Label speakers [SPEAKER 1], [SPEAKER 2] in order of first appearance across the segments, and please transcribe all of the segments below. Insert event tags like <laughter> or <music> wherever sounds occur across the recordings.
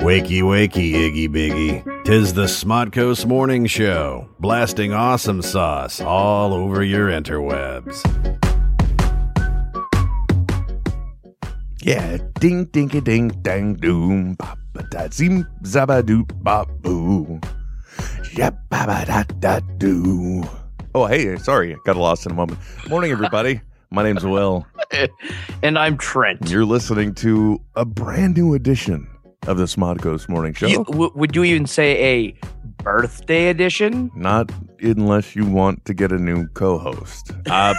[SPEAKER 1] Wakey, wakey, Iggy Biggy. Tis the Smodcoast Morning Show, blasting awesome sauce all over your interwebs.
[SPEAKER 2] Yeah, ding ding a ding dang doom ba ba da zim zaba doo ba boo. Yeah, ba ba da da doo. Oh, hey, sorry, got lost in a moment. Morning,
[SPEAKER 3] <laughs>
[SPEAKER 2] everybody. My name's Will.
[SPEAKER 3] and I'm Trent.
[SPEAKER 2] You're listening to a brand new edition of the Smodco's Morning Show.
[SPEAKER 3] You- w- would you even say a birthday edition?
[SPEAKER 2] Not unless you want to get a new co-host.
[SPEAKER 3] <laughs>
[SPEAKER 2] Uh,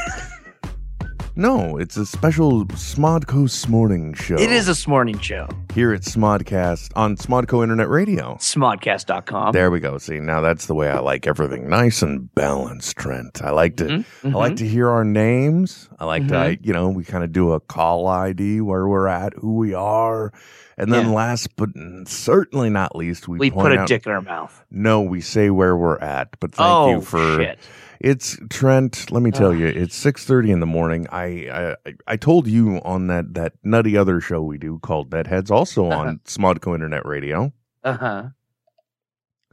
[SPEAKER 2] no, it's a special Smodco's Morning Show.
[SPEAKER 3] It is a morning show.
[SPEAKER 2] here at Smodcast on Smodco Internet Radio.
[SPEAKER 3] Smodcast.com.
[SPEAKER 2] There we go. See, now that's the way I like everything nice and balanced, Trent. I like to
[SPEAKER 3] Mm-hmm.
[SPEAKER 2] I like to hear our names. I like to I, you know, we kind of do a call ID where we're at, who we are. And then
[SPEAKER 3] Yeah.
[SPEAKER 2] last but n- certainly not least, we,
[SPEAKER 3] We
[SPEAKER 2] point
[SPEAKER 3] put a
[SPEAKER 2] out-
[SPEAKER 3] dick in our mouth.
[SPEAKER 2] No, we say where we're at. But thank
[SPEAKER 3] oh
[SPEAKER 2] you for
[SPEAKER 3] shit!
[SPEAKER 2] it's Trent. Let me tell you, it's six thirty in the morning. I, I I told you on that that nutty other show we do called Netheads, also
[SPEAKER 3] Uh-huh.
[SPEAKER 2] on Smodco Internet Radio.
[SPEAKER 3] Uh huh.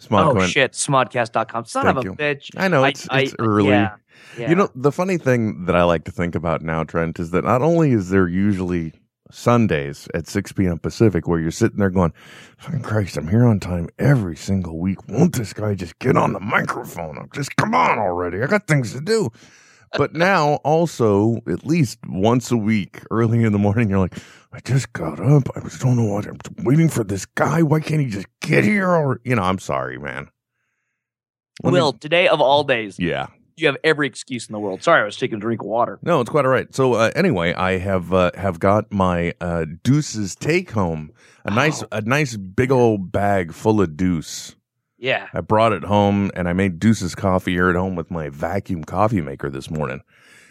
[SPEAKER 2] Smodco.
[SPEAKER 3] oh
[SPEAKER 2] In-
[SPEAKER 3] shit! Smodcast.com. Son
[SPEAKER 2] Thank
[SPEAKER 3] of a
[SPEAKER 2] you.
[SPEAKER 3] bitch.
[SPEAKER 2] I know
[SPEAKER 3] I-
[SPEAKER 2] it's
[SPEAKER 3] I-
[SPEAKER 2] it's early.
[SPEAKER 3] yeah, yeah.
[SPEAKER 2] You know, the funny thing that I like to think about now, Trent, is that not only is there usually Sundays at 6 p.m. Pacific where you're sitting there going, fucking Christ, I'm here on time every single week. Won't this guy just get on the microphone? I'm just, come on already. I got things to do. But now, also, at least once a week, early in the morning, you're like, I just got up. I just don't know what I'm waiting for this guy. Why can't he just get here? Or, you know, I'm sorry, man. Let me-
[SPEAKER 3] Will today of all days,
[SPEAKER 2] yeah.
[SPEAKER 3] you have every excuse in the world. Sorry, I was taking a drink of water.
[SPEAKER 2] No, it's quite all right. So uh, anyway, I have uh, have got my uh, Deuces take home a nice
[SPEAKER 3] Oh.
[SPEAKER 2] a nice big old bag full of Deuce.
[SPEAKER 3] Yeah.
[SPEAKER 2] I brought it home and I made Deuces coffee here at home with my vacuum coffee maker this morning.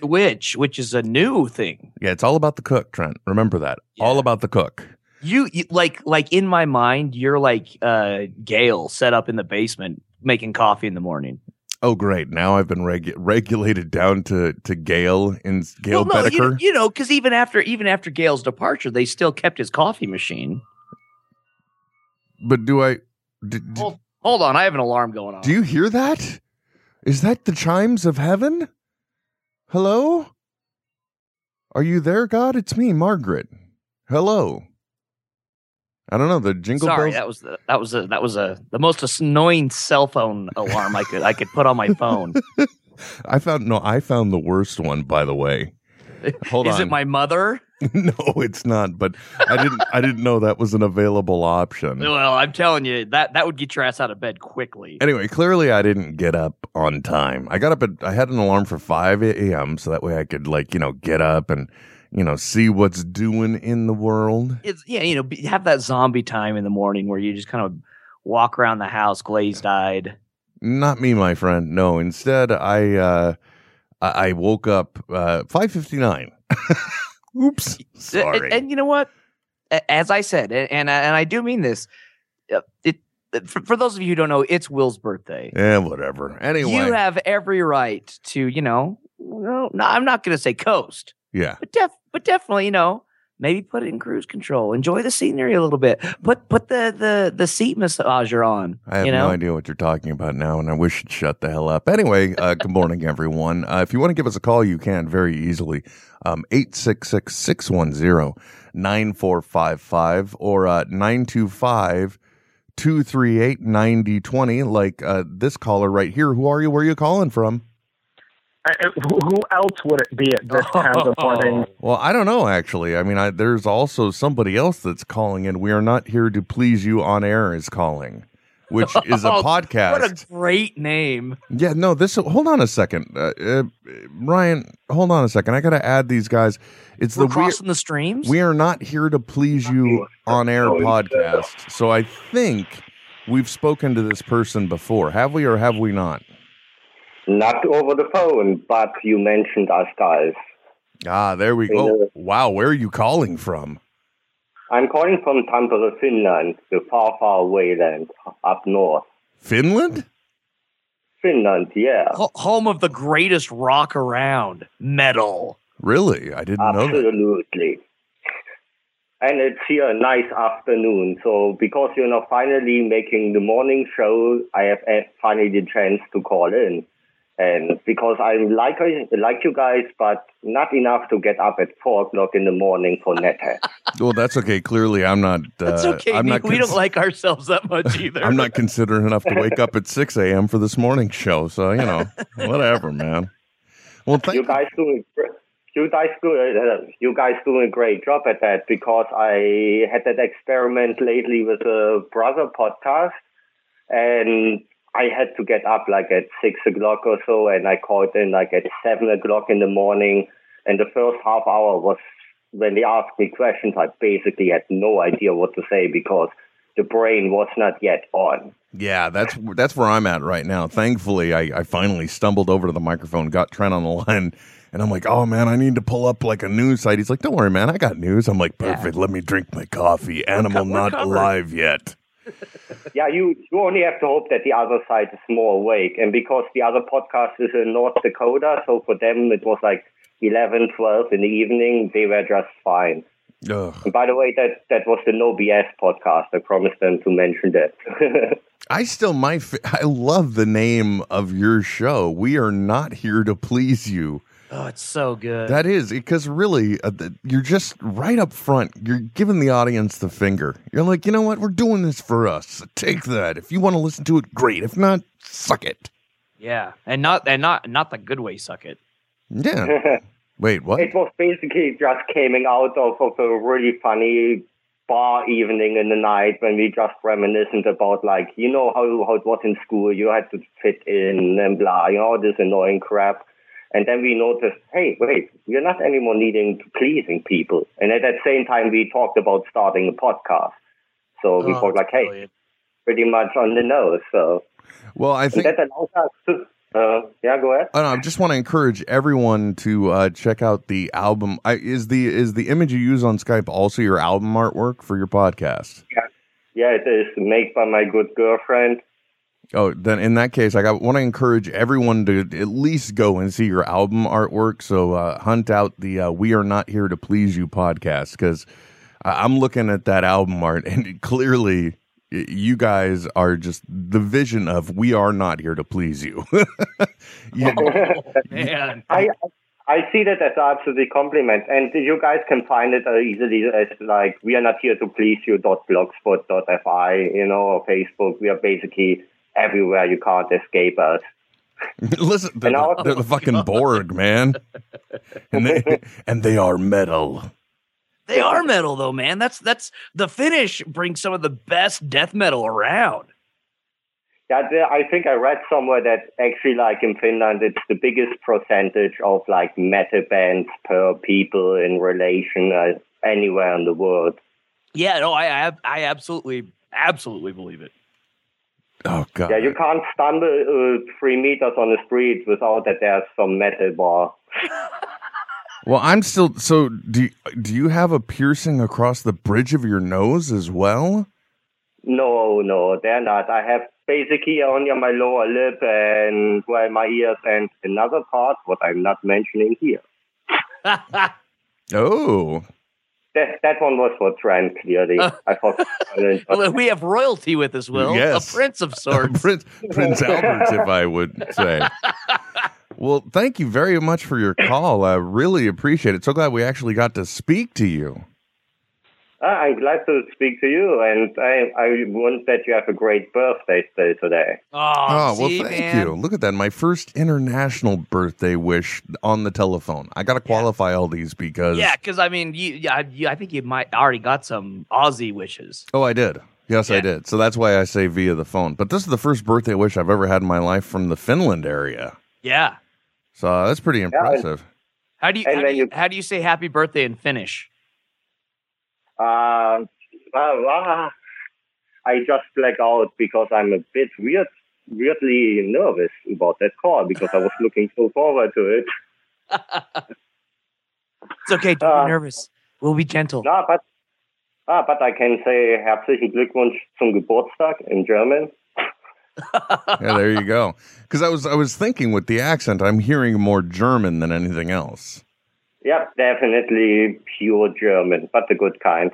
[SPEAKER 3] Which, which is a new thing.
[SPEAKER 2] Yeah, it's all about the cook, Trent. Remember that.
[SPEAKER 3] Yeah.
[SPEAKER 2] All about the cook.
[SPEAKER 3] You, you like, like in my mind, you're like uh Gail set up in the basement making coffee in the morning.
[SPEAKER 2] Oh, great! Now I've been regu- regulated down to to Gail in Gail
[SPEAKER 3] well, no, you,
[SPEAKER 2] Bedecker.
[SPEAKER 3] know- you know, because even after even after Gail's departure, they still kept his coffee machine.
[SPEAKER 2] but do I? d- d-
[SPEAKER 3] Hold, hold on, I have an alarm going on.
[SPEAKER 2] do you hear that? Is that the chimes of heaven? Hello? Are you there, God? It's me, Margaret. Hello. I don't know. The jingle
[SPEAKER 3] Sorry,
[SPEAKER 2] bells.
[SPEAKER 3] that was the, that was a, that was a the most annoying cell phone alarm I could I could put on my phone.
[SPEAKER 2] I found no. I found the worst one, by the
[SPEAKER 3] <laughs>
[SPEAKER 2] way. <laughs> Hold
[SPEAKER 3] Is
[SPEAKER 2] on.
[SPEAKER 3] it my mother?
[SPEAKER 2] <laughs> no, it's not. But I didn't. I didn't know that was an available
[SPEAKER 3] <laughs>
[SPEAKER 2] option.
[SPEAKER 3] Well, I'm telling you that that would get your ass out of bed quickly.
[SPEAKER 2] Anyway, clearly I didn't get up on time. I got up at I had an alarm for five a.m. so that way I could like you know get up and you know see what's doing in the world.
[SPEAKER 3] It's yeah, you know, be- have that zombie time in the morning where you just kind of walk around the house glazed eyed.
[SPEAKER 2] Not me, my friend. No. Instead, I uh, I I woke up uh, five fifty nine. <laughs> Oops.
[SPEAKER 3] A- a-
[SPEAKER 2] Sorry.
[SPEAKER 3] Uh, And, you know what? A- As I said, a- and I- and I do mean this. uh, It for, for those of you who don't know, it's Will's birthday.
[SPEAKER 2] yeah, whatever. Anyway,
[SPEAKER 3] You have every right to, you know, no, no I'm not going to say coast,
[SPEAKER 2] yeah.
[SPEAKER 3] but def, but definitely, you know, maybe put it in cruise control, enjoy the scenery a little bit, put put the the the seat massager on.
[SPEAKER 2] I have
[SPEAKER 3] you know,
[SPEAKER 2] no idea what you're talking about now, and I wish you'd shut the hell up. Anyway, uh, good morning, everyone. Uh, if you want to give us a call, you can very easily. Um, 866-610-9455 or uh, 925-238-9020, like uh, this caller right here. Who are you? Where are you calling from?
[SPEAKER 4] I, I- Uh, who who else would it be at this time of the morning?
[SPEAKER 2] Well, I don't know, actually. I mean, I, there's also somebody else that's calling, and we are not here to please you on air is calling, which is a
[SPEAKER 3] <laughs> Oh,
[SPEAKER 2] podcast.
[SPEAKER 3] What a great name!
[SPEAKER 2] Yeah, no, this hold on a second. Uh, uh, Ryan, hold on a second. I got to add these guys. It's
[SPEAKER 3] We're
[SPEAKER 2] the we,
[SPEAKER 3] crossing the streams.
[SPEAKER 2] we are not here to please you on air
[SPEAKER 3] uh,
[SPEAKER 2] podcast. So I think we've spoken to this person before. Have we or have we not?
[SPEAKER 5] Not over the phone, but you mentioned us guys.
[SPEAKER 2] Ah, there we go. Wow, where are you calling from?
[SPEAKER 5] I'm calling from Tampere, Finland, the far, far away land up north.
[SPEAKER 2] Finland?
[SPEAKER 5] Finland, yeah.
[SPEAKER 3] Ho- home of the greatest rock around metal. Ah,
[SPEAKER 2] Really? I didn't know that.
[SPEAKER 5] Absolutely. and it's here a nice afternoon. So because you're now finally making the morning show, I have had finally the chance to call in. And because I like like you guys, but not enough to get up at four o'clock in the morning for NetHack.
[SPEAKER 2] Well, that's okay. Clearly, I'm not.
[SPEAKER 3] <laughs> That's
[SPEAKER 2] uh,
[SPEAKER 3] okay.
[SPEAKER 2] I'm
[SPEAKER 3] Nick.
[SPEAKER 2] not
[SPEAKER 3] we don't
[SPEAKER 2] cons-
[SPEAKER 3] like ourselves that <laughs> much either.
[SPEAKER 2] I'm not considerate enough to wake up at 6 a.m. for this morning show. So, you
[SPEAKER 3] <laughs>
[SPEAKER 2] know, whatever, man. Well, thank
[SPEAKER 5] you guys doing gr- you guys do uh, you guys doing a great job at that because I had that experiment lately with a brother podcast and I had to get up like at six o'clock or so and I called in like at seven o'clock in the morning and the first half hour was when they asked me questions I basically had no idea what to say because the brain was not yet on.
[SPEAKER 2] Yeah, that's that's where I'm at right now. Thankfully, I, I finally stumbled over to the microphone, got Trent on the line, and I'm like, "Oh man, I need to pull up like a news site." He's like, "Don't worry, man, I got news." I'm like,
[SPEAKER 3] Yeah.
[SPEAKER 2] "Perfect. Let me drink my coffee. Animal
[SPEAKER 3] we're
[SPEAKER 2] not
[SPEAKER 3] covered.
[SPEAKER 2] alive yet."
[SPEAKER 5] Yeah, you, you only have to hope that the other side is more awake. And because the other podcast is in North Dakota, so for them it was like 11, 12 in the evening, they were just fine.
[SPEAKER 2] Ugh.
[SPEAKER 5] And by the way, that, that was the No BS podcast. I promised them to mention that. <laughs>
[SPEAKER 2] I still my fa- I love the name of your show. We are not here to please you.
[SPEAKER 3] Oh, it's so good.
[SPEAKER 2] That is because really, uh, th- you're just right up front. You're giving the audience the finger. You're like, you know what? We're doing this for us. Take that. If you want to listen to it, great. If not, suck it.
[SPEAKER 3] yeah, and not and not not the good way. Suck it.
[SPEAKER 2] Yeah. Wait, what?
[SPEAKER 5] it was basically just coming out of, of a really funny bar evening in the night when we just reminisced about like you know how, how it was in school you had to fit in and blah you know all this annoying crap and then we noticed hey wait we're not anymore needing to pleasing people and at that same time we talked about starting a podcast so we
[SPEAKER 3] Oh,
[SPEAKER 5] thought like hey
[SPEAKER 3] brilliant.
[SPEAKER 5] pretty much on the nose so
[SPEAKER 2] Well, I
[SPEAKER 5] and
[SPEAKER 2] think.
[SPEAKER 5] that allows us to uh, yeah go ahead
[SPEAKER 2] I, don't know, I just want to encourage everyone to uh, check out the album. I, is the is the image you use on Skype also your album artwork for your podcast?
[SPEAKER 5] yeah it is made by my good girlfriend
[SPEAKER 2] Oh, then in that case, I got, want to encourage everyone to at least go and see your album artwork. So uh, hunt out the uh, "We Are Not Here to Please You" podcast because I'm looking at that album art, <laughs> and it clearly, y- you guys are just the vision of "We Are Not Here to Please You." <laughs> You-
[SPEAKER 5] Oh.
[SPEAKER 3] Oh, man.
[SPEAKER 5] I I see that as absolutely compliment, and you guys can find it uh, easily as like we are not here to please you. dot blogspot. dot fi. You know, or Facebook. We are basically everywhere. You can't escape us.
[SPEAKER 2] <laughs> Listen, they're,
[SPEAKER 5] And
[SPEAKER 2] the-
[SPEAKER 5] also-
[SPEAKER 2] they're the fucking Borg, man, and they
[SPEAKER 5] <laughs>
[SPEAKER 2] and they are metal.
[SPEAKER 3] They are metal though, man. That's that's the finish brings some of the best death metal around.
[SPEAKER 5] Yeah, there, I think I read somewhere that actually, like in Finland, it's the biggest percentage of like metal bands per people in relation uh, anywhere in the world.
[SPEAKER 3] Yeah, no, I I, ab- I absolutely absolutely believe <laughs> it.
[SPEAKER 2] Oh god,
[SPEAKER 5] Yeah, you can't stumble uh, three meters on the street without that there's some metal bar.
[SPEAKER 2] Well, I'm still so do do you have a piercing across the bridge of your nose as well?
[SPEAKER 5] No, no, they're not. I have basically only on my lower lip and well, my ears and another part, what I'm not mentioning here.
[SPEAKER 2] Oh.
[SPEAKER 5] That that one was for Trent, clearly. I thought.
[SPEAKER 3] Well, we have royalty with us, Will.
[SPEAKER 2] Yes.
[SPEAKER 3] <laughs> A prince of sorts.
[SPEAKER 2] Prince Prince Albert's if I would say. Well, thank you very much for your call. I really appreciate it. So glad we actually got to speak to you.
[SPEAKER 5] <laughs> Ah, I'm glad to speak to you, and I I want that you have a great birthday still today.
[SPEAKER 3] oh,
[SPEAKER 2] Oh, well,
[SPEAKER 3] see,
[SPEAKER 2] thank
[SPEAKER 3] man?
[SPEAKER 2] you. Look at that. My first international birthday wish on the telephone. I got to qualify all these because
[SPEAKER 3] Yeah, because I mean, you, yeah, I- you, I think you might already got some Aussie wishes.
[SPEAKER 2] Oh, I did. Yes, I
[SPEAKER 3] Yeah.
[SPEAKER 2] did. So that's why I say via the phone. But this is the first birthday wish I've ever had in my life from the Finland area.
[SPEAKER 3] Yeah.
[SPEAKER 2] So that's pretty impressive.
[SPEAKER 3] How do you,
[SPEAKER 5] And
[SPEAKER 3] how do
[SPEAKER 5] then
[SPEAKER 3] you,
[SPEAKER 5] you-
[SPEAKER 3] how do you say happy birthday in Finnish?
[SPEAKER 5] Uh, well, ah, I just black out because I'm a bit weird, weirdly nervous about that call because I was looking so forward to it.
[SPEAKER 3] It's okay. Don't
[SPEAKER 5] Uh,
[SPEAKER 3] be nervous. We'll be gentle.
[SPEAKER 5] Na, but, ah, but I can say herzlichen Glückwunsch zum Geburtstag in German.
[SPEAKER 2] yeah, there you <laughs> go. Because I was I was thinking with the accent, I'm hearing more German than anything else.
[SPEAKER 5] Yep, definitely pure German, but the good kind.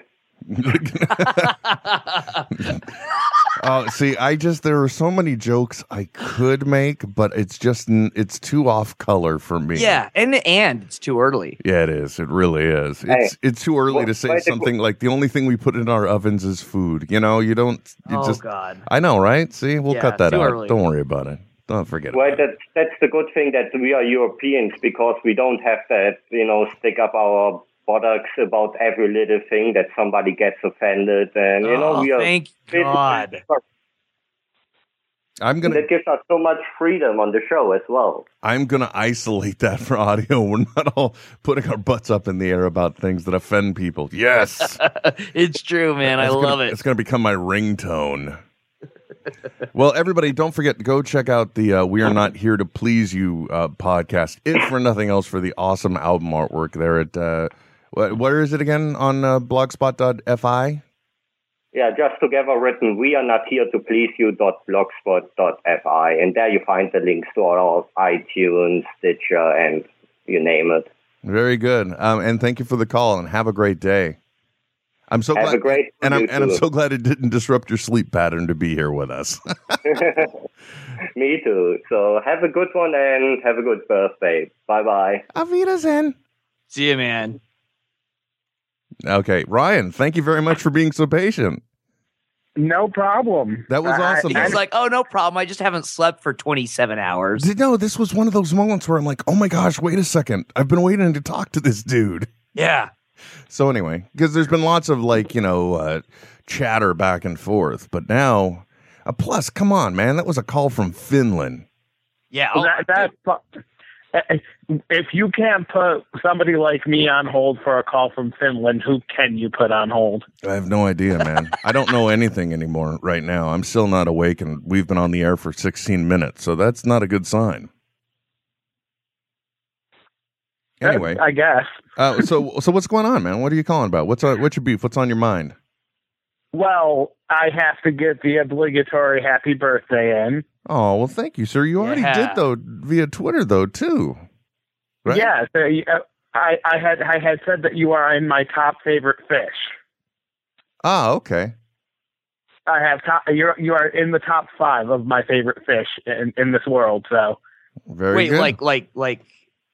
[SPEAKER 2] Uh, see, I just there are so many jokes I could make, but it's just n- it's too off color for <laughs> me.
[SPEAKER 3] yeah, and and it's too early.
[SPEAKER 2] Yeah, it is. It really is. It's it's too early
[SPEAKER 5] well,
[SPEAKER 2] to say
[SPEAKER 5] why the-
[SPEAKER 2] something like the only thing we put in our ovens is food. You know, you don't. You
[SPEAKER 3] oh
[SPEAKER 2] just.
[SPEAKER 3] God.
[SPEAKER 2] I know, right? See, we'll
[SPEAKER 3] Yeah,
[SPEAKER 2] cut that
[SPEAKER 3] too
[SPEAKER 2] out.
[SPEAKER 3] early.
[SPEAKER 2] Don't worry about it. Don't forget
[SPEAKER 5] Well,
[SPEAKER 2] about it.
[SPEAKER 5] that's that's the good thing that we are Europeans because we don't have that, you know, stick up our buttocks about every little thing that somebody gets offended, and you know,
[SPEAKER 3] Oh,
[SPEAKER 5] we are.
[SPEAKER 3] thank God. <laughs>
[SPEAKER 2] I'm gonna
[SPEAKER 5] That gives us so much freedom on the show as well.
[SPEAKER 2] I'm gonna isolate that for audio. <laughs> We're not all putting our butts up in the air about things that offend people.
[SPEAKER 3] <laughs>
[SPEAKER 2] Yes.
[SPEAKER 3] it's true, man. I
[SPEAKER 2] It's gonna-
[SPEAKER 3] love it.
[SPEAKER 2] It's going to become my ringtone. well, everybody, don't forget to go check out the uh, "We Are Not Here to Please You" uh, podcast, if for nothing else, for the awesome album artwork there at uh, wh- where is it again on uh, blogspot.fi.
[SPEAKER 5] Yeah, just together written, we are not here to please you. dot blogspot. dot fi, and there you find the links to all of iTunes, Stitcher, and you name it. <laughs>
[SPEAKER 2] Very good, um, and thank you for the call, and have a great day. I'm so
[SPEAKER 5] Have
[SPEAKER 2] glad,
[SPEAKER 5] a great
[SPEAKER 2] and I'm
[SPEAKER 5] you
[SPEAKER 2] and I'm
[SPEAKER 5] too.
[SPEAKER 2] so glad it didn't disrupt your sleep pattern to be here with us.
[SPEAKER 5] Me too. So have a good one and have a good birthday. Bye bye.
[SPEAKER 2] Avitazen.
[SPEAKER 3] See you, man.
[SPEAKER 2] Okay, Ryan, thank you very much for being so patient.
[SPEAKER 4] No problem.
[SPEAKER 2] That was
[SPEAKER 4] I-
[SPEAKER 2] awesome.
[SPEAKER 4] I-
[SPEAKER 3] He's like, oh no problem. I just haven't slept for 27 hours.
[SPEAKER 2] Th- No, this was one of those moments where I'm like, oh my gosh, wait a second. I've been waiting to talk to this dude.
[SPEAKER 3] Yeah.
[SPEAKER 2] So, anyway, because there's been lots of like, you know, uh, chatter back and forth. But now, uh, plus, come on, man, that was a call from Finland.
[SPEAKER 3] Yeah. Oh,
[SPEAKER 4] that, that fu- uh, if you can't put somebody like me on hold for a call from Finland, who can you put on hold?
[SPEAKER 2] I have no idea, man. I don't know anything anymore right now. I'm still not awake, and we've been on the air for 16 minutes. So, that's not a good sign. Anyway,
[SPEAKER 4] I guess.
[SPEAKER 2] uh, so so what's going on, man? What are you calling about? What's on, what's your beef? What's on your mind?
[SPEAKER 4] Well, I have to get the obligatory happy birthday in.
[SPEAKER 2] Oh well, thank you, sir. You already
[SPEAKER 3] Yeah.
[SPEAKER 2] did though via Twitter though too. Right?
[SPEAKER 4] Yes, uh, I, I had I had said that you are in my top favorite fish.
[SPEAKER 2] Ah, okay.
[SPEAKER 4] I have top. You're you are in the top five of my favorite fish in, in this world. So
[SPEAKER 2] Very
[SPEAKER 3] wait,
[SPEAKER 2] good.
[SPEAKER 3] like, like, like,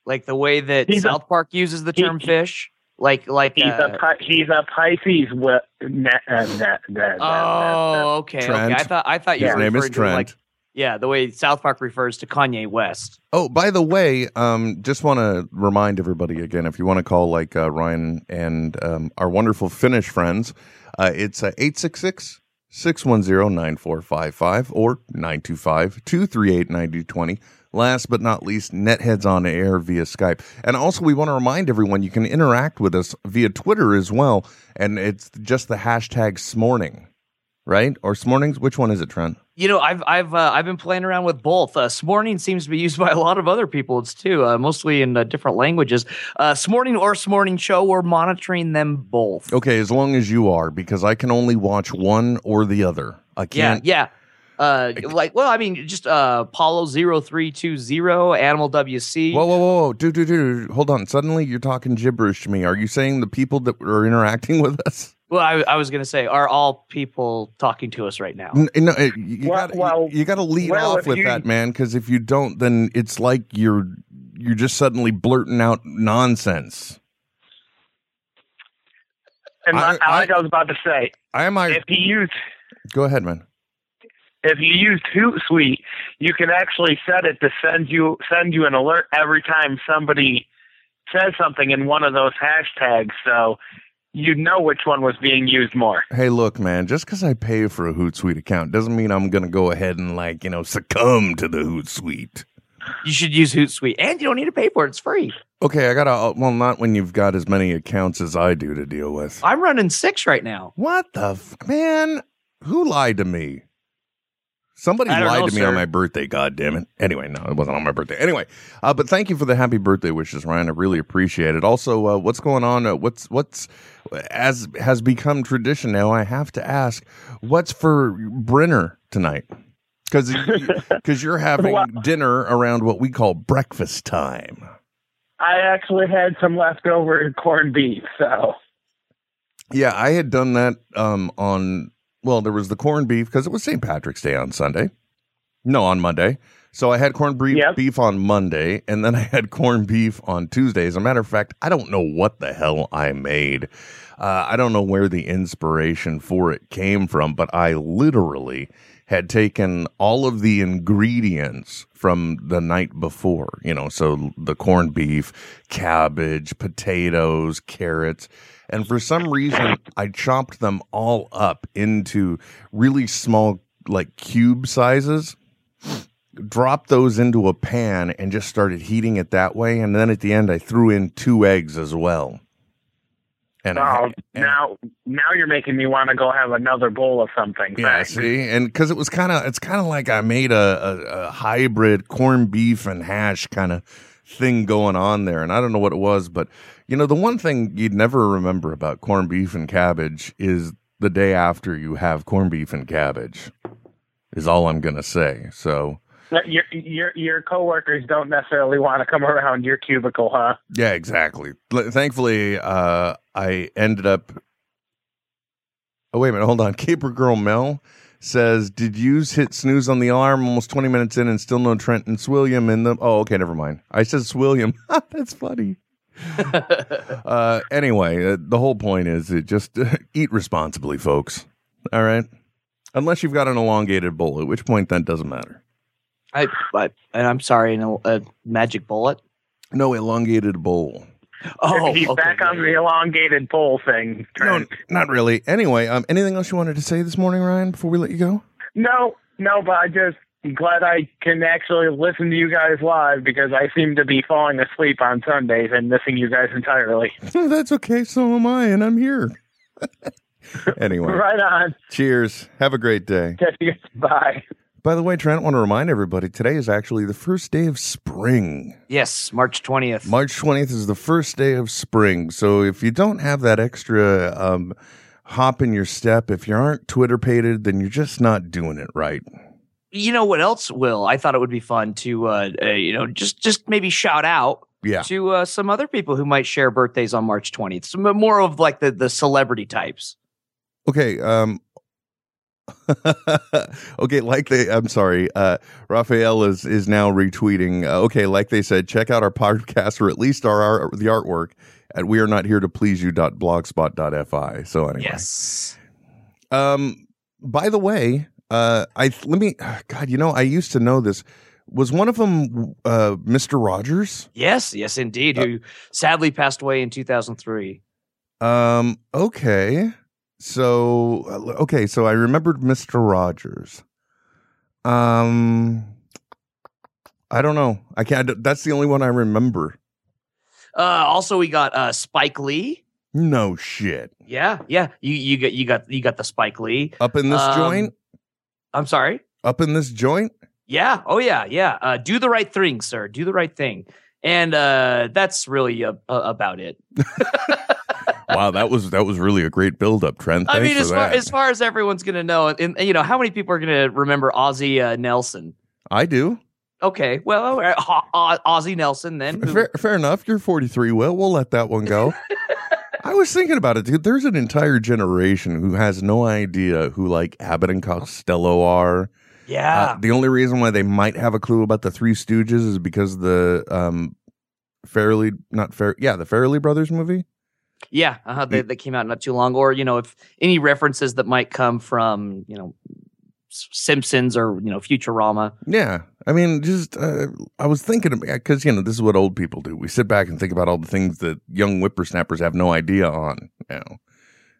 [SPEAKER 3] like the way that
[SPEAKER 4] He's a-
[SPEAKER 3] South Park uses the
[SPEAKER 4] he-
[SPEAKER 3] term fish. Like, like.
[SPEAKER 4] <laughs> he's
[SPEAKER 3] uh,
[SPEAKER 4] a Pi- he's a Pisces. With, net, uh, net, net,
[SPEAKER 3] oh, okay. okay.
[SPEAKER 2] Trent.
[SPEAKER 3] I thought I thought you
[SPEAKER 2] his
[SPEAKER 3] were
[SPEAKER 2] name is
[SPEAKER 3] referring to,
[SPEAKER 2] Trent.
[SPEAKER 3] Like, yeah, the way South Park refers to Kanye West.
[SPEAKER 2] oh, by the way, um, just want to remind everybody again, if you want to call like uh, Ryan and um, our wonderful Finnish friends, uh, it's uh, 866 610 9455 or 925 238 9020. Last but not least, Netheads on Air via Skype. And also, we want to remind everyone you can interact with us via Twitter as well. And it's just the hashtag smorning, right? Or smornings? Which one is it, Trent?
[SPEAKER 3] You know, I've I've uh, I've been playing around with both. Uh, smorning seems to be used <laughs> by a lot of other people It's too, uh, mostly in uh, different languages. Uh, smorning or smorning show, we're monitoring them both.
[SPEAKER 2] Okay, as long as you are, because I can only watch one or the other. I
[SPEAKER 3] Yeah,
[SPEAKER 2] can't.
[SPEAKER 3] yeah. Uh, like, well, I mean, just uh, Apollo 0320, Animal WC.
[SPEAKER 2] Whoa, whoa, whoa, whoa, dude, dude, dude, hold on. Suddenly you're talking gibberish to me. Are you saying the people that are interacting with us?
[SPEAKER 3] Well, I, I was going to say, are all people talking to us right now?
[SPEAKER 2] N- No, uh, you
[SPEAKER 4] Well,
[SPEAKER 2] got
[SPEAKER 4] well,
[SPEAKER 2] you got to lead
[SPEAKER 4] well,
[SPEAKER 2] off
[SPEAKER 4] if
[SPEAKER 2] with
[SPEAKER 4] you-
[SPEAKER 2] that, man. Because if you don't, then it's like you're you're just suddenly blurting out nonsense.
[SPEAKER 4] And
[SPEAKER 2] I-
[SPEAKER 4] I, I, like
[SPEAKER 2] I-
[SPEAKER 4] I was about to say,
[SPEAKER 2] I am. I
[SPEAKER 4] if you use
[SPEAKER 2] go ahead, man.
[SPEAKER 4] if you use Hootsuite, you can actually set it to send you send you an alert every time somebody says something in one of those hashtags. So you know which one was being
[SPEAKER 2] <laughs>
[SPEAKER 4] used more.
[SPEAKER 2] Hey, look, man. Just because I pay for a Hootsuite account doesn't mean I'm gonna go ahead and like you know succumb to the Hootsuite.
[SPEAKER 3] You should use Hootsuite, and you don't need to pay for it. It's free.
[SPEAKER 2] Okay, I gotta. uh, Well, not when you've got as many accounts as I do to deal with.
[SPEAKER 3] I'm running six right now.
[SPEAKER 2] What the f- man? Who lied to me? Somebody
[SPEAKER 3] I don't
[SPEAKER 2] lied
[SPEAKER 3] know,
[SPEAKER 2] to me
[SPEAKER 3] sir.
[SPEAKER 2] on my birthday. God damn it! Anyway, no, it wasn't on my birthday. Anyway, uh, but thank you for the happy birthday wishes, Ryan. I really appreciate it. Also, uh, what's going on? Uh, what's what's as has become tradition now? I have to ask, what's for Brenner tonight? Because
[SPEAKER 3] <laughs>
[SPEAKER 2] because you're having
[SPEAKER 4] Well-
[SPEAKER 2] dinner around what we call breakfast time.
[SPEAKER 4] I actually had some leftover corned beef, so
[SPEAKER 2] Yeah, I had done that um, on, well, there was the corned beef because it was St. Patrick's Day on Sunday. No, on Monday. So I had corned beef,
[SPEAKER 4] Yep.
[SPEAKER 2] beef on Monday, and then <laughs> I had corned beef on Tuesday. As a matter of fact, I don't know what the hell I made. Uh, I don't know where the inspiration for it came from, but I literally had taken all of the ingredients from the night before, you know, so the corned beef, cabbage, potatoes, carrots. And for some reason, I chopped them all up into really small, like cube sizes, dropped those into a pan, and just started heating it that way. And then at the end, I threw in two eggs as well. And I-
[SPEAKER 4] Oh,
[SPEAKER 2] and-
[SPEAKER 4] now now you're making me want to go have another bowl of something.
[SPEAKER 2] Yeah,
[SPEAKER 4] Thanks.
[SPEAKER 2] see, and because it was kind of, it's kind of like I made a, a, a hybrid corned beef and hash kind of thing going on there, and I don't know what it was, but you know, the one thing you'd never remember about corned beef and cabbage is the day after you have corned beef and cabbage. Is all I'm gonna say. So
[SPEAKER 4] Your your your coworkers don't necessarily want to come around your cubicle, huh?
[SPEAKER 2] yeah, exactly. L- Thankfully, uh, I ended up. Oh wait a minute, hold on. <laughs> Caper Girl Mel says, "Did use hit snooze on the alarm almost twenty minutes in, and still no Trent and Swilliam in them." Oh, okay, never mind. I said Swilliam. <laughs> That's funny. uh, anyway, uh, the whole point is, it just uh, eat responsibly, folks. All right, unless you've got an elongated bowl, at which point that doesn't matter.
[SPEAKER 3] I, I and I'm sorry, an, a magic bullet.
[SPEAKER 2] No elongated bowl.
[SPEAKER 3] Oh,
[SPEAKER 4] he's
[SPEAKER 3] okay,
[SPEAKER 4] back on
[SPEAKER 3] yeah.
[SPEAKER 4] the elongated bowl thing.
[SPEAKER 2] No,
[SPEAKER 4] Trent.
[SPEAKER 2] not really. Anyway, um, anything else you wanted to say this morning, Ryan? Before we let you go. <laughs>
[SPEAKER 4] No, no, but I just I'm glad I can actually listen to you guys live because I seem to be falling asleep on Sundays and missing you guys entirely.
[SPEAKER 2] Oh, that's okay. So am I, and I'm here. <laughs> anyway,
[SPEAKER 4] Right on. <laughs>
[SPEAKER 2] cheers. Have a great day.
[SPEAKER 4] Catch you. Bye.
[SPEAKER 2] By the way, Trent, I want to remind everybody today is actually the first day of spring.
[SPEAKER 3] Yes, March 20th.
[SPEAKER 2] March 20th is the first day of spring. So if you don't have that extra um, hop in your step, if you aren't Twitter pated, then you're just not doing it right.
[SPEAKER 3] you know what else, Will? I thought it would be fun to, uh, uh, you know, just just maybe shout out
[SPEAKER 2] Yeah.
[SPEAKER 3] to uh, some other people who might share birthdays on March 20th. Some uh, more of like the the celebrity types.
[SPEAKER 2] Okay. Um, <laughs> okay, like they, I'm sorry. Uh, Raphael is is now retweeting. Uh, okay, like they said, check out our podcast or at least our, our the artwork at we are not here to please you dot blogspot dot fi. So anyway,
[SPEAKER 3] Yes.
[SPEAKER 2] um, by the way, uh, I let me. <sighs> God, you know, I used to know this. Was one of them uh, Mister Rogers?
[SPEAKER 3] Yes, yes, indeed.
[SPEAKER 2] Uh,
[SPEAKER 3] Who sadly passed away in 2003.
[SPEAKER 2] Um, okay. So uh, okay, so I remembered Mr. Rogers. Um I don't know. I can't that's the only one I remember.
[SPEAKER 3] Uh, also, we got uh, Spike Lee.
[SPEAKER 2] No shit.
[SPEAKER 3] Yeah, yeah. You you got you got you got the Spike Lee.
[SPEAKER 2] Up in this
[SPEAKER 3] Um,
[SPEAKER 2] joint?
[SPEAKER 3] I'm sorry.
[SPEAKER 2] Up in this joint?
[SPEAKER 3] Yeah. Oh, yeah. Yeah. Uh, do the right thing, sir. Do the right thing. And uh, that's really uh, uh, about it.
[SPEAKER 2] Wow, that was that was really a great build up, Trent.
[SPEAKER 3] <laughs> I
[SPEAKER 2] Thanks
[SPEAKER 3] mean,
[SPEAKER 2] for
[SPEAKER 3] as far,
[SPEAKER 2] that.
[SPEAKER 3] as far as everyone's going to know, and, and, you know, how many people are going to remember Ozzy uh, Nelson?
[SPEAKER 2] I
[SPEAKER 3] <laughs>
[SPEAKER 2] do.
[SPEAKER 3] Okay. Well, all right, Ho- O- Ozzy Nelson then. who-
[SPEAKER 2] Fair, fair enough. You're 43. Well, we'll let that one
[SPEAKER 3] <laughs>
[SPEAKER 2] go. I was thinking about it, dude. There's an entire generation who has no idea who like Abbott and Costello are. Uh,
[SPEAKER 3] yeah.
[SPEAKER 2] the only reason why they might have a clue about the Three Stooges is because the um, Fairly not fair, yeah, the Fairly Brothers movie.
[SPEAKER 3] yeah. Uh, they, they came out not too long. Or, you know, if any references that might come from, you know, S- Simpsons or, you know, Futurama.
[SPEAKER 2] Yeah, I mean, just uh, I was thinking because you know this is what old people do. We sit back and think about all the things that young whippersnappers have no idea on now.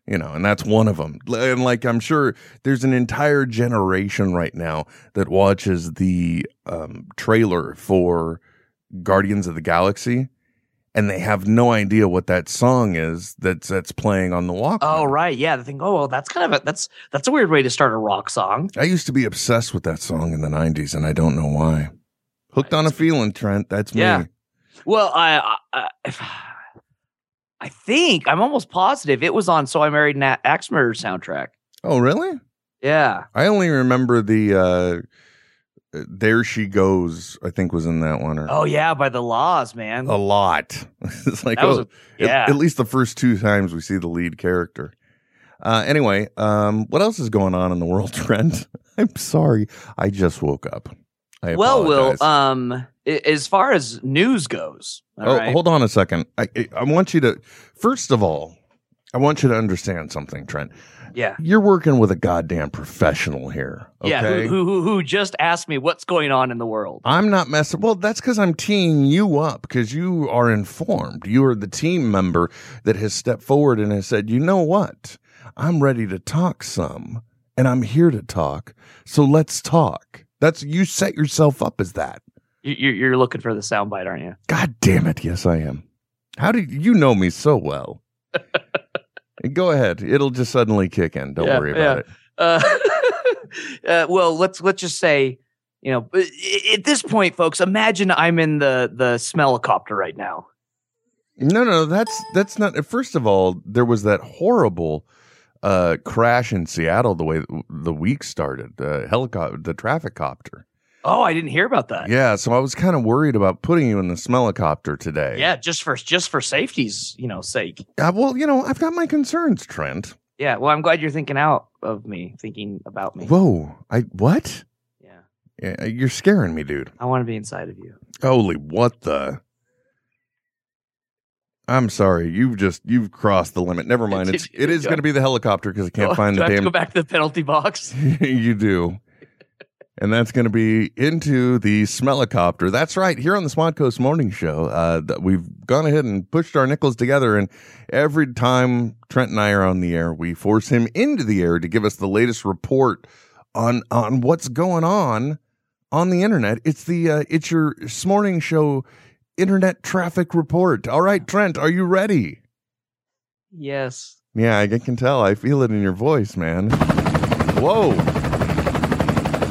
[SPEAKER 2] You know, and that's one of them. And like, I'm sure there's an entire generation right now that watches the um, trailer for Guardians of the Galaxy, and they have no idea what that song is that's that's playing on the Walkman.
[SPEAKER 3] Oh, right. Yeah. They think, oh, well, that's kind of a, that's, that's a weird way to start a rock song.
[SPEAKER 2] I used to be obsessed with that song in the '90s, and I don't know why. Hooked on a feeling, Trent. That's
[SPEAKER 3] Yeah.
[SPEAKER 2] me.
[SPEAKER 3] Well, I, I, I, I think I'm almost positive it was on So I Married an A- Axe Murderer soundtrack.
[SPEAKER 2] Oh, really?
[SPEAKER 3] Yeah.
[SPEAKER 2] I only remember the uh uh, there she goes. I think was in that one or
[SPEAKER 3] Oh yeah, by the laws, man.
[SPEAKER 2] a lot. <laughs> it's like
[SPEAKER 3] That was
[SPEAKER 2] oh,
[SPEAKER 3] a-
[SPEAKER 2] at-
[SPEAKER 3] yeah.
[SPEAKER 2] at, least the first two times we see the lead character. Uh, anyway, um, what else is going on in the world, <laughs> Trent? I'm sorry, I just woke up. I
[SPEAKER 3] well,
[SPEAKER 2] apologize.
[SPEAKER 3] Will, um, i- as far as news goes, all
[SPEAKER 2] oh,
[SPEAKER 3] right?
[SPEAKER 2] hold on a second. I, I- I want you to first of all, I want you to understand something, Trent.
[SPEAKER 3] yeah,
[SPEAKER 2] You're working with a goddamn professional here. Okay?
[SPEAKER 3] yeah. Who, who who who just asked me what's going on in the world?
[SPEAKER 2] I'm not messing. Well, that's because I'm teeing you up because you are informed. You are the team member that has stepped forward and has said, you know what? I'm ready to talk some and I'm here to talk. So let's talk. That's you set yourself up as that.
[SPEAKER 3] You, you're, you're looking for the soundbite, aren't you?
[SPEAKER 2] God damn it. Yes, I am. How do you know me so well?
[SPEAKER 3] <laughs>
[SPEAKER 2] Go ahead. It'll just suddenly kick in. Don't
[SPEAKER 3] Yeah,
[SPEAKER 2] worry about
[SPEAKER 3] yeah.
[SPEAKER 2] it.
[SPEAKER 3] Uh, <laughs> uh, well, let's let's just say, you know, i- i- at this point, folks, imagine I'm in the the smellicopter right now.
[SPEAKER 2] No, no, that's that's not. First of all, there was that horrible uh, crash in Seattle the way the week started. The helicopter, the traffic copter.
[SPEAKER 3] Oh, I didn't hear about that.
[SPEAKER 2] Yeah, so I was kind of worried about putting you in the smellicopter today.
[SPEAKER 3] Yeah, just for just for safety's you know sake.
[SPEAKER 2] Uh, well, you know, I've got my concerns, Trent.
[SPEAKER 3] Yeah. Well, I'm glad you're thinking out of me, thinking about me.
[SPEAKER 2] Whoa, I what?
[SPEAKER 3] Yeah.
[SPEAKER 2] Yeah, You're scaring me, dude.
[SPEAKER 3] I want to be inside of you.
[SPEAKER 2] Holy, what the? I'm sorry, you've just you've crossed the limit. Never
[SPEAKER 3] <laughs>
[SPEAKER 2] mind.
[SPEAKER 3] Did
[SPEAKER 2] It's
[SPEAKER 3] you-
[SPEAKER 2] it is going to be the helicopter because I can't
[SPEAKER 3] Do-
[SPEAKER 2] find
[SPEAKER 3] Oh, do
[SPEAKER 2] the
[SPEAKER 3] I have
[SPEAKER 2] damn
[SPEAKER 3] to go back to the penalty box.
[SPEAKER 2] <laughs> you do. And that's going to be into the smellicopter. That's right. Here on the Smod Coast Morning Show, uh, th- we've gone ahead and pushed our nickels together. And every time Trent and I are on the air, we force him into the air to give us the latest report on on what's going on on the internet. It's the uh, it's your morning show internet traffic report. All right, Trent, are you ready?
[SPEAKER 3] Yes.
[SPEAKER 2] Yeah, I can tell. I feel it in your voice, man. Whoa.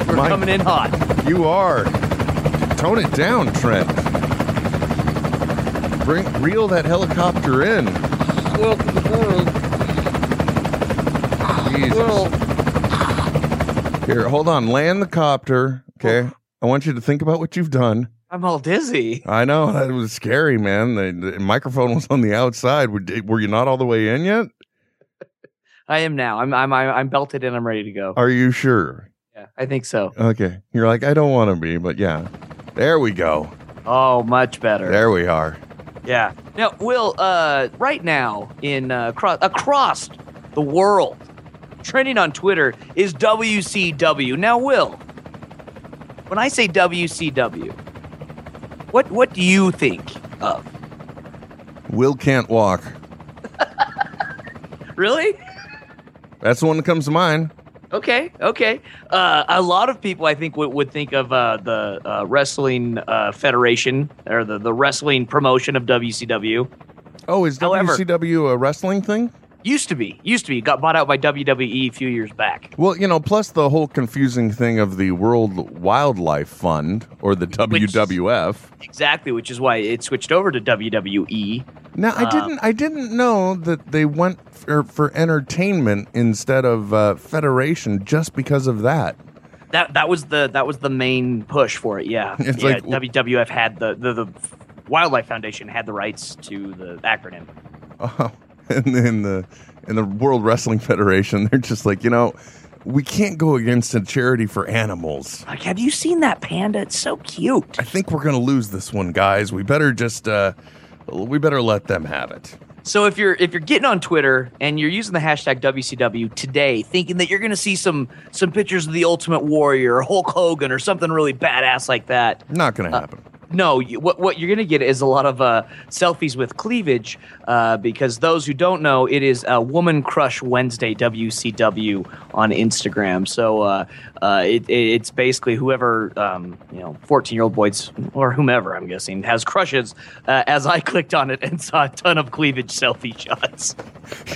[SPEAKER 3] We're
[SPEAKER 2] My-
[SPEAKER 3] coming in hot.
[SPEAKER 2] You are. Tone it down, Trent. Bring reel that helicopter in.
[SPEAKER 3] Welcome to world.
[SPEAKER 2] Jesus. Here, hold on. Land the copter. Okay. I want you to think about what you've done.
[SPEAKER 3] I'm all dizzy.
[SPEAKER 2] I know that was scary, man. The, the microphone was on the outside. Were, did- were you not all the way in yet?
[SPEAKER 3] I am now. I'm I'm I'm, I'm belted and I'm ready to go.
[SPEAKER 2] Are you sure?
[SPEAKER 3] Yeah, I think so.
[SPEAKER 2] Okay. You're like, I don't want to be, but yeah. There we go.
[SPEAKER 3] Oh, much better.
[SPEAKER 2] There we are.
[SPEAKER 3] Yeah. Now, Will, uh, right now in uh, across, across the world, trending on Twitter is WCW. Now, Will, when I say WCW, what what do you think of?
[SPEAKER 2] Will can't walk.
[SPEAKER 3] Really?
[SPEAKER 2] That's the one that comes to mind.
[SPEAKER 3] Okay, okay. Uh, a lot of people, I think, would, would think of uh, the uh, wrestling uh, federation or the, the wrestling promotion of WCW.
[SPEAKER 2] Oh, is
[SPEAKER 3] However-
[SPEAKER 2] WCW a wrestling thing?
[SPEAKER 3] Used to be, used to be, got bought out by WWE a few years back.
[SPEAKER 2] Well, you know, plus the whole confusing thing of the World Wildlife Fund or the WWF.
[SPEAKER 3] Exactly, which is why it switched over to WWE.
[SPEAKER 2] Now, I
[SPEAKER 3] Uh,
[SPEAKER 2] didn't, I didn't know that they went for, for entertainment instead of uh, federation just because of that.
[SPEAKER 3] That that was the that was the main push for it. Yeah,
[SPEAKER 2] <laughs> It's
[SPEAKER 3] yeah.
[SPEAKER 2] like-
[SPEAKER 3] WWF had the, the the Wildlife Foundation had the rights to the acronym.
[SPEAKER 2] Oh, <laughs> and then the and the World Wrestling Federation, they're just like, you know, we can't go against a charity for animals.
[SPEAKER 3] Like, have you seen that panda? It's so cute.
[SPEAKER 2] I think we're gonna lose this one, guys. We better just, uh, we better let them have it.
[SPEAKER 3] So if you're if you're getting on Twitter and you're using the hashtag WCW today, thinking that you're going to see some some pictures of the Ultimate Warrior or Hulk Hogan or something really badass like that,
[SPEAKER 2] Not
[SPEAKER 3] Uh,
[SPEAKER 2] gonna happen. <laughs>
[SPEAKER 3] No, you, what what you're gonna get is a lot of uh, selfies with cleavage, uh, because those who don't know, it is uh, Woman Crush Wednesday WCW on Instagram. So uh, uh, it, it, it's basically whoever um, you know, 14 year old boys or whomever I'm guessing has crushes. Uh, as I <laughs> clicked on it and saw a ton of cleavage selfie shots,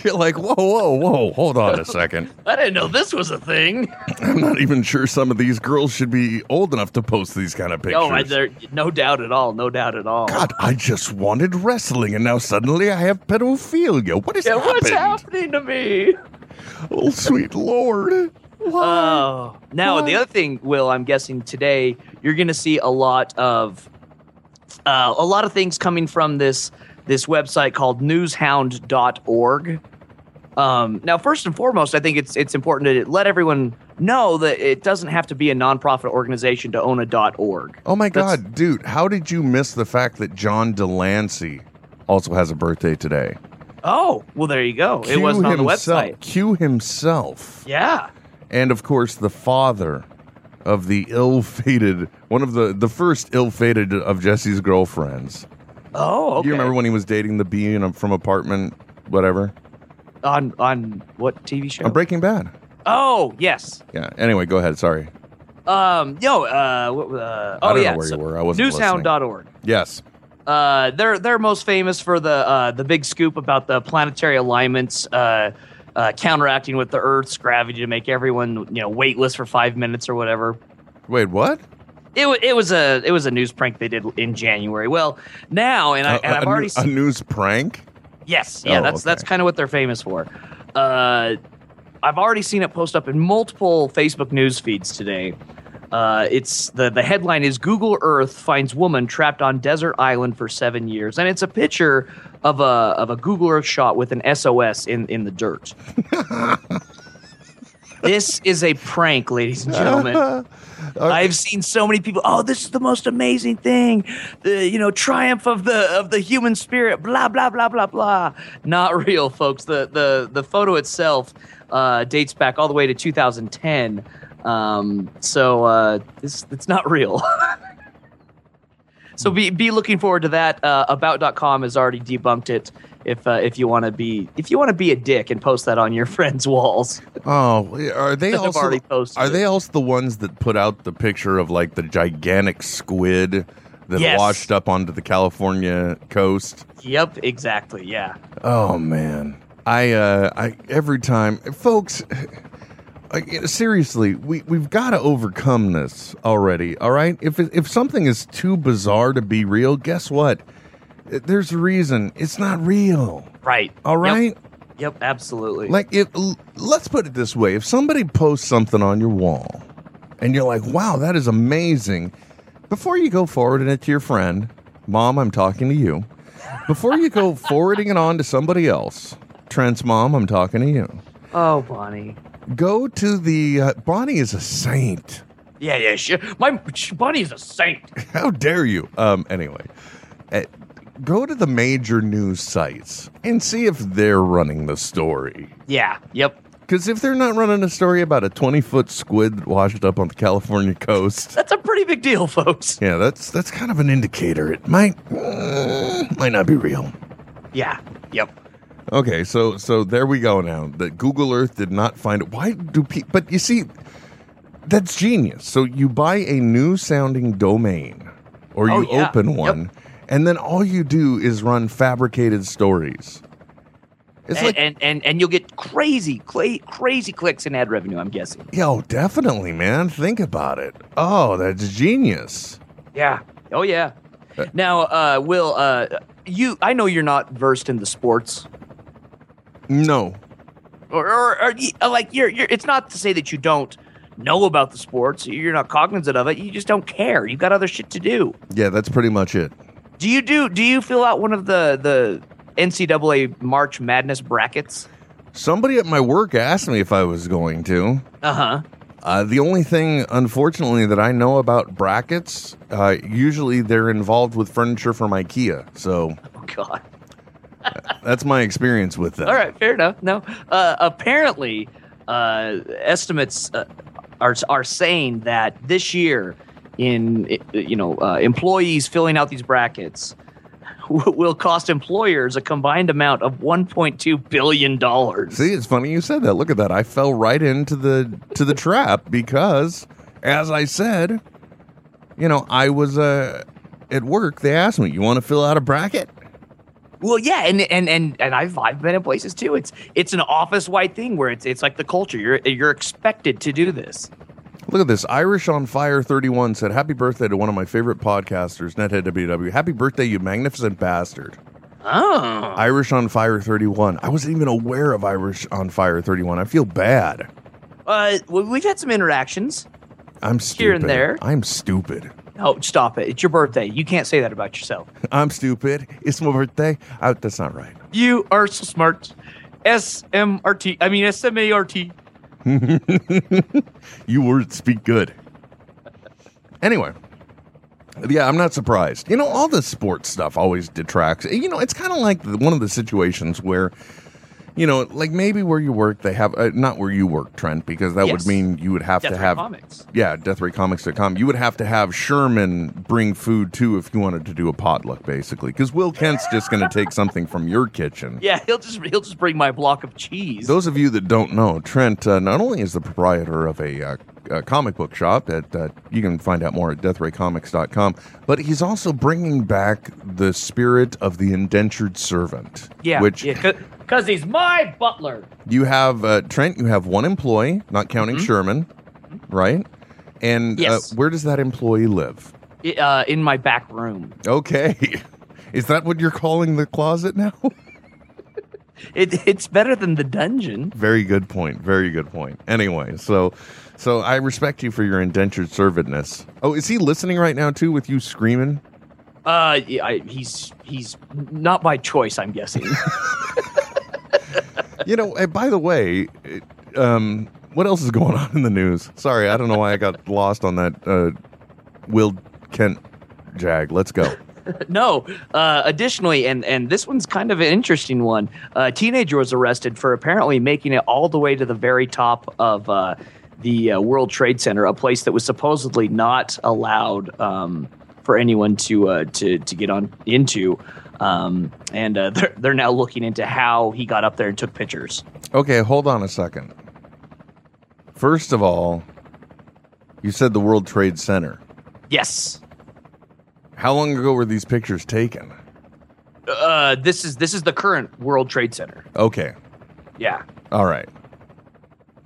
[SPEAKER 2] You're like, whoa, whoa, whoa, hold
[SPEAKER 3] <laughs>
[SPEAKER 2] on a second.
[SPEAKER 3] I didn't know this was a thing.
[SPEAKER 2] I'm not even sure some of these girls should be old enough to post these kind of pictures.
[SPEAKER 3] No, Oh, I, there, no doubt at all. No doubt at all.
[SPEAKER 2] God, I just wanted wrestling, and now suddenly I have pedophilia. What is
[SPEAKER 3] yeah,
[SPEAKER 2] happened?
[SPEAKER 3] what's happening to me?
[SPEAKER 2] Oh, sweet lord.
[SPEAKER 3] Oh, now the other thing, Will, I'm guessing today you're going to see a lot of uh, a lot of things coming from this this website called newshound.org. Um, now, first and foremost, I think it's it's important to let everyone know that it doesn't have to be a nonprofit organization to own a .org.
[SPEAKER 2] Oh my
[SPEAKER 3] That's-
[SPEAKER 2] God, dude! How did you miss the fact that John Delancey also has a birthday today?
[SPEAKER 3] Oh, well, there you go. it
[SPEAKER 2] Q
[SPEAKER 3] wasn't on the
[SPEAKER 2] himself-
[SPEAKER 3] website.
[SPEAKER 2] Q himself,
[SPEAKER 3] Yeah.
[SPEAKER 2] and of course the father of the ill-fated one of the the first ill-fated of Jesse's girlfriends.
[SPEAKER 3] Oh, okay.
[SPEAKER 2] Do you remember when he was dating the bee in a, from apartment, whatever,
[SPEAKER 3] on on what TV show?
[SPEAKER 2] on Breaking Bad?
[SPEAKER 3] oh, yes.
[SPEAKER 2] Yeah. Anyway, go ahead. Sorry.
[SPEAKER 3] Um, yo, uh, what, uh, oh
[SPEAKER 2] I don't
[SPEAKER 3] yeah,
[SPEAKER 2] know where
[SPEAKER 3] so
[SPEAKER 2] you were. I wasn't listening.
[SPEAKER 3] newshound.org.
[SPEAKER 2] Yes.
[SPEAKER 3] Uh, they're they're most famous for the uh, the big scoop about the planetary alignments uh, uh, counteracting with the Earth's gravity to make everyone you know weightless for five minutes or whatever.
[SPEAKER 2] Wait, what?
[SPEAKER 3] It, wa- it was a it was a news prank they did in January. Well, now and, I,
[SPEAKER 2] A-
[SPEAKER 3] and
[SPEAKER 2] Uh, a,
[SPEAKER 3] I've
[SPEAKER 2] a
[SPEAKER 3] already
[SPEAKER 2] new-
[SPEAKER 3] seen
[SPEAKER 2] a news prank.
[SPEAKER 3] Yes, yeah,
[SPEAKER 2] Oh,
[SPEAKER 3] that's that's
[SPEAKER 2] okay.
[SPEAKER 3] kind of what they're famous for. Uh, I've already seen it post up in multiple Facebook news feeds today. Uh, it's the the headline is Google Earth finds woman trapped on desert island for seven years, and it's a picture of a of a Google Earth shot with an SOS in in
[SPEAKER 2] <laughs>
[SPEAKER 3] the dirt. this is a prank, ladies and gentlemen.
[SPEAKER 2] <laughs> Uh,
[SPEAKER 3] I've seen so many people. Oh, this is the most amazing thing. The you know triumph of the of the human spirit. Blah blah blah blah blah. Not <laughs> real, folks. The the the photo itself uh, dates back all the way to 2010. Um, so uh, this it's not real. <laughs> so be be looking forward to that. Uh, About.com has already debunked it. If uh, if you want to be if you want to be a dick and post that on your <laughs> friends' walls.
[SPEAKER 2] Oh, are they
[SPEAKER 3] I've
[SPEAKER 2] also?
[SPEAKER 3] already posted
[SPEAKER 2] Are
[SPEAKER 3] it.
[SPEAKER 2] they also the ones that put out the picture of like the gigantic squid that
[SPEAKER 3] Yes.
[SPEAKER 2] washed up onto the California coast?
[SPEAKER 3] Yep, exactly. Yeah.
[SPEAKER 2] Oh man, I uh, I every time, folks. I, seriously, we we've got to overcome this already. All right, if it, if something is too bizarre to be real, guess what? There's a reason it's not real.
[SPEAKER 3] Right.
[SPEAKER 2] All
[SPEAKER 3] Yep.
[SPEAKER 2] right,
[SPEAKER 3] Yep, absolutely.
[SPEAKER 2] Like if l- let's put it this way, if somebody posts something on your wall and you're like, "Wow, that is amazing." Before you go forwarding it to your friend, "Mom, I'm talking to you." Before you go forwarding it on to somebody else, "Trent's mom, I'm talking to you."
[SPEAKER 3] oh, Bonnie.
[SPEAKER 2] Go to the uh, Bonnie is a saint.
[SPEAKER 3] Yeah, yeah. She, my she, Bonnie is a saint.
[SPEAKER 2] How dare you? Um anyway, uh, go to the major news sites and see if they're running the story.
[SPEAKER 3] Yeah. Yep.
[SPEAKER 2] Because if they're not running a story about a 20 foot squid that washed up on the California coast,
[SPEAKER 3] That's a pretty big deal, folks.
[SPEAKER 2] yeah, that's that's kind of an indicator. It might mm, might not be real.
[SPEAKER 3] Yeah. Yep.
[SPEAKER 2] Okay, so so there we go now. That Google Earth did not find it. Why do people? But you see, that's genius. So you buy a new sounding domain, or you
[SPEAKER 3] Oh, yeah.
[SPEAKER 2] open
[SPEAKER 3] Yep.
[SPEAKER 2] one, and then all you do is run fabricated stories. It's
[SPEAKER 3] And,
[SPEAKER 2] like
[SPEAKER 3] and and and you'll get crazy, cla crazy clicks in ad revenue. I'm guessing.
[SPEAKER 2] yo, definitely, man. Think about it. Oh, that's genius.
[SPEAKER 3] Yeah. Oh yeah. Now, uh, Will, uh, you? I know you're not versed in the sports,
[SPEAKER 2] No,
[SPEAKER 3] or, or, or y- uh, like you're, you're. It's not to say that you don't know about the sports. You're not cognizant of it. You just don't care. You got other shit to do.
[SPEAKER 2] Yeah, that's pretty much it.
[SPEAKER 3] Do you do? Do you fill out one of the the NCAA March Madness brackets?
[SPEAKER 2] Somebody at my work asked me if I was going to.
[SPEAKER 3] Uh huh.
[SPEAKER 2] Uh, the only thing, unfortunately, that I know about brackets, uh, usually they're involved with furniture from IKEA. So
[SPEAKER 3] Oh God.
[SPEAKER 2] that's my experience with them.
[SPEAKER 3] All right. Fair enough. No. Uh, apparently, uh, estimates uh, are are saying that this year, in uh, you know, uh, employees filling out these brackets w- will cost employers a combined amount of 1.2 billion dollars.
[SPEAKER 2] See, it's funny you said that. Look at that. I fell right into the to the trap because, as I said, you know, I was uh, at work. They asked me, "You want to fill out a bracket?"
[SPEAKER 3] Well, yeah, and and and and I've I've been in places too. It's it's an office wide thing where it's it's like the culture. You're you're expected to do this.
[SPEAKER 2] Look at this. Irish on Fire 31 said, Happy birthday to one of my favorite podcasters, Nethead WW. Happy birthday, you magnificent bastard.
[SPEAKER 3] Oh,
[SPEAKER 2] Irish on Fire 31. I wasn't even aware of Irish on Fire 31. I feel bad.
[SPEAKER 3] Uh, we- we've had some interactions.
[SPEAKER 2] I'm stupid.
[SPEAKER 3] Here and there.
[SPEAKER 2] I'm stupid. <laughs>
[SPEAKER 3] Oh, stop it! It's your birthday. You can't say that about yourself.
[SPEAKER 2] I'm stupid. It's my birthday. I, that's not right.
[SPEAKER 3] You are so smart. S M R T. I mean S M A R T.
[SPEAKER 2] <laughs> you words speak good. Anyway, yeah, I'm not surprised. You know, all the sports stuff always detracts. You know, it's kind of like the, one of the situations where, you know, like maybe where you work, they have uh, not where you work, Trent, because that
[SPEAKER 3] Yes.
[SPEAKER 2] would mean you would have
[SPEAKER 3] Death
[SPEAKER 2] to
[SPEAKER 3] Ray
[SPEAKER 2] have
[SPEAKER 3] comics.
[SPEAKER 2] yeah, deathraycomics.com. You would have to have Sherman bring food too if you wanted to do a potluck, basically, because Will Kent's just going to take something from your kitchen.
[SPEAKER 3] Yeah, he'll just he'll just bring my block of cheese.
[SPEAKER 2] Those of you that don't know, Trent uh, not only is the proprietor of a, uh, a comic book shop that uh, you can find out more at deathraycomics.com, but he's also bringing back the spirit of the indentured servant.
[SPEAKER 3] yeah,
[SPEAKER 2] Which
[SPEAKER 3] because he's my butler.
[SPEAKER 2] you have, uh, Trent, you have one employee, not counting Sherman, right? And
[SPEAKER 3] Yes.
[SPEAKER 2] uh, where does that employee live?
[SPEAKER 3] I- Uh, in my back room.
[SPEAKER 2] Okay. <laughs> Is that what you're calling the closet now?
[SPEAKER 3] It, it's better than the dungeon.
[SPEAKER 2] Very good point. Very good point. Anyway, so so I respect you for your indentured servantness. Oh, is he listening right now too with you screaming?
[SPEAKER 3] Uh, yeah, I, he's he's not by choice. I'm guessing. <laughs>
[SPEAKER 2] You know, and by the way, it- um what else is going on in the news? Sorry, I don't know why I got <laughs> lost on that uh Will Kent jag. Let's go.
[SPEAKER 3] no. Uh, additionally, and and this one's kind of an interesting one. uh, A teenager was arrested for apparently making it all the way to the very top of uh, the uh, World Trade Center, a place that was supposedly not allowed um, for anyone to uh, to to get on into. Um, and uh, <laughs> they're they're now looking into how he got up there and took pictures.
[SPEAKER 2] Okay, hold on a second. First of all, you said the World Trade Center.
[SPEAKER 3] Yes.
[SPEAKER 2] How long ago were these pictures taken?
[SPEAKER 3] Uh, this is this is the current World Trade Center.
[SPEAKER 2] Okay.
[SPEAKER 3] Yeah.
[SPEAKER 2] All right.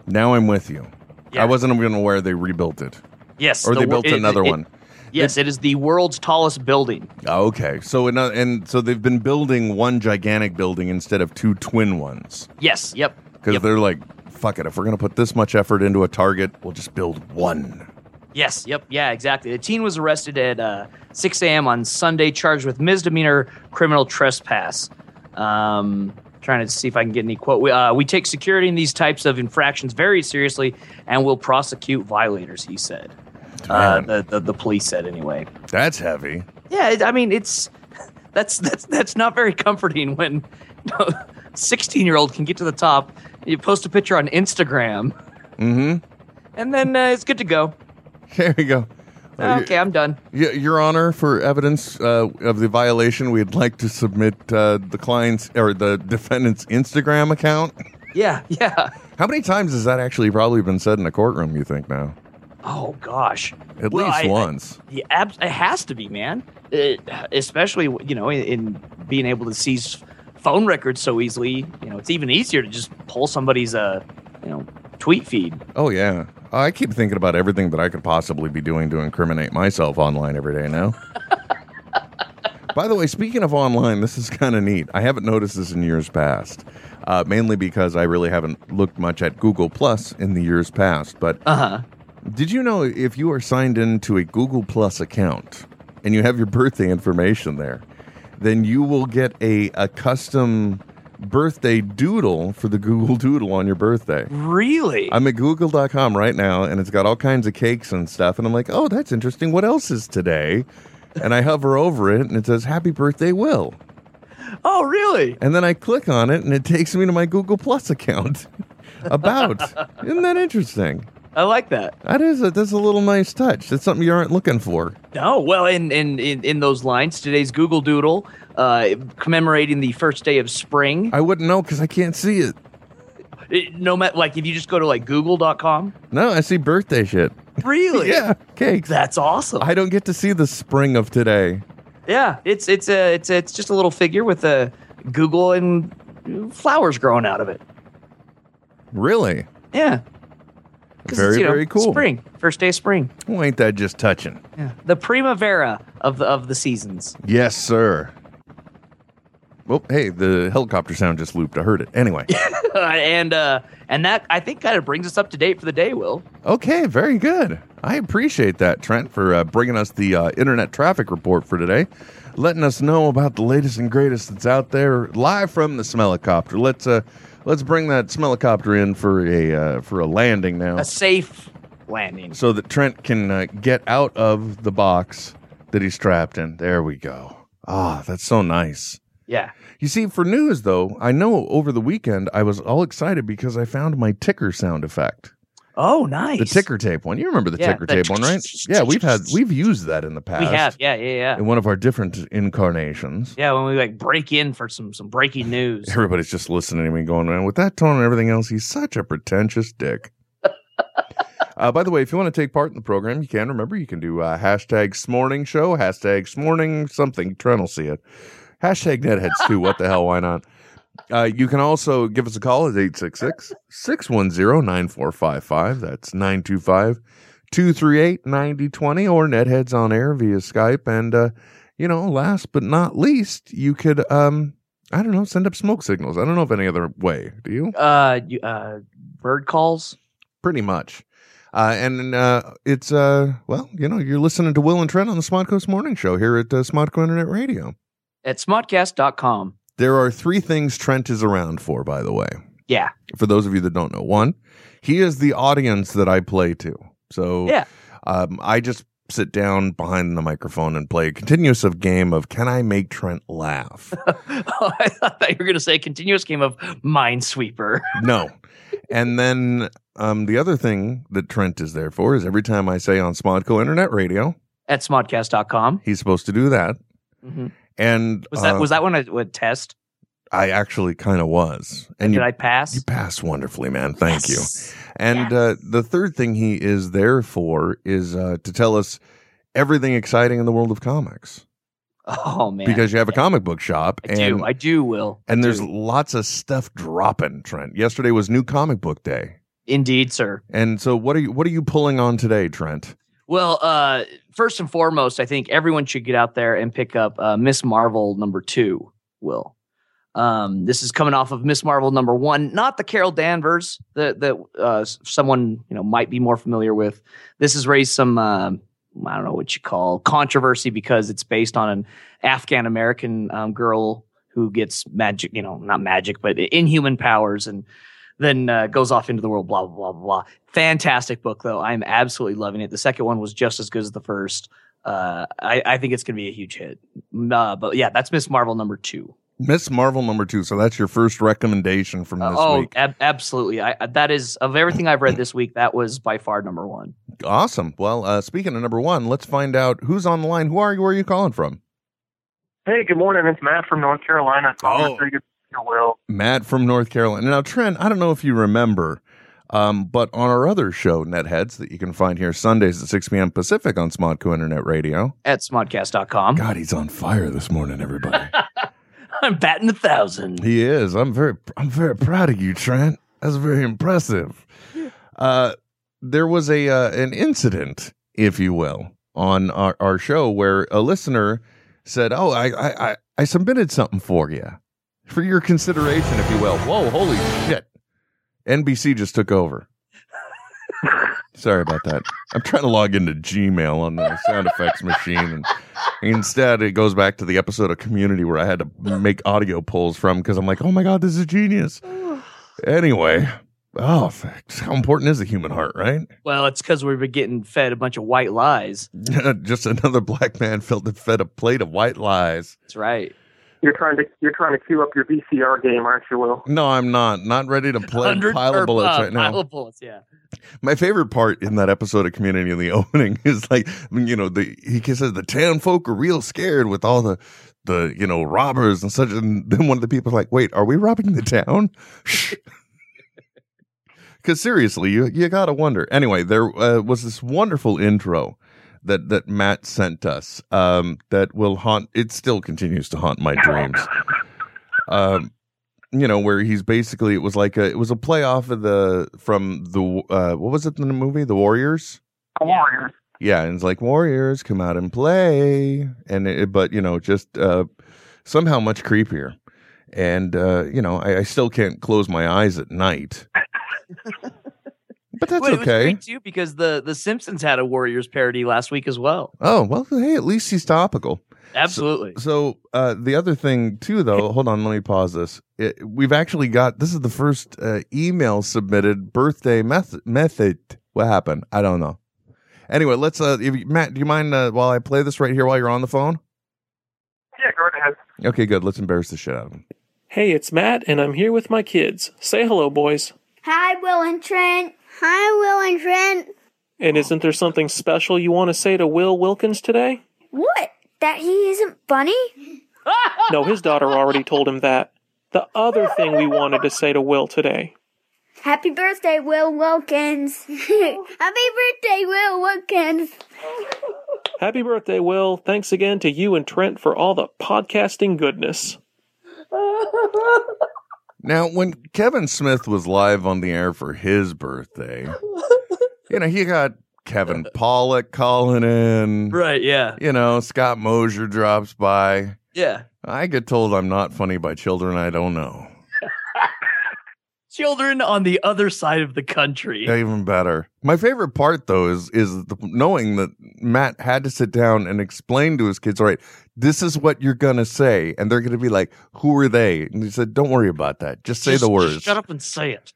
[SPEAKER 2] Now I'm with you.
[SPEAKER 3] Yeah.
[SPEAKER 2] I wasn't even aware they rebuilt it
[SPEAKER 3] Yes.
[SPEAKER 2] or
[SPEAKER 3] the
[SPEAKER 2] they
[SPEAKER 3] wor-
[SPEAKER 2] built
[SPEAKER 3] it-
[SPEAKER 2] another
[SPEAKER 3] it-
[SPEAKER 2] one.
[SPEAKER 3] Yes, it is the world's tallest building.
[SPEAKER 2] Oh, okay. So and, and so they've been building one gigantic building instead of two twin ones
[SPEAKER 3] Yes. Yep.
[SPEAKER 2] cuz
[SPEAKER 3] Yep.
[SPEAKER 2] they're like fuck it if we're going to put this much effort into a target, we'll just build one.
[SPEAKER 3] Yes. Yep. Yeah. Exactly. The teen was arrested at uh, 6 a.m. on Sunday, charged with misdemeanor criminal trespass. Um, trying to see if I can get any quote. We, uh, we take security in these types of infractions very seriously, and will prosecute violators. He said. Uh,
[SPEAKER 2] Man.
[SPEAKER 3] the, the the police said anyway.
[SPEAKER 2] That's heavy.
[SPEAKER 3] Yeah, it, I mean it's <laughs> that's that's that's not very comforting when <laughs> sixteen year old can get to the top. You post a picture on Instagram,
[SPEAKER 2] Mhm.
[SPEAKER 3] and then uh, it's good to go.
[SPEAKER 2] <laughs> There we go. Uh,
[SPEAKER 3] Okay, I'm done.
[SPEAKER 2] Y- Your Honor, for evidence uh, of the violation, we'd like to submit uh, the client's or the defendant's Instagram account.
[SPEAKER 3] Yeah, yeah.
[SPEAKER 2] How many times has that actually probably been said in a courtroom? You think now?
[SPEAKER 3] Oh gosh,
[SPEAKER 2] At
[SPEAKER 3] Well,
[SPEAKER 2] least
[SPEAKER 3] I- I-
[SPEAKER 2] once.
[SPEAKER 3] yeah, ab- it has to be, man. It, especially you know in, in being able to seize phone records so easily. You know, it's even easier to just pull somebody's uh you know tweet feed.
[SPEAKER 2] oh yeah. I keep thinking about everything that I could possibly be doing to incriminate myself online every day now. <laughs> By the way, speaking of online, this is kind of neat. I haven't noticed this in years past, uh, mainly because I really haven't looked much at Google Plus in the years past. But
[SPEAKER 3] Uh huh.
[SPEAKER 2] Did you know if you are signed into a Google Plus account and you have your birthday information there, then you will get a, a custom birthday doodle for the Google <laughs> Doodle on your birthday.
[SPEAKER 3] Really?
[SPEAKER 2] I'm at google.com right now and it's got all kinds of cakes and stuff. And I'm like, oh, that's interesting. What else is today? And I hover over it and it says, Happy Birthday, Will.
[SPEAKER 3] oh, really?
[SPEAKER 2] And then I click on it and it takes me to my Google Plus account. <laughs> About. Isn't that interesting?
[SPEAKER 3] I like that.
[SPEAKER 2] That is a, that's a little nice touch. That's something you aren't looking for.
[SPEAKER 3] No, well, in in in, in those lines, today's Google Doodle uh, commemorating the first day of spring.
[SPEAKER 2] I wouldn't know because I can't see it.
[SPEAKER 3] It- no matter, like if you just go to like Google.com.
[SPEAKER 2] No, I see birthday shit.
[SPEAKER 3] Really?
[SPEAKER 2] Yeah, cakes.
[SPEAKER 3] That's awesome.
[SPEAKER 2] I don't get to see the spring of today.
[SPEAKER 3] yeah, it's it's a it's a, it's just a little figure with a Google and flowers growing out of it.
[SPEAKER 2] Really?
[SPEAKER 3] Yeah. 'Cause it's,
[SPEAKER 2] Very,
[SPEAKER 3] you know,
[SPEAKER 2] very cool.
[SPEAKER 3] Spring, first day of spring.
[SPEAKER 2] Well, ain't that just touching?
[SPEAKER 3] Yeah. The primavera of the of the seasons. <laughs>
[SPEAKER 2] Yes, Oh, sir. Well, hey, the helicopter sound just looped. I heard it. Anyway.
[SPEAKER 3] and uh, and that I think kind of brings us up to date for the day. Will
[SPEAKER 2] Okay, very good. I appreciate that, Trent, for uh, bringing us the uh, internet traffic report for today, letting us know about the latest and greatest that's out there live from the smellicopter. Let's uh, let's bring that smellicopter in for a uh, for a landing now,
[SPEAKER 3] a safe landing.
[SPEAKER 2] so that Trent can uh, get out of the box that he's trapped in. There we go. Ah, that's so nice.
[SPEAKER 3] Yeah.
[SPEAKER 2] You see, for news though, I know over the weekend I was all excited because I found my ticker sound effect.
[SPEAKER 3] Oh, nice.
[SPEAKER 2] The ticker tape one. You remember the
[SPEAKER 3] Yeah,
[SPEAKER 2] ticker
[SPEAKER 3] the
[SPEAKER 2] tape one,
[SPEAKER 3] <laughs>
[SPEAKER 2] right? Yeah, we've had we've used that in the past.
[SPEAKER 3] we have. Yeah, yeah, yeah.
[SPEAKER 2] in one of our different incarnations.
[SPEAKER 3] Yeah, when we like break in for some some
[SPEAKER 2] <laughs>
[SPEAKER 3] breaking news.
[SPEAKER 2] Everybody's just listening to me going, man, with that tone and everything else, he's such a pretentious dick. uh, by the way, if you want to take part in the program, you can. Remember, you can do uh, hashtag smorning show, hashtag smorning something. Trent will see it. Hashtag netheads too. What the hell? Why not? Uh, you can also give us a call at 866 610 9455. That's 925 238 9020 or netheads on air via Skype. And, uh, you know, last but not least, you could, um, I don't know, send up smoke signals. I don't know of any other way. Do you?
[SPEAKER 3] Uh, you, uh, bird calls.
[SPEAKER 2] Pretty much. Uh, and uh, it's, uh, well, you know, you're listening to Will and Trent on the Smodcoast Morning Show here at uh, Smodco Internet Radio.
[SPEAKER 3] at smodcast.com.
[SPEAKER 2] There are three things Trent is around for, by the way.
[SPEAKER 3] Yeah.
[SPEAKER 2] for those of you that don't know. One, he is the audience that I play to. So
[SPEAKER 3] Yeah.
[SPEAKER 2] um, I just sit down behind the microphone and play a continuous of game of can I make Trent laugh?
[SPEAKER 3] oh, <laughs> I thought you were going to say continuous game of Minesweeper. <laughs>
[SPEAKER 2] no. And then um, the other thing that Trent is there for is every time I say on Smodco Internet Radio,
[SPEAKER 3] At smodcast.com.
[SPEAKER 2] he's supposed to do that.
[SPEAKER 3] Mm-hmm.
[SPEAKER 2] And
[SPEAKER 3] Was that
[SPEAKER 2] uh,
[SPEAKER 3] was that one a, a test?
[SPEAKER 2] I actually kind of was. And
[SPEAKER 3] Did
[SPEAKER 2] you,
[SPEAKER 3] I pass?
[SPEAKER 2] you passed wonderfully, man. Thank you.
[SPEAKER 3] you.
[SPEAKER 2] And uh, the third thing he is there for is uh, to tell us everything exciting in the world of comics
[SPEAKER 3] Oh man.
[SPEAKER 2] because you have a comic book shop
[SPEAKER 3] I
[SPEAKER 2] and
[SPEAKER 3] do. I do. Will. I
[SPEAKER 2] and there's
[SPEAKER 3] do.
[SPEAKER 2] lots of stuff dropping. Trent, yesterday was new comic book day,
[SPEAKER 3] indeed, sir.
[SPEAKER 2] and so what are you what are you pulling on today, Trent?
[SPEAKER 3] Well, uh, first and foremost, I think everyone should get out there and pick up uh, Miss Marvel number two. Will. Um, this is coming off of Miss Marvel number one, not the Carol Danvers that that uh, s- someone you know might be more familiar with. This has raised some um I don't know what you call controversy because it's based on an Afghan American um, girl who gets magic, you know, not magic, but inhuman powers, and then uh, goes off into the world. Blah blah blah blah. Fantastic book though. I'm absolutely loving it. The second one was just as good as the first. Uh, I, I think it's going to be a huge hit. Uh, but yeah, that's Miss Marvel number two.
[SPEAKER 2] Miss Marvel number two. So that's your first recommendation from this
[SPEAKER 3] Uh, oh,
[SPEAKER 2] week.
[SPEAKER 3] ab- absolutely. I, I- that is of everything I've read this week. That was by far number one.
[SPEAKER 2] Awesome. Well, uh, speaking of number one, let's find out who's on the line. Who are you? Where are you calling from?
[SPEAKER 4] Hey, good morning. It's Matt from North Carolina.
[SPEAKER 2] Oh.
[SPEAKER 4] Pretty good, Will.
[SPEAKER 2] Matt from North Carolina. Now, Trent, I don't know if you remember, um, but on our other show, Netheads, that you can find here Sundays at 6 p.m. Pacific on Smodco Internet Radio.
[SPEAKER 3] At smodcast.com.
[SPEAKER 2] God, he's on fire this morning, everybody.
[SPEAKER 3] <laughs> I'm batting a thousand.
[SPEAKER 2] he is. I'm very, I'm very proud of you, Trent. That's very impressive. Uh, there was a uh, an incident, if you will, on our, our show where a listener said, "Oh, I, I I I submitted something for you, for your consideration, if you will." Whoa, holy shit! NBC just took over. <laughs> Sorry about that. I'm trying to log into Gmail on the sound effects machine, and instead it goes back to the episode of Community where I had to make audio pulls from because I'm like, oh my god, this is genius. Anyway, oh, fuck. how important is the human heart, right?
[SPEAKER 3] Well, it's because we've been getting fed a bunch of white lies.
[SPEAKER 2] <laughs> Just another black man felt that fed a plate of white lies.
[SPEAKER 3] That's right.
[SPEAKER 6] You're trying to you're trying to queue up your VCR game, aren't you, Will?
[SPEAKER 2] No, I'm not. Not ready to play
[SPEAKER 3] 100
[SPEAKER 2] pile
[SPEAKER 3] or,
[SPEAKER 2] of bullets
[SPEAKER 3] uh,
[SPEAKER 2] right now.
[SPEAKER 3] Pile of bullets, yeah.
[SPEAKER 2] My favorite part in that episode of Community in the <laughs> opening is like you know the he says the town folk are real scared with all the the you know robbers and such and then one of the people like wait are we robbing the town? <laughs> Because seriously you you gotta wonder anyway there uh, was this wonderful intro that that Matt sent us um, that will haunt it still continues to haunt my dreams. Um, you know where he's basically it was like a it was a play off of the from the uh what was it in the movie the warriors
[SPEAKER 6] A warrior.
[SPEAKER 2] yeah and it's like warriors come out and play and it, but you know just uh somehow much creepier and uh, you know I, I still can't close my eyes at
[SPEAKER 3] <laughs>
[SPEAKER 2] night. but that's
[SPEAKER 3] Well, it was
[SPEAKER 2] okay.
[SPEAKER 3] great too because the the Simpsons had a Warriors parody last week as well.
[SPEAKER 2] Oh well, hey, at least he's topical.
[SPEAKER 3] Absolutely.
[SPEAKER 2] So uh, the other thing too, though, hold on, let me pause this. It, we've actually got this is the first uh, email submitted birthday method. Method. What happened? I don't know. Anyway, let's. Uh, if you, Matt, do you mind uh, while I play this right here while you're on the phone?
[SPEAKER 6] Yeah, go right ahead.
[SPEAKER 2] Okay, good. Let's embarrass the shit out of him.
[SPEAKER 7] Hey, it's Matt, and I'm here with my kids. Say hello, boys.
[SPEAKER 8] Hi, Will and Trent. Hi, Will and Trent.
[SPEAKER 7] And isn't there something special you want to say to Will Wilkins today?
[SPEAKER 8] What? That he isn't funny?
[SPEAKER 7] No, his daughter already told him that. The other thing we wanted to say to Will today.
[SPEAKER 8] Happy birthday, Will Wilkins. <laughs> Happy birthday, Will Wilkins.
[SPEAKER 7] Happy birthday, Will. Thanks again to you and Trent for all the podcasting goodness.
[SPEAKER 2] Now, when Kevin Smith was live on the air for his birthday, you know he got Kevin Pollock calling in.
[SPEAKER 3] Right. Yeah.
[SPEAKER 2] You know Scott Mosier drops by.
[SPEAKER 3] Yeah.
[SPEAKER 2] I get told I'm not funny by children I don't know.
[SPEAKER 3] Children on the other side of the country.
[SPEAKER 2] Even better. My favorite part though is is the, knowing that Matt had to sit down and explain to his kids, all right, this is what you're gonna say, and they're gonna be like, who are they? And he said, don't worry about that. Just say
[SPEAKER 3] Just-
[SPEAKER 2] the
[SPEAKER 3] just
[SPEAKER 2] words.
[SPEAKER 3] Shut up and say it.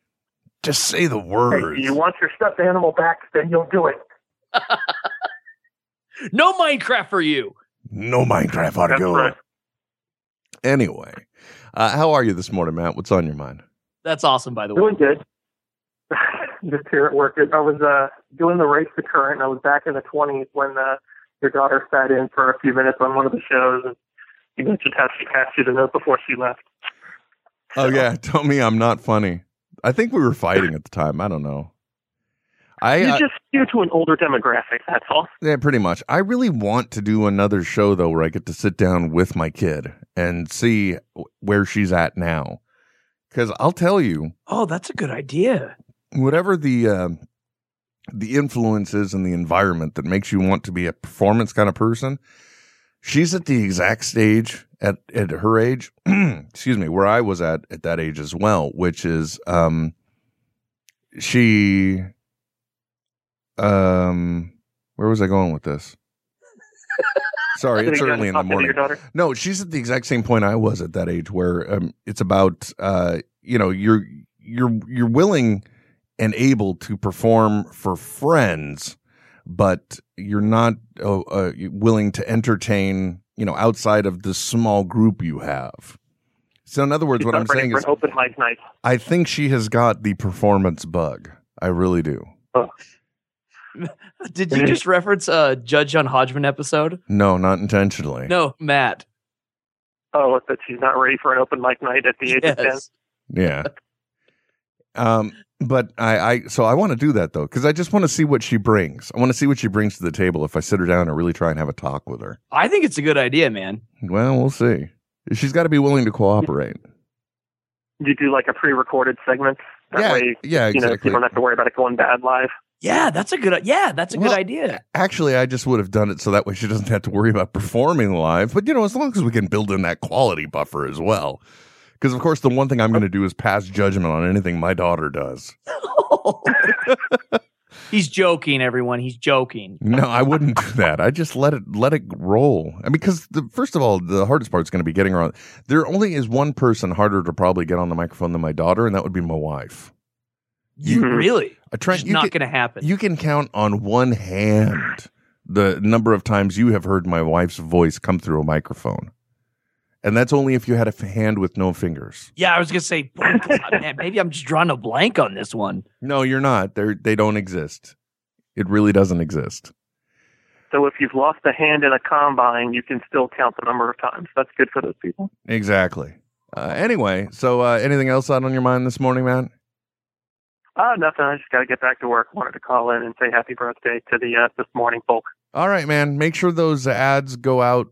[SPEAKER 2] Just say the
[SPEAKER 6] Hey,
[SPEAKER 2] words.
[SPEAKER 6] do you want your stuffed animal back? Then you'll do it.
[SPEAKER 3] No Minecraft for you.
[SPEAKER 2] no Minecraft
[SPEAKER 6] That's
[SPEAKER 2] audio.
[SPEAKER 6] right.
[SPEAKER 2] Anyway, uh, how are you this morning, Matt? What's on your mind?
[SPEAKER 3] That's awesome, by the way.
[SPEAKER 6] Doing good. Just here at work. I was uh, doing the race the current. and I was back in the 20s when uh, your daughter sat in for a few minutes on one of the shows, and you mentioned how she passed you the note before she left.
[SPEAKER 2] Oh yeah, <laughs> tell me I'm not funny. I think we were fighting at the time. I don't know. I
[SPEAKER 6] You're
[SPEAKER 2] I-
[SPEAKER 6] just due to an older demographic. That's all.
[SPEAKER 2] Yeah, pretty much. I really want to do another show though, where I get to sit down with my kid and see w- where she's at now. Because I'll tell you,
[SPEAKER 3] Oh, that's a good idea.
[SPEAKER 2] whatever the uh, the influences and the environment that makes you want to be a performance kind of person, she's at the exact stage at at her age. <clears throat> excuse me, where I was at at that age as well, which is um, she um, where was I going with this? Sorry, it's
[SPEAKER 6] You
[SPEAKER 2] early in the
[SPEAKER 6] talking to
[SPEAKER 2] morning.
[SPEAKER 6] Your daughter.
[SPEAKER 2] No, she's at the exact same point I was at that age where um, it's about uh, you know you're you're you're willing and able to perform for friends, but you're not uh, uh, willing to entertain you know outside of the small group you have. So in other words,
[SPEAKER 6] She's
[SPEAKER 2] what
[SPEAKER 6] not
[SPEAKER 2] I'm
[SPEAKER 6] ready
[SPEAKER 2] saying
[SPEAKER 6] for
[SPEAKER 2] is
[SPEAKER 6] an open mic night.
[SPEAKER 2] I think she has got the performance bug. I really do.
[SPEAKER 3] Did you just reference a Judge on Hodgman episode?
[SPEAKER 2] No, not intentionally.
[SPEAKER 3] No, Matt.
[SPEAKER 6] Oh, that she's not ready for an open mic night at the age of 10.
[SPEAKER 3] Yes.
[SPEAKER 2] Yeah. Um, but I, I so I want to do that though because I just want to see what she brings. I want to see what she brings to the table if I sit her down and really try and have a talk with her.
[SPEAKER 3] I think it's a good idea, man.
[SPEAKER 2] Well, we'll see. She's got to be willing to cooperate.
[SPEAKER 6] You do like a pre-recorded segment. <laughs> That
[SPEAKER 2] yeah,
[SPEAKER 6] way,
[SPEAKER 2] yeah,
[SPEAKER 6] you know,
[SPEAKER 2] exactly.
[SPEAKER 6] you don't have to worry about it going bad live.
[SPEAKER 3] Yeah, that's a good. Yeah, that's a
[SPEAKER 2] Well, <laughs>
[SPEAKER 3] good idea.
[SPEAKER 2] Actually, I just would have done it so that way she doesn't have to worry about performing live. But you know, as long as we can build in that quality buffer as well, because of course the one thing I'm going to do is pass judgment on anything my daughter does.
[SPEAKER 3] He's joking, everyone. He's joking.
[SPEAKER 2] No, I wouldn't do that. I just let it let it roll. I mean, because the first of all, the hardest part is going to be getting her on. There only is one person harder to probably get on the microphone than my daughter, and that would be my wife.
[SPEAKER 3] You
[SPEAKER 6] Mhm.
[SPEAKER 3] really?
[SPEAKER 2] Uh, Trent,
[SPEAKER 3] It's
[SPEAKER 2] you,
[SPEAKER 3] not
[SPEAKER 2] can,
[SPEAKER 3] going to happen.
[SPEAKER 2] you can count on one hand the number of times you have heard my wife's voice come through a microphone, and that's only if you had a f- hand with no fingers.
[SPEAKER 3] yeah, I was going to say, <laughs> boy, God, man, maybe I'm just drawing a blank on this one.
[SPEAKER 2] No, you're not. They they don't exist. It really doesn't exist.
[SPEAKER 6] So if you've lost a hand in a combine, you can still count the number of times. That's good for those people.
[SPEAKER 2] Exactly. Uh, anyway, so uh, anything else out on your mind this morning, Matt?
[SPEAKER 6] Ah, nothing. I just got to get back to work. Wanted to call in and say happy birthday to the uh, this morning folk.
[SPEAKER 2] All right, man. Make sure those ads go out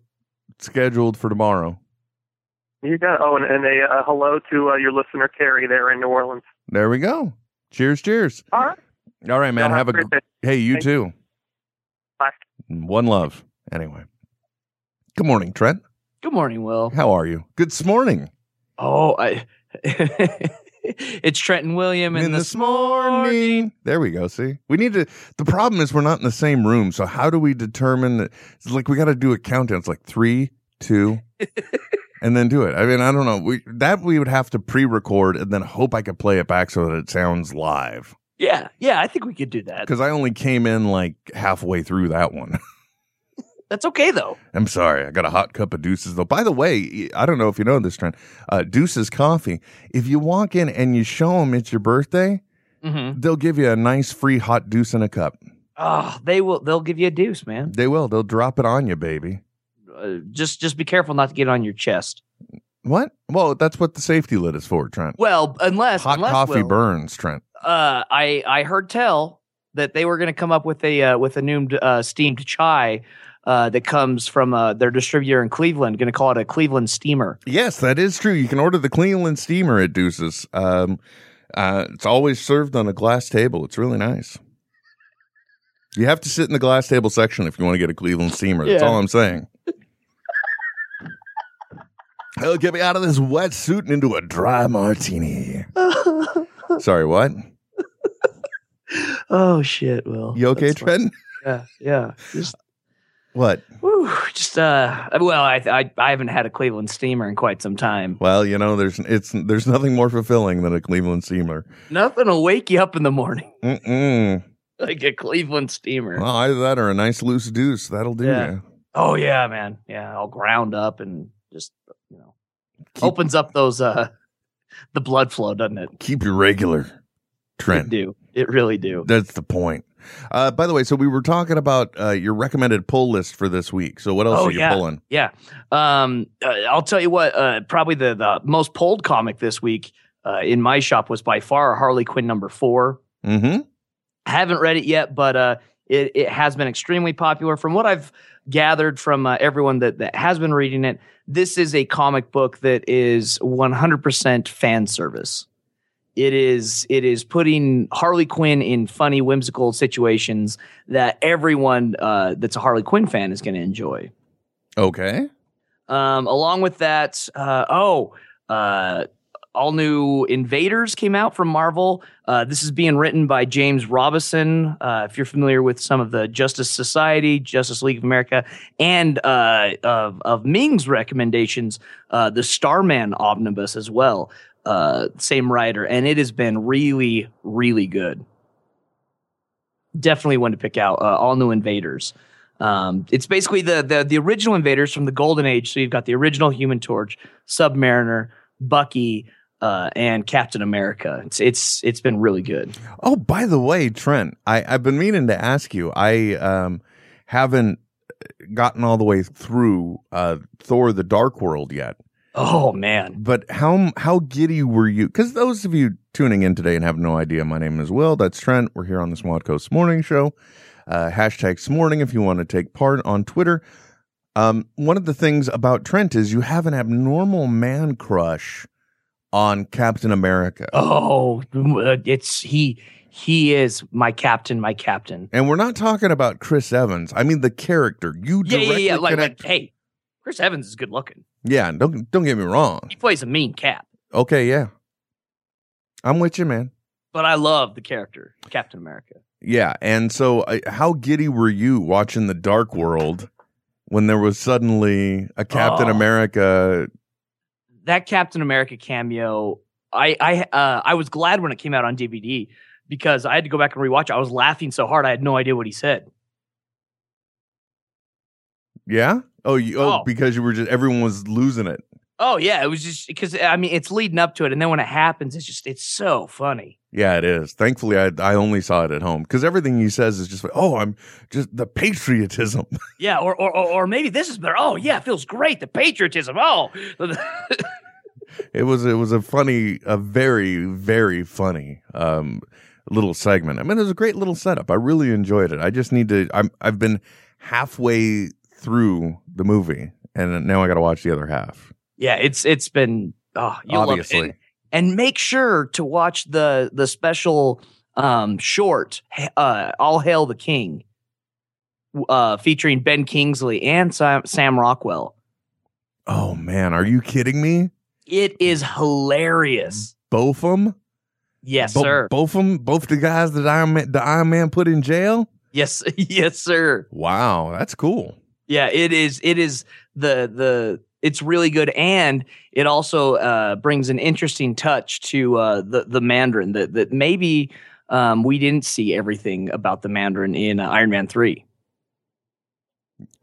[SPEAKER 2] scheduled for tomorrow.
[SPEAKER 6] You got oh, and, and a uh, hello to uh, your listener Carrie there in New Orleans.
[SPEAKER 2] There we go. Cheers, cheers.
[SPEAKER 6] All right,
[SPEAKER 2] All right, man.
[SPEAKER 6] Y'all
[SPEAKER 2] Have a
[SPEAKER 6] great
[SPEAKER 2] gr-
[SPEAKER 6] day.
[SPEAKER 2] hey, you
[SPEAKER 6] Thank
[SPEAKER 2] too.
[SPEAKER 6] Bye.
[SPEAKER 2] One love. Anyway. Good morning, Trent.
[SPEAKER 3] Good morning, Will.
[SPEAKER 2] How are you? Good morning.
[SPEAKER 3] Oh, I. <laughs> it's Trenton William and, this morning.
[SPEAKER 2] There we go. See, we need to. The problem is we're not in the same room. So how do we determine? that- It's like we got to do a countdown. It's like three,
[SPEAKER 3] <laughs>
[SPEAKER 2] two, and then do it. I mean, I don't know. We, that we would have to pre-record and then hope I could play it back so that it sounds live.
[SPEAKER 3] Yeah, yeah, I think we could do that.
[SPEAKER 2] Because I only came in like halfway through that one. <laughs>
[SPEAKER 3] That's okay though.
[SPEAKER 2] I'm sorry. I got a hot cup of Deuces though. By the way, I don't know if you know this trend. Uh, Deuces Coffee. If you walk in and you show them it's your birthday,
[SPEAKER 3] Mm-hmm.
[SPEAKER 2] they'll give you a nice free hot deuce in a cup.
[SPEAKER 3] Oh, they will. They'll give you a deuce, man.
[SPEAKER 2] They will. They'll drop it on you, baby.
[SPEAKER 3] Uh, just, just be careful not to get it on your chest.
[SPEAKER 2] What? Well, that's what the safety lid is for, Trent.
[SPEAKER 3] Well, unless
[SPEAKER 2] Hot
[SPEAKER 3] unless,
[SPEAKER 2] coffee
[SPEAKER 3] Will,
[SPEAKER 2] burns, Trent.
[SPEAKER 3] uh, I I heard tell that they were going to come up with a uh, with a new uh, steamed chai uh, that comes from uh, their distributor in Cleveland. Going to call it a
[SPEAKER 2] <laughs>
[SPEAKER 3] Cleveland steamer. <laughs>
[SPEAKER 2] Yes, that is true. You can order the Cleveland steamer at Deuces. Um, uh, it's always served on a glass table. It's really nice. You have to sit in the glass table section if you want to get a Cleveland steamer. That's
[SPEAKER 3] Yeah.
[SPEAKER 2] all I'm
[SPEAKER 3] <laughs>
[SPEAKER 2] saying. It'll get me out of this wet suit and into a dry martini. Sorry, what?
[SPEAKER 3] oh shit, Will.
[SPEAKER 2] You okay,
[SPEAKER 3] That's fine.
[SPEAKER 2] Trent?
[SPEAKER 3] Yeah, yeah. Just,
[SPEAKER 2] What?
[SPEAKER 3] whew, just uh. Well, I, I I haven't had a Cleveland steamer in quite some time.
[SPEAKER 2] Well, you know, there's it's there's nothing more fulfilling than a Cleveland steamer.
[SPEAKER 3] Nothing will wake you up in the morning <laughs>
[SPEAKER 2] Mm-mm.
[SPEAKER 3] like a Cleveland steamer.
[SPEAKER 2] Well, either that or a nice loose deuce. That'll do
[SPEAKER 3] Yeah.
[SPEAKER 2] you.
[SPEAKER 3] Oh yeah, man. Yeah, all ground up and just you know
[SPEAKER 2] Keep-
[SPEAKER 3] opens up those uh the blood flow, doesn't it?
[SPEAKER 2] Keep your regular
[SPEAKER 3] It
[SPEAKER 2] trend.
[SPEAKER 3] do. It really do.
[SPEAKER 2] That's the point. Uh, by the way, so we were talking about uh, your recommended pull list for this week. So what else
[SPEAKER 3] Oh,
[SPEAKER 2] are you
[SPEAKER 3] yeah.
[SPEAKER 2] pulling?
[SPEAKER 3] Yeah. Um uh, I'll tell you what, uh probably the the most pulled comic this week uh in my shop was by far Harley Quinn number 4.
[SPEAKER 2] Mm-hmm.
[SPEAKER 3] I haven't read it yet, but uh, it, it has been extremely popular. From what I've gathered from uh, everyone that, that has been reading it, this is a comic book that is 100% fan service. It is it is putting Harley Quinn in funny, whimsical situations that everyone uh, that's a Harley Quinn fan is going to enjoy.
[SPEAKER 2] Okay.
[SPEAKER 3] Um, along with that, uh, oh, uh, all new Invaders came out from Marvel. Uh, this is being written by James Robison. Uh, if you're familiar with some of the Justice Society, Justice League of America, and uh, of, of Ming's recommendations, uh, the Starman Omnibus as well. Uh, same writer, and it has been really, really good. Definitely one to pick out. Uh, all new Invaders. Um, it's basically the, the the original invaders from the Golden Age. So you've got the original Human Torch, Submariner, Bucky, uh, and Captain America. It's it's it's been really good.
[SPEAKER 2] Oh, by the way, Trent, I, I've been meaning to ask you. I um, haven't gotten all the way through uh, Thor: The Dark World yet.
[SPEAKER 3] Oh man,
[SPEAKER 2] But how how giddy were you? Because those of you tuning in today and have no idea, my name is Will. That's Trent. We're here on the Smod Coast Morning Show. Uh, hashtag Smorning if you want to take part on Twitter. Um, one of the things about Trent is you have an abnormal man crush on Captain America.
[SPEAKER 3] oh it's he he is my captain, my captain.
[SPEAKER 2] And we're not talking about Chris Evans. I mean the character. You
[SPEAKER 3] Yeah,
[SPEAKER 2] directly
[SPEAKER 3] yeah, yeah. Like, like
[SPEAKER 2] connect.
[SPEAKER 3] hey, Chris Evans is good looking.
[SPEAKER 2] yeah, don't don't get me wrong.
[SPEAKER 3] He plays a mean cap,
[SPEAKER 2] Okay, yeah. I'm with you, man.
[SPEAKER 3] but I love the character Captain America.
[SPEAKER 2] Yeah, and so uh, how giddy were you watching the Dark World when there was suddenly a Captain
[SPEAKER 3] Oh.
[SPEAKER 2] America?
[SPEAKER 3] that Captain America cameo, I I uh, I was glad when it came out on DVD because I had to go back and rewatch. It. I was laughing so hard I had no idea what he said.
[SPEAKER 2] Yeah. Oh, you, oh,
[SPEAKER 3] Oh.
[SPEAKER 2] because you were just everyone was losing it.
[SPEAKER 3] Oh yeah, it was just because I mean it's leading up to it, and then when it happens, it's just it's so funny.
[SPEAKER 2] Yeah, it is. Thankfully, I I only saw it at home because everything he says is just like, oh, I'm just the patriotism.
[SPEAKER 3] Yeah, or or or, or maybe this is better. Oh yeah, it feels great. The patriotism. Oh, <laughs>
[SPEAKER 2] it was it was a funny, a very very funny um little segment. I mean, it was a great little setup. I really enjoyed it. I just need to. I'm I've been halfway through the movie, and now I got to watch the other half.
[SPEAKER 3] yeah, it's it's been oh you'll love it.
[SPEAKER 2] obviously.
[SPEAKER 3] And- and make sure to watch the the special um short uh all hail the king uh featuring ben kingsley and sam, sam rockwell
[SPEAKER 2] oh man, are you kidding me?
[SPEAKER 3] It is hilarious.
[SPEAKER 2] Both of them?
[SPEAKER 3] Yes,
[SPEAKER 2] Mm-hmm. Bo-
[SPEAKER 3] sir.
[SPEAKER 2] Both of them? Both the guys that Iron Man, the Iron Man put in jail?
[SPEAKER 3] yes, <laughs> yes, sir.
[SPEAKER 2] Wow, that's cool.
[SPEAKER 3] Yeah, it is. It is the the. It's really good, and it also uh, brings an interesting touch to uh, the the Mandarin that that maybe um, we didn't see everything about the Mandarin in uh, Iron Man three.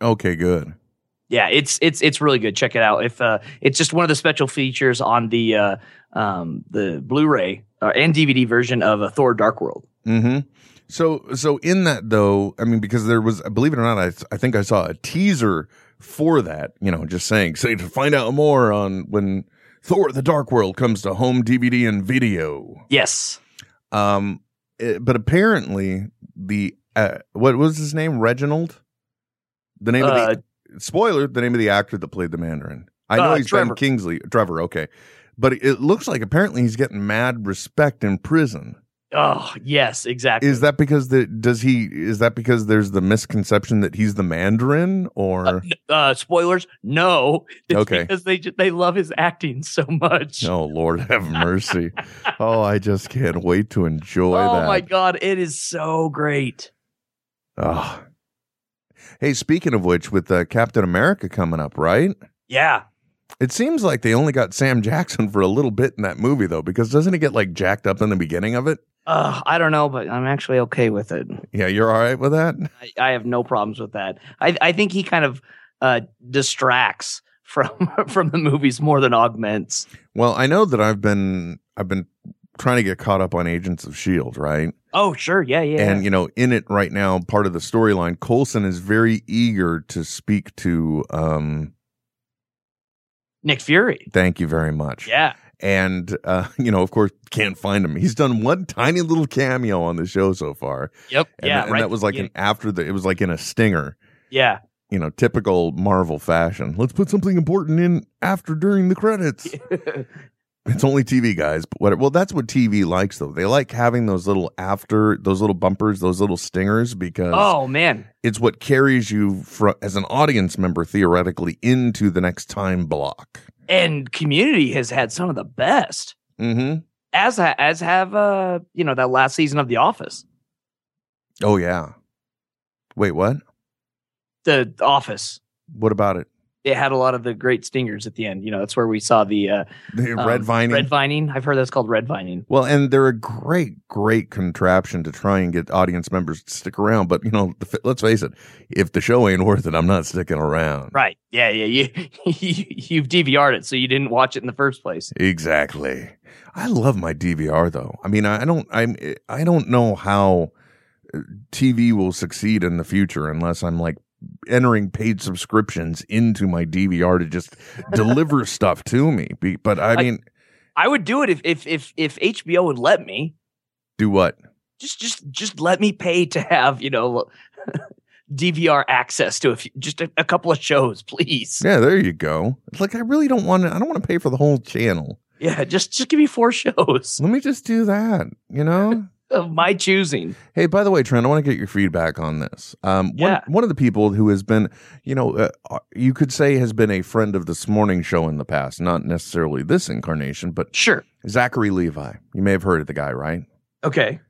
[SPEAKER 2] Okay, good.
[SPEAKER 3] Yeah, it's it's it's really good. Check it out. If uh, it's just one of the special features on the uh, um, the Blu-ray uh, and DVD version of uh, Thor: Dark World.
[SPEAKER 2] hmm So, so in that though, I mean, because there was, believe it or not, I, I think I saw a teaser for that. You know, just saying, say to find out more on when Thor: The Dark World comes to home DVD and video.
[SPEAKER 3] Yes,
[SPEAKER 2] Um, it- but apparently the uh, what was his name? Reginald. The name
[SPEAKER 3] Uh,
[SPEAKER 2] of the spoiler. The name of the actor that played the Mandarin. I know
[SPEAKER 3] Uh,
[SPEAKER 2] he's
[SPEAKER 3] Trevor.
[SPEAKER 2] Ben Kingsley. Trevor. Okay, but it looks like apparently he's getting mad respect in prison.
[SPEAKER 3] Oh, yes, exactly.
[SPEAKER 2] Is that because the does he is that because there's the misconception that he's the Mandarin or
[SPEAKER 3] uh, spoilers? No. <laughs> It's
[SPEAKER 2] Okay.
[SPEAKER 3] Because they ju- they love his acting so much.
[SPEAKER 2] Oh Lord have
[SPEAKER 3] <laughs>
[SPEAKER 2] mercy. oh, I just can't wait to enjoy
[SPEAKER 3] oh
[SPEAKER 2] that.
[SPEAKER 3] my god, it is so great.
[SPEAKER 2] Ugh. Hey, speaking of which, with uh, Captain America coming up, right?
[SPEAKER 3] Yeah.
[SPEAKER 2] It seems like they only got Sam <laughs> Jackson for a little bit in that movie though, because doesn't he get like jacked up in the beginning of it?
[SPEAKER 3] Uh, I don't know, but I'm actually okay with it.
[SPEAKER 2] Yeah, you're all right with
[SPEAKER 3] <laughs>
[SPEAKER 2] that?
[SPEAKER 3] I, I have no problems with that. I I think he kind of uh, distracts <laughs> from from the movies more than augments.
[SPEAKER 2] Well, I know that I've been I've been trying to get caught up on Agents of Shield, E right?
[SPEAKER 3] Oh, sure, yeah, yeah.
[SPEAKER 2] And you know, in it right now, part of the storyline, Colson is very eager to speak to. Um,
[SPEAKER 3] Nick Fury.
[SPEAKER 2] thank you very much.
[SPEAKER 3] Yeah.
[SPEAKER 2] And uh, <laughs> you know, of course, can't find him. He's done one tiny little cameo on the show so far.
[SPEAKER 3] Yep.
[SPEAKER 2] And,
[SPEAKER 3] yeah.
[SPEAKER 2] that- and
[SPEAKER 3] right
[SPEAKER 2] that was like
[SPEAKER 3] yeah,
[SPEAKER 2] an after the. It was like in a stinger. <laughs>
[SPEAKER 3] yeah. <laughs>
[SPEAKER 2] You know, typical Marvel fashion. Let's put something important in after during the credits. <laughs> It's only TV guys, but what, well, that's what TV likes though. They like having those little after, those little bumpers, those little stingers because
[SPEAKER 3] oh man.
[SPEAKER 2] it's what carries you from as an audience member theoretically into the next time block.
[SPEAKER 3] And Community has had some of the best.
[SPEAKER 2] Mm-hmm.
[SPEAKER 3] As ha- as have uh you know that last season of The Office.
[SPEAKER 2] Oh yeah. Wait, what?
[SPEAKER 3] the office
[SPEAKER 2] What about it?
[SPEAKER 3] it had a lot of the great stingers at the end you know that's where we saw the uh,
[SPEAKER 2] The
[SPEAKER 3] um,
[SPEAKER 2] red vining.
[SPEAKER 3] red vining i've heard that's called red vining
[SPEAKER 2] well, and they're a great, great contraption to try and get audience members to stick around. But you know, the, fa- let's face it: if the show ain't worth it, I'm not sticking around.
[SPEAKER 3] right yeah yeah you, <laughs> you you've dvr'd it so you didn't watch it in the first place
[SPEAKER 2] Exactly. I love my DVR though. I mean, I I don't. I'm. I don't know how uh, TV will succeed in the future unless I'm like entering paid subscriptions into my DVR to just deliver stuff to me. Be- But I
[SPEAKER 3] I-
[SPEAKER 2] mean,
[SPEAKER 3] i would do it if if if, if hbo would let me
[SPEAKER 2] do what?
[SPEAKER 3] just just just let me pay to have you know <laughs> dvr access to a few, just a, a couple of shows please
[SPEAKER 2] Yeah, there you go. It's like I really don't want to. I don't want to pay for the whole channel.
[SPEAKER 3] yeah just just give me four shows <laughs>
[SPEAKER 2] Let me just do that. You know.
[SPEAKER 3] of my choosing
[SPEAKER 2] Hey, by the way, Trent, I want to get your feedback on this. Um,
[SPEAKER 3] Yeah.
[SPEAKER 2] one, one of the people who has been, you know, uh, uh, you could say has been a friend of this morning show in the past, not necessarily this incarnation, but
[SPEAKER 3] sure
[SPEAKER 2] Zachary Levi. You may have heard of the guy, right?
[SPEAKER 3] okay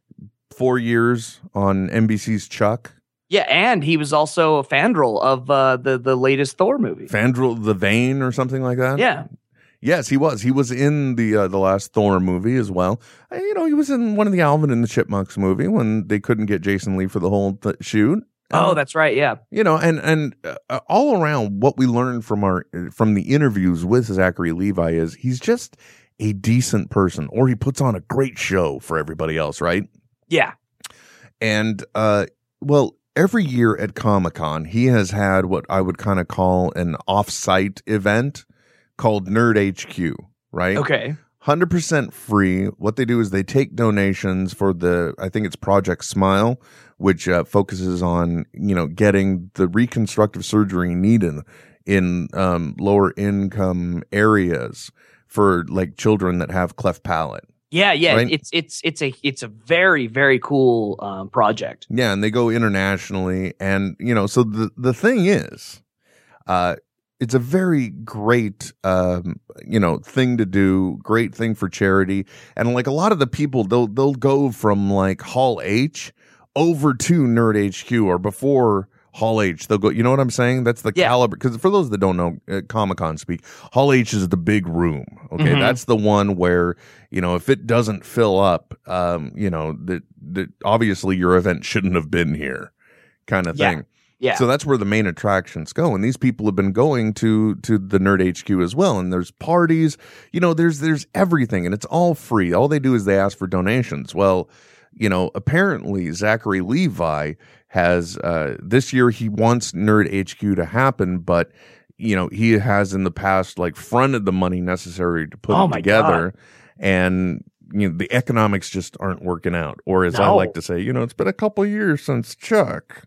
[SPEAKER 2] Four years on NBC's Chuck.
[SPEAKER 3] yeah, and he was also a fandral of uh, the the latest Thor movie.
[SPEAKER 2] Fandral the Vein or something like that.
[SPEAKER 3] yeah,
[SPEAKER 2] Yes, he was. He was in the uh, the last Thor movie as well. Uh, you know, he was in one of the Alvin and the Chipmunks movie when they couldn't get Jason Lee for the whole th- shoot.
[SPEAKER 3] Oh,
[SPEAKER 2] Uh,
[SPEAKER 3] that's right. Yeah.
[SPEAKER 2] you know and and uh, uh, all around what we learned from our uh, from the interviews with zachary levi is he's just a decent person or he puts on a great show for everybody else right
[SPEAKER 3] Yeah.
[SPEAKER 2] and uh well every year at comic-con he has had what i would kind of call an off-site event called nerd hq right
[SPEAKER 3] Okay.
[SPEAKER 2] 100% free. What they do is they take donations for the, I think it's Project Smile, which uh, focuses on, you know, getting the reconstructive surgery needed in um, lower income areas for like children that have cleft palate.
[SPEAKER 3] Yeah, yeah.
[SPEAKER 2] Right?
[SPEAKER 3] It's it's it's a it's a very very cool um, project.
[SPEAKER 2] Yeah, and they go internationally, and you know, so the the thing is, uh, it's a very great um, you know thing to do great thing for charity and like a lot of the people they'll they'll go from like hall h over to nerd hq or before hall h they'll go you know what i'm saying that's the
[SPEAKER 3] Yeah.
[SPEAKER 2] caliber because for those that don't know uh, comic-con speak hall h is the big room okay
[SPEAKER 3] Mhm.
[SPEAKER 2] that's the one where you know if it doesn't fill up um you know that that obviously your event shouldn't have been here kind of
[SPEAKER 3] Yeah.
[SPEAKER 2] thing
[SPEAKER 3] Yeah.
[SPEAKER 2] so that's where the main attractions go, and these people have been going to to the Nerd HQ as well. And there's parties, you know, there's there's everything, and it's all free. All they do is they ask for donations. Well, you know, apparently Zachary Levi has uh, this year he wants Nerd HQ to happen, but you know he has in the past like fronted the money necessary to put
[SPEAKER 3] Oh
[SPEAKER 2] it
[SPEAKER 3] my
[SPEAKER 2] together, and you know the economics just aren't working out. Or as I
[SPEAKER 3] No.
[SPEAKER 2] like to say, you know, it's been a couple years since Chuck.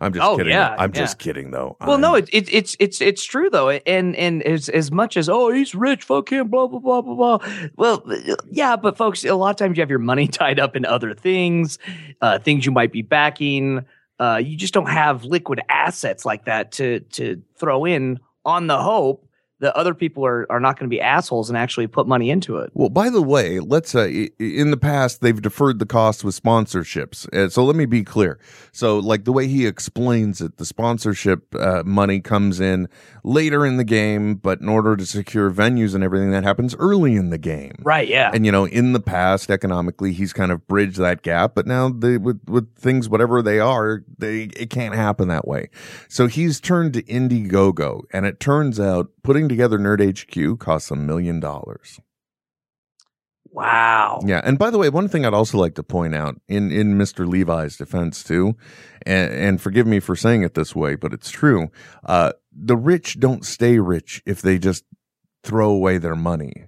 [SPEAKER 2] I'm just
[SPEAKER 3] Oh,
[SPEAKER 2] kidding.
[SPEAKER 3] yeah,
[SPEAKER 2] I'm
[SPEAKER 3] yeah.
[SPEAKER 2] just kidding though.
[SPEAKER 3] Well,
[SPEAKER 2] I'm-
[SPEAKER 3] no, it, it, it's it's it's true though, and and as as much as oh he's rich, fuck him, blah blah blah blah blah. Well, uh, yeah, but folks, a lot of times you have your money <laughs> tied up in other things, uh, things you might be backing. Uh, you just don't have liquid assets like that to to throw in on the hope that other people are are not going to be assholes and actually put money into it.
[SPEAKER 2] Well, by the way, let's uh, i- i- in the past they've deferred the cost with sponsorships. Uh, so let me be clear. So like the way he explains it, the sponsorship uh, money comes in later in the game, but in order to secure venues and everything that happens early in the game.
[SPEAKER 3] Right? Yeah.
[SPEAKER 2] And you know, in the past, economically, he's kind of bridged that gap. But now, they, with with things, whatever they are, they it can't happen that way. So he's turned to Indiegogo, and it turns out putting together Nerd HQ costs a million dollars.
[SPEAKER 3] Wow.
[SPEAKER 2] Yeah, and by the way, one thing I'd also like to point out in in Mr. Levi's defense too, and, and forgive me for saying it this way, but it's true. Uh, the rich don't stay rich if they just throw away their money.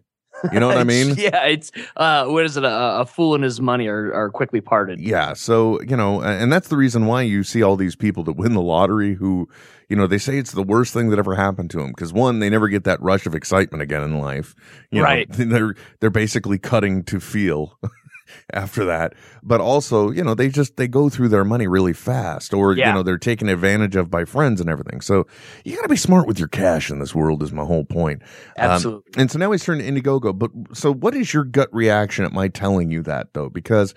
[SPEAKER 2] You
[SPEAKER 3] <laughs>
[SPEAKER 2] know what I mean?
[SPEAKER 3] yeah. It's uh, what is it? A, a fool and his money are are quickly parted.
[SPEAKER 2] Yeah. So, you know, a- and that's the reason why you see all these people that win the lottery who, you know, they say it's the worst thing that ever happened to them because one, they never get that rush of excitement again in life. You know,
[SPEAKER 3] Right.
[SPEAKER 2] <laughs> they're, they're basically cutting to feel <laughs> after that. But also, you know, they just, they go through their money really fast or, you
[SPEAKER 3] Yeah.
[SPEAKER 2] know, they're taken advantage of by friends and everything. So you got to be smart with your cash in this world is my whole point. Um,
[SPEAKER 3] Absolutely.
[SPEAKER 2] and so now he's turned to Indiegogo. But so what is your gut reaction at my telling you that though? Because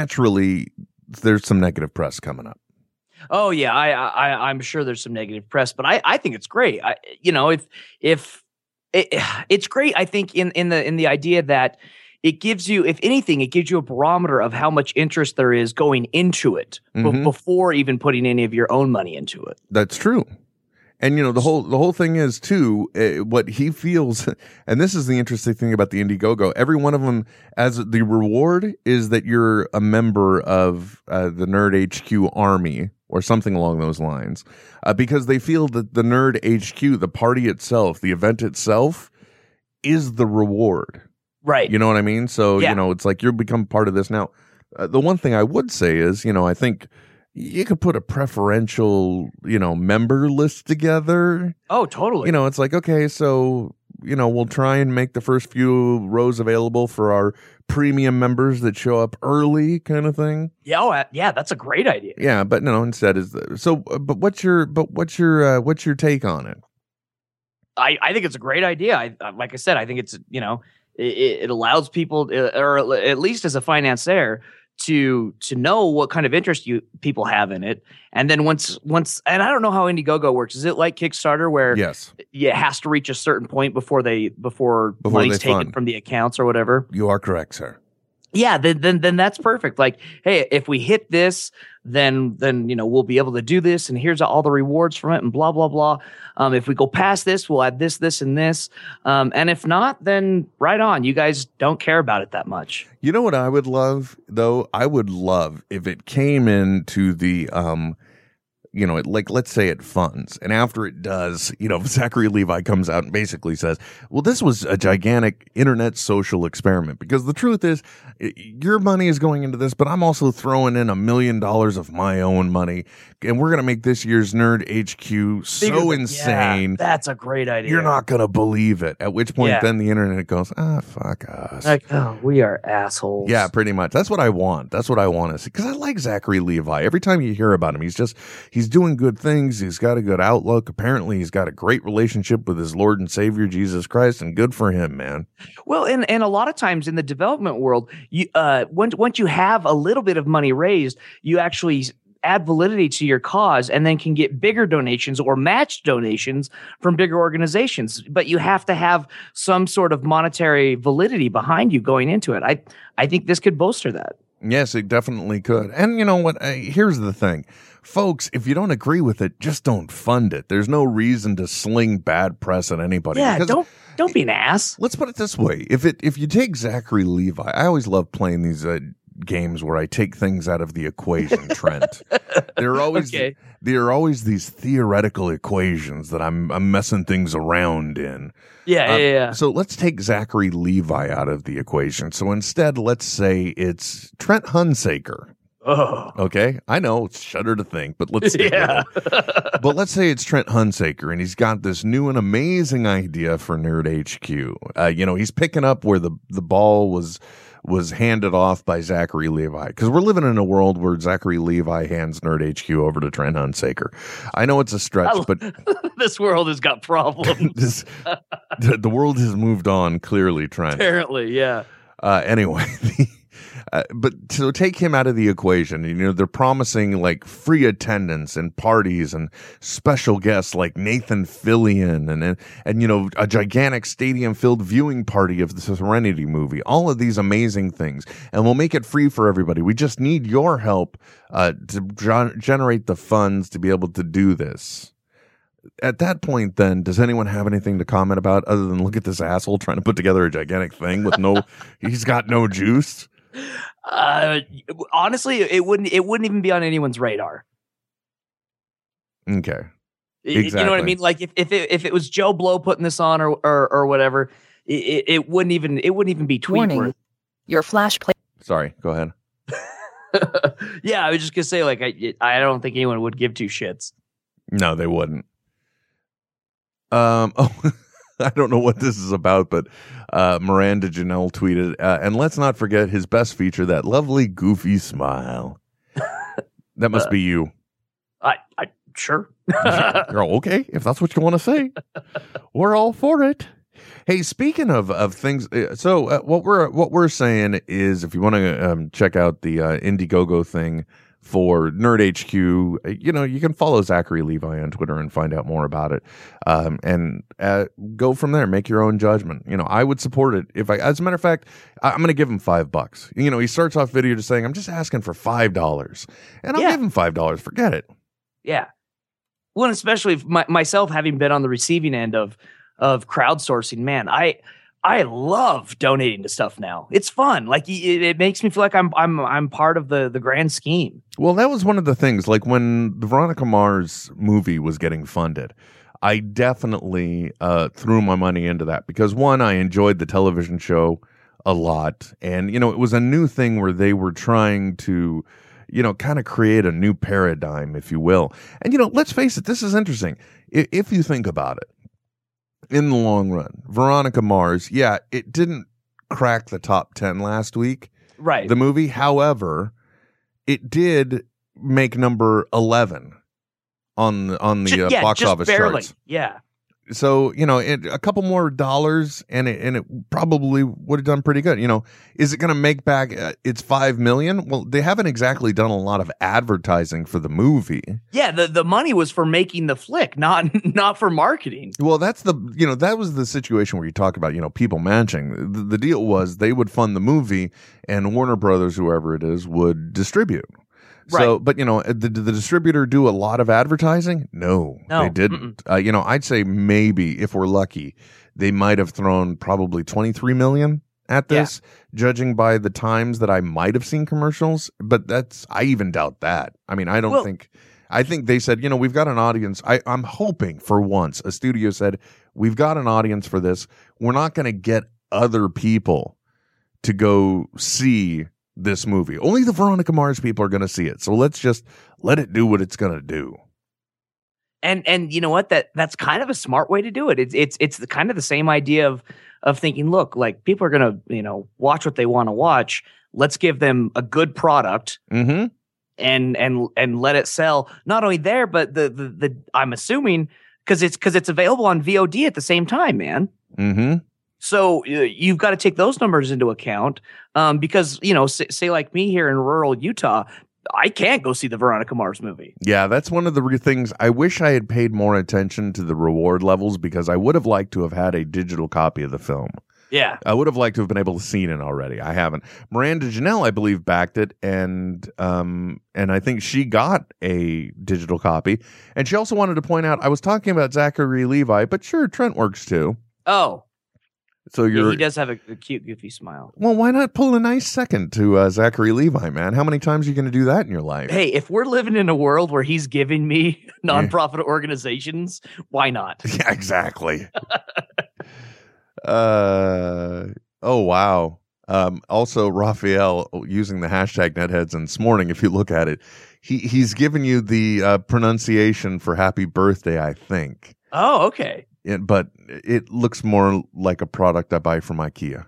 [SPEAKER 2] naturally there's some negative press coming up.
[SPEAKER 3] Oh yeah, I, I I- I'm sure there's some negative press, but I I think it's great. I you know if if it, <sighs> it's great, I think in in the in the idea that it gives you, if anything, it gives you a barometer of how much interest there is going into it be-
[SPEAKER 2] Mhm.
[SPEAKER 3] before even putting any of your own money into it.
[SPEAKER 2] That's true. And you know the whole the whole thing is too uh, what he feels, <laughs> and this is the interesting thing about the Indiegogo. Every one of them, as the reward, is that you're a member of uh, the Nerd HQ army or something along those lines, uh, because they feel that the Nerd HQ, the party itself, the event itself, is the reward.
[SPEAKER 3] Right.
[SPEAKER 2] You know what I mean? So,
[SPEAKER 3] Yeah.
[SPEAKER 2] you know, it's like you become part of this now. Uh, the one thing I would say is, you know, I think you could put a preferential, you know, member list together.
[SPEAKER 3] oh, totally.
[SPEAKER 2] You know, it's like, okay, so, you know, we'll try and make the first few rows available for our premium members that show up early kind of thing.
[SPEAKER 3] yeah, oh, uh, yeah, that's a great idea.
[SPEAKER 2] Yeah, but no, instead is the, so uh, but what's your but what's your uh, what's your take on it?
[SPEAKER 3] I, I think it's a great idea. I uh, like I said, I think it's you know it, it allows people, uh, or at le- at least as a financier, to to know what kind of interest you people have in it. And then once once, and I don't know how Indiegogo works. Is it like Kickstarter where
[SPEAKER 2] Yes.
[SPEAKER 3] it has to reach a certain point before they before,
[SPEAKER 2] Before
[SPEAKER 3] money's
[SPEAKER 2] they
[SPEAKER 3] taken
[SPEAKER 2] fund.
[SPEAKER 3] from the accounts or whatever?
[SPEAKER 2] You are correct, sir.
[SPEAKER 3] yeah then, then then that's perfect like hey if we hit this then then you know we'll be able to do this and here's all the rewards from it and blah blah blah um, if we go past this we'll add this this and this um, and if not then right on you guys don't care about it that much
[SPEAKER 2] You know what I would love though? I would love if it came into the um you know, it like let's say it funds, and after it does, you know, <laughs> Zachary Levi comes out and basically says, "Well, this was a gigantic internet social experiment because the truth is, i- your money is going into this, but I'm also throwing in a million dollars of my own money, and we're gonna make this year's Nerd HQ
[SPEAKER 3] Bigger
[SPEAKER 2] so
[SPEAKER 3] than-
[SPEAKER 2] insane."
[SPEAKER 3] yeah, that's a great idea
[SPEAKER 2] You're not gonna believe it. At which point,
[SPEAKER 3] Yeah.
[SPEAKER 2] then the internet goes, ah, fuck us.
[SPEAKER 3] like oh we are assholes
[SPEAKER 2] Yeah, pretty much. That's what I want. That's what I want to see. Because I like Zachary Levi. Every time you hear about him, he's just he's he's doing good things. He's got a good outlook. Apparently, he's got a great relationship with his Lord and Savior Jesus Christ, and good for him, man.
[SPEAKER 3] Well, and and a lot of times in the development world, you uh, once once you have a little bit of money raised, you actually s- add validity to your cause, and then can get bigger donations or matched donations from bigger organizations. But you have to have some sort of monetary validity behind you going into it. I I think this could bolster that.
[SPEAKER 2] Yes, it definitely could. And you know what? Uh, Here's the thing. Folks, if you don't agree with it, just don't fund it. There's no reason to sling bad press on anybody.
[SPEAKER 3] yeah,
[SPEAKER 2] because-
[SPEAKER 3] don't don't be an ass.
[SPEAKER 2] Let's put it this way: if it if you take Zachary Levi, I always love playing these uh, games where I take things out of the equation. Trent, there are always
[SPEAKER 3] Okay.
[SPEAKER 2] there are always these theoretical equations that I'm I'm messing things around in.
[SPEAKER 3] Yeah,
[SPEAKER 2] Um,
[SPEAKER 3] yeah, yeah. <laughs>
[SPEAKER 2] So let's take Zachary Levi out of the equation. So instead, let's say it's Trent Hunsaker.
[SPEAKER 3] Oh.
[SPEAKER 2] Okay, I know it's shudder to think, but
[SPEAKER 3] <laughs>
[SPEAKER 2] let's stick with
[SPEAKER 3] Yeah.
[SPEAKER 2] it. but let's say it's Trent Hunsaker, and he's got this new and amazing idea for Nerd HQ. Uh, you know, he's picking up where the the ball was was handed off by Zachary Levi because we're living in a world where Zachary Levi hands Nerd HQ over to Trent Hunsaker. I know it's a
[SPEAKER 3] I lo-
[SPEAKER 2] stretch, but
[SPEAKER 3] this world has got
[SPEAKER 2] <laughs>
[SPEAKER 3] problems. <laughs>
[SPEAKER 2] this the, the world has moved on clearly, Trent.
[SPEAKER 3] Apparently, yeah.
[SPEAKER 2] Uh, anyway, <laughs> the, uh, but so take him out of the equation. You know, they're promising like free attendance and parties and special guests like Nathan Fillion and, and, and you know, a gigantic stadium filled viewing party of the Serenity movie. All of these amazing things. And we'll make it free for everybody. We just need your help uh, to gen- generate the funds to be able to do this. At that point, then, does anyone have anything to comment about other than look at this asshole trying to put together a gigantic thing with no He's got no juice.
[SPEAKER 3] Uh, honestly, it wouldn't it wouldn't even be on anyone's radar.
[SPEAKER 2] Okay.
[SPEAKER 3] Y- y- You know what I
[SPEAKER 2] Exactly.
[SPEAKER 3] mean? Like if if it, if it was Joe Blow putting this on or or, or whatever, i- i- it, it wouldn't even it wouldn't even be tweet
[SPEAKER 9] Warning.
[SPEAKER 3] worthy.
[SPEAKER 9] Your flash play.
[SPEAKER 2] Sorry. Go ahead.
[SPEAKER 3] <laughs> yeah, I was just gonna say like I I don't think anyone would give two shits.
[SPEAKER 2] No, they wouldn't. Um. <laughs> Oh. I don't know what this is about, but uh, Miranda Janelle tweeted, uh, and let's not forget his best feature, that lovely goofy smile. That must be you.
[SPEAKER 3] I I
[SPEAKER 2] <laughs>
[SPEAKER 3] sure. <laughs>
[SPEAKER 2] Girl, okay, if that's what you want to say, we're all for it. Hey, speaking of of things, uh, so uh, what we're what we're saying is, if you want to um, check out the uh, Indiegogo thing for Nerd HQ, uh, you know you can follow Zachary Levi on Twitter and find out more about it, um, and uh, go from there. Make your own judgment. You know, I would support it if I. As a matter of fact, I, I'm going to give him five bucks. You know, he starts off video just saying, "I'm just asking for five dollars," and I'll
[SPEAKER 3] Yeah.
[SPEAKER 2] give him five dollars. Forget it.
[SPEAKER 3] yeah. Well, and especially if my, myself having been on the receiving end of of crowdsourcing, man, I I love donating to stuff now. It's fun. Like it, it makes me feel like I'm I'm I'm part of the the grand scheme.
[SPEAKER 2] Well, that was one of the things. Like when the Veronica Mars movie was getting funded, I definitely uh, threw my money into that because one, I enjoyed the television show a lot, and you know, it was a new thing where they were trying to, you know, kind of create a new paradigm, if you will. And you know, let's face it, this is interesting if, if you think about it. In the long run, Veronica Mars, yeah, it didn't crack the top ten last week
[SPEAKER 3] Right.
[SPEAKER 2] the movie. However, it did make number eleven on the, on
[SPEAKER 3] Ju-
[SPEAKER 2] the uh,
[SPEAKER 3] yeah,
[SPEAKER 2] box
[SPEAKER 3] just
[SPEAKER 2] office
[SPEAKER 3] barely.
[SPEAKER 2] charts.
[SPEAKER 3] Yeah.
[SPEAKER 2] So you know, it, a couple more dollars, and it and it probably would have done pretty good. You know, is it going to make back uh, its five million? Well, they haven't exactly done a lot of advertising for the movie.
[SPEAKER 3] Yeah, the, the money was for making the flick, not <laughs> not for marketing.
[SPEAKER 2] Well, that's the you know that was the situation where you talk about you know people matching. The, the deal was they would fund the movie, and Warner Brothers, whoever it is, would distribute. So, but you know, did did the distributor do a lot of advertising? No,
[SPEAKER 3] No,
[SPEAKER 2] they didn't. Uh, you know, I'd say maybe if we're lucky, they might have thrown probably twenty three million at
[SPEAKER 3] Yeah.
[SPEAKER 2] this, judging by the times that I might have seen commercials. But that's I even doubt that. I mean, I don't
[SPEAKER 3] Well-
[SPEAKER 2] think. I think they said, you know, we've got an audience. I, I'm hoping for once a studio said, we've got an audience for this. We're not going to get other people to go see this movie. Only the Veronica Mars people are going to see it. So let's just let it do what it's going to do.
[SPEAKER 3] And and you know what? That that's kind of a smart way to do it. It's it's it's the kind of the same idea of of thinking, look, like people are gonna, you know, watch what they want to watch. Let's give them a good product
[SPEAKER 2] Mm-hmm.
[SPEAKER 3] and and and let it sell not only there but the the, the i'm assuming because it's because it's available on vod at the same time man
[SPEAKER 2] Mm-hmm.
[SPEAKER 3] so uh, you've got to take those numbers into account um, because you know s- say like me here in rural utah i can't go see the veronica mars movie
[SPEAKER 2] Yeah, that's one of the re- things. I wish I had paid more attention to the reward levels because I would have liked to have had a digital copy of the film.
[SPEAKER 3] yeah
[SPEAKER 2] I would have liked to have been able to see it already. I haven't. Miranda Janelle, I believe, backed it, and um, and I think she got a digital copy. And she also wanted to point out I was talking about Zachary Levi, but sure, Trent works too.
[SPEAKER 3] oh
[SPEAKER 2] So
[SPEAKER 3] yeah,
[SPEAKER 2] you're
[SPEAKER 3] he does have a, a cute goofy smile
[SPEAKER 2] well. Why not pull a nice second to uh, Zachary Levi, man? How many times are you going to do that in your life?
[SPEAKER 3] hey if we're living in a world where he's giving
[SPEAKER 2] <laughs>
[SPEAKER 3] me nonprofit organizations why not
[SPEAKER 2] Yeah, exactly. uh, oh wow. Um, also, Raphael using the hashtag netheads and this morning. If you look at it, he he's given you the uh, pronunciation for "Happy Birthday," I think,
[SPEAKER 3] oh okay
[SPEAKER 2] it, but it looks more like a product I buy from IKEA.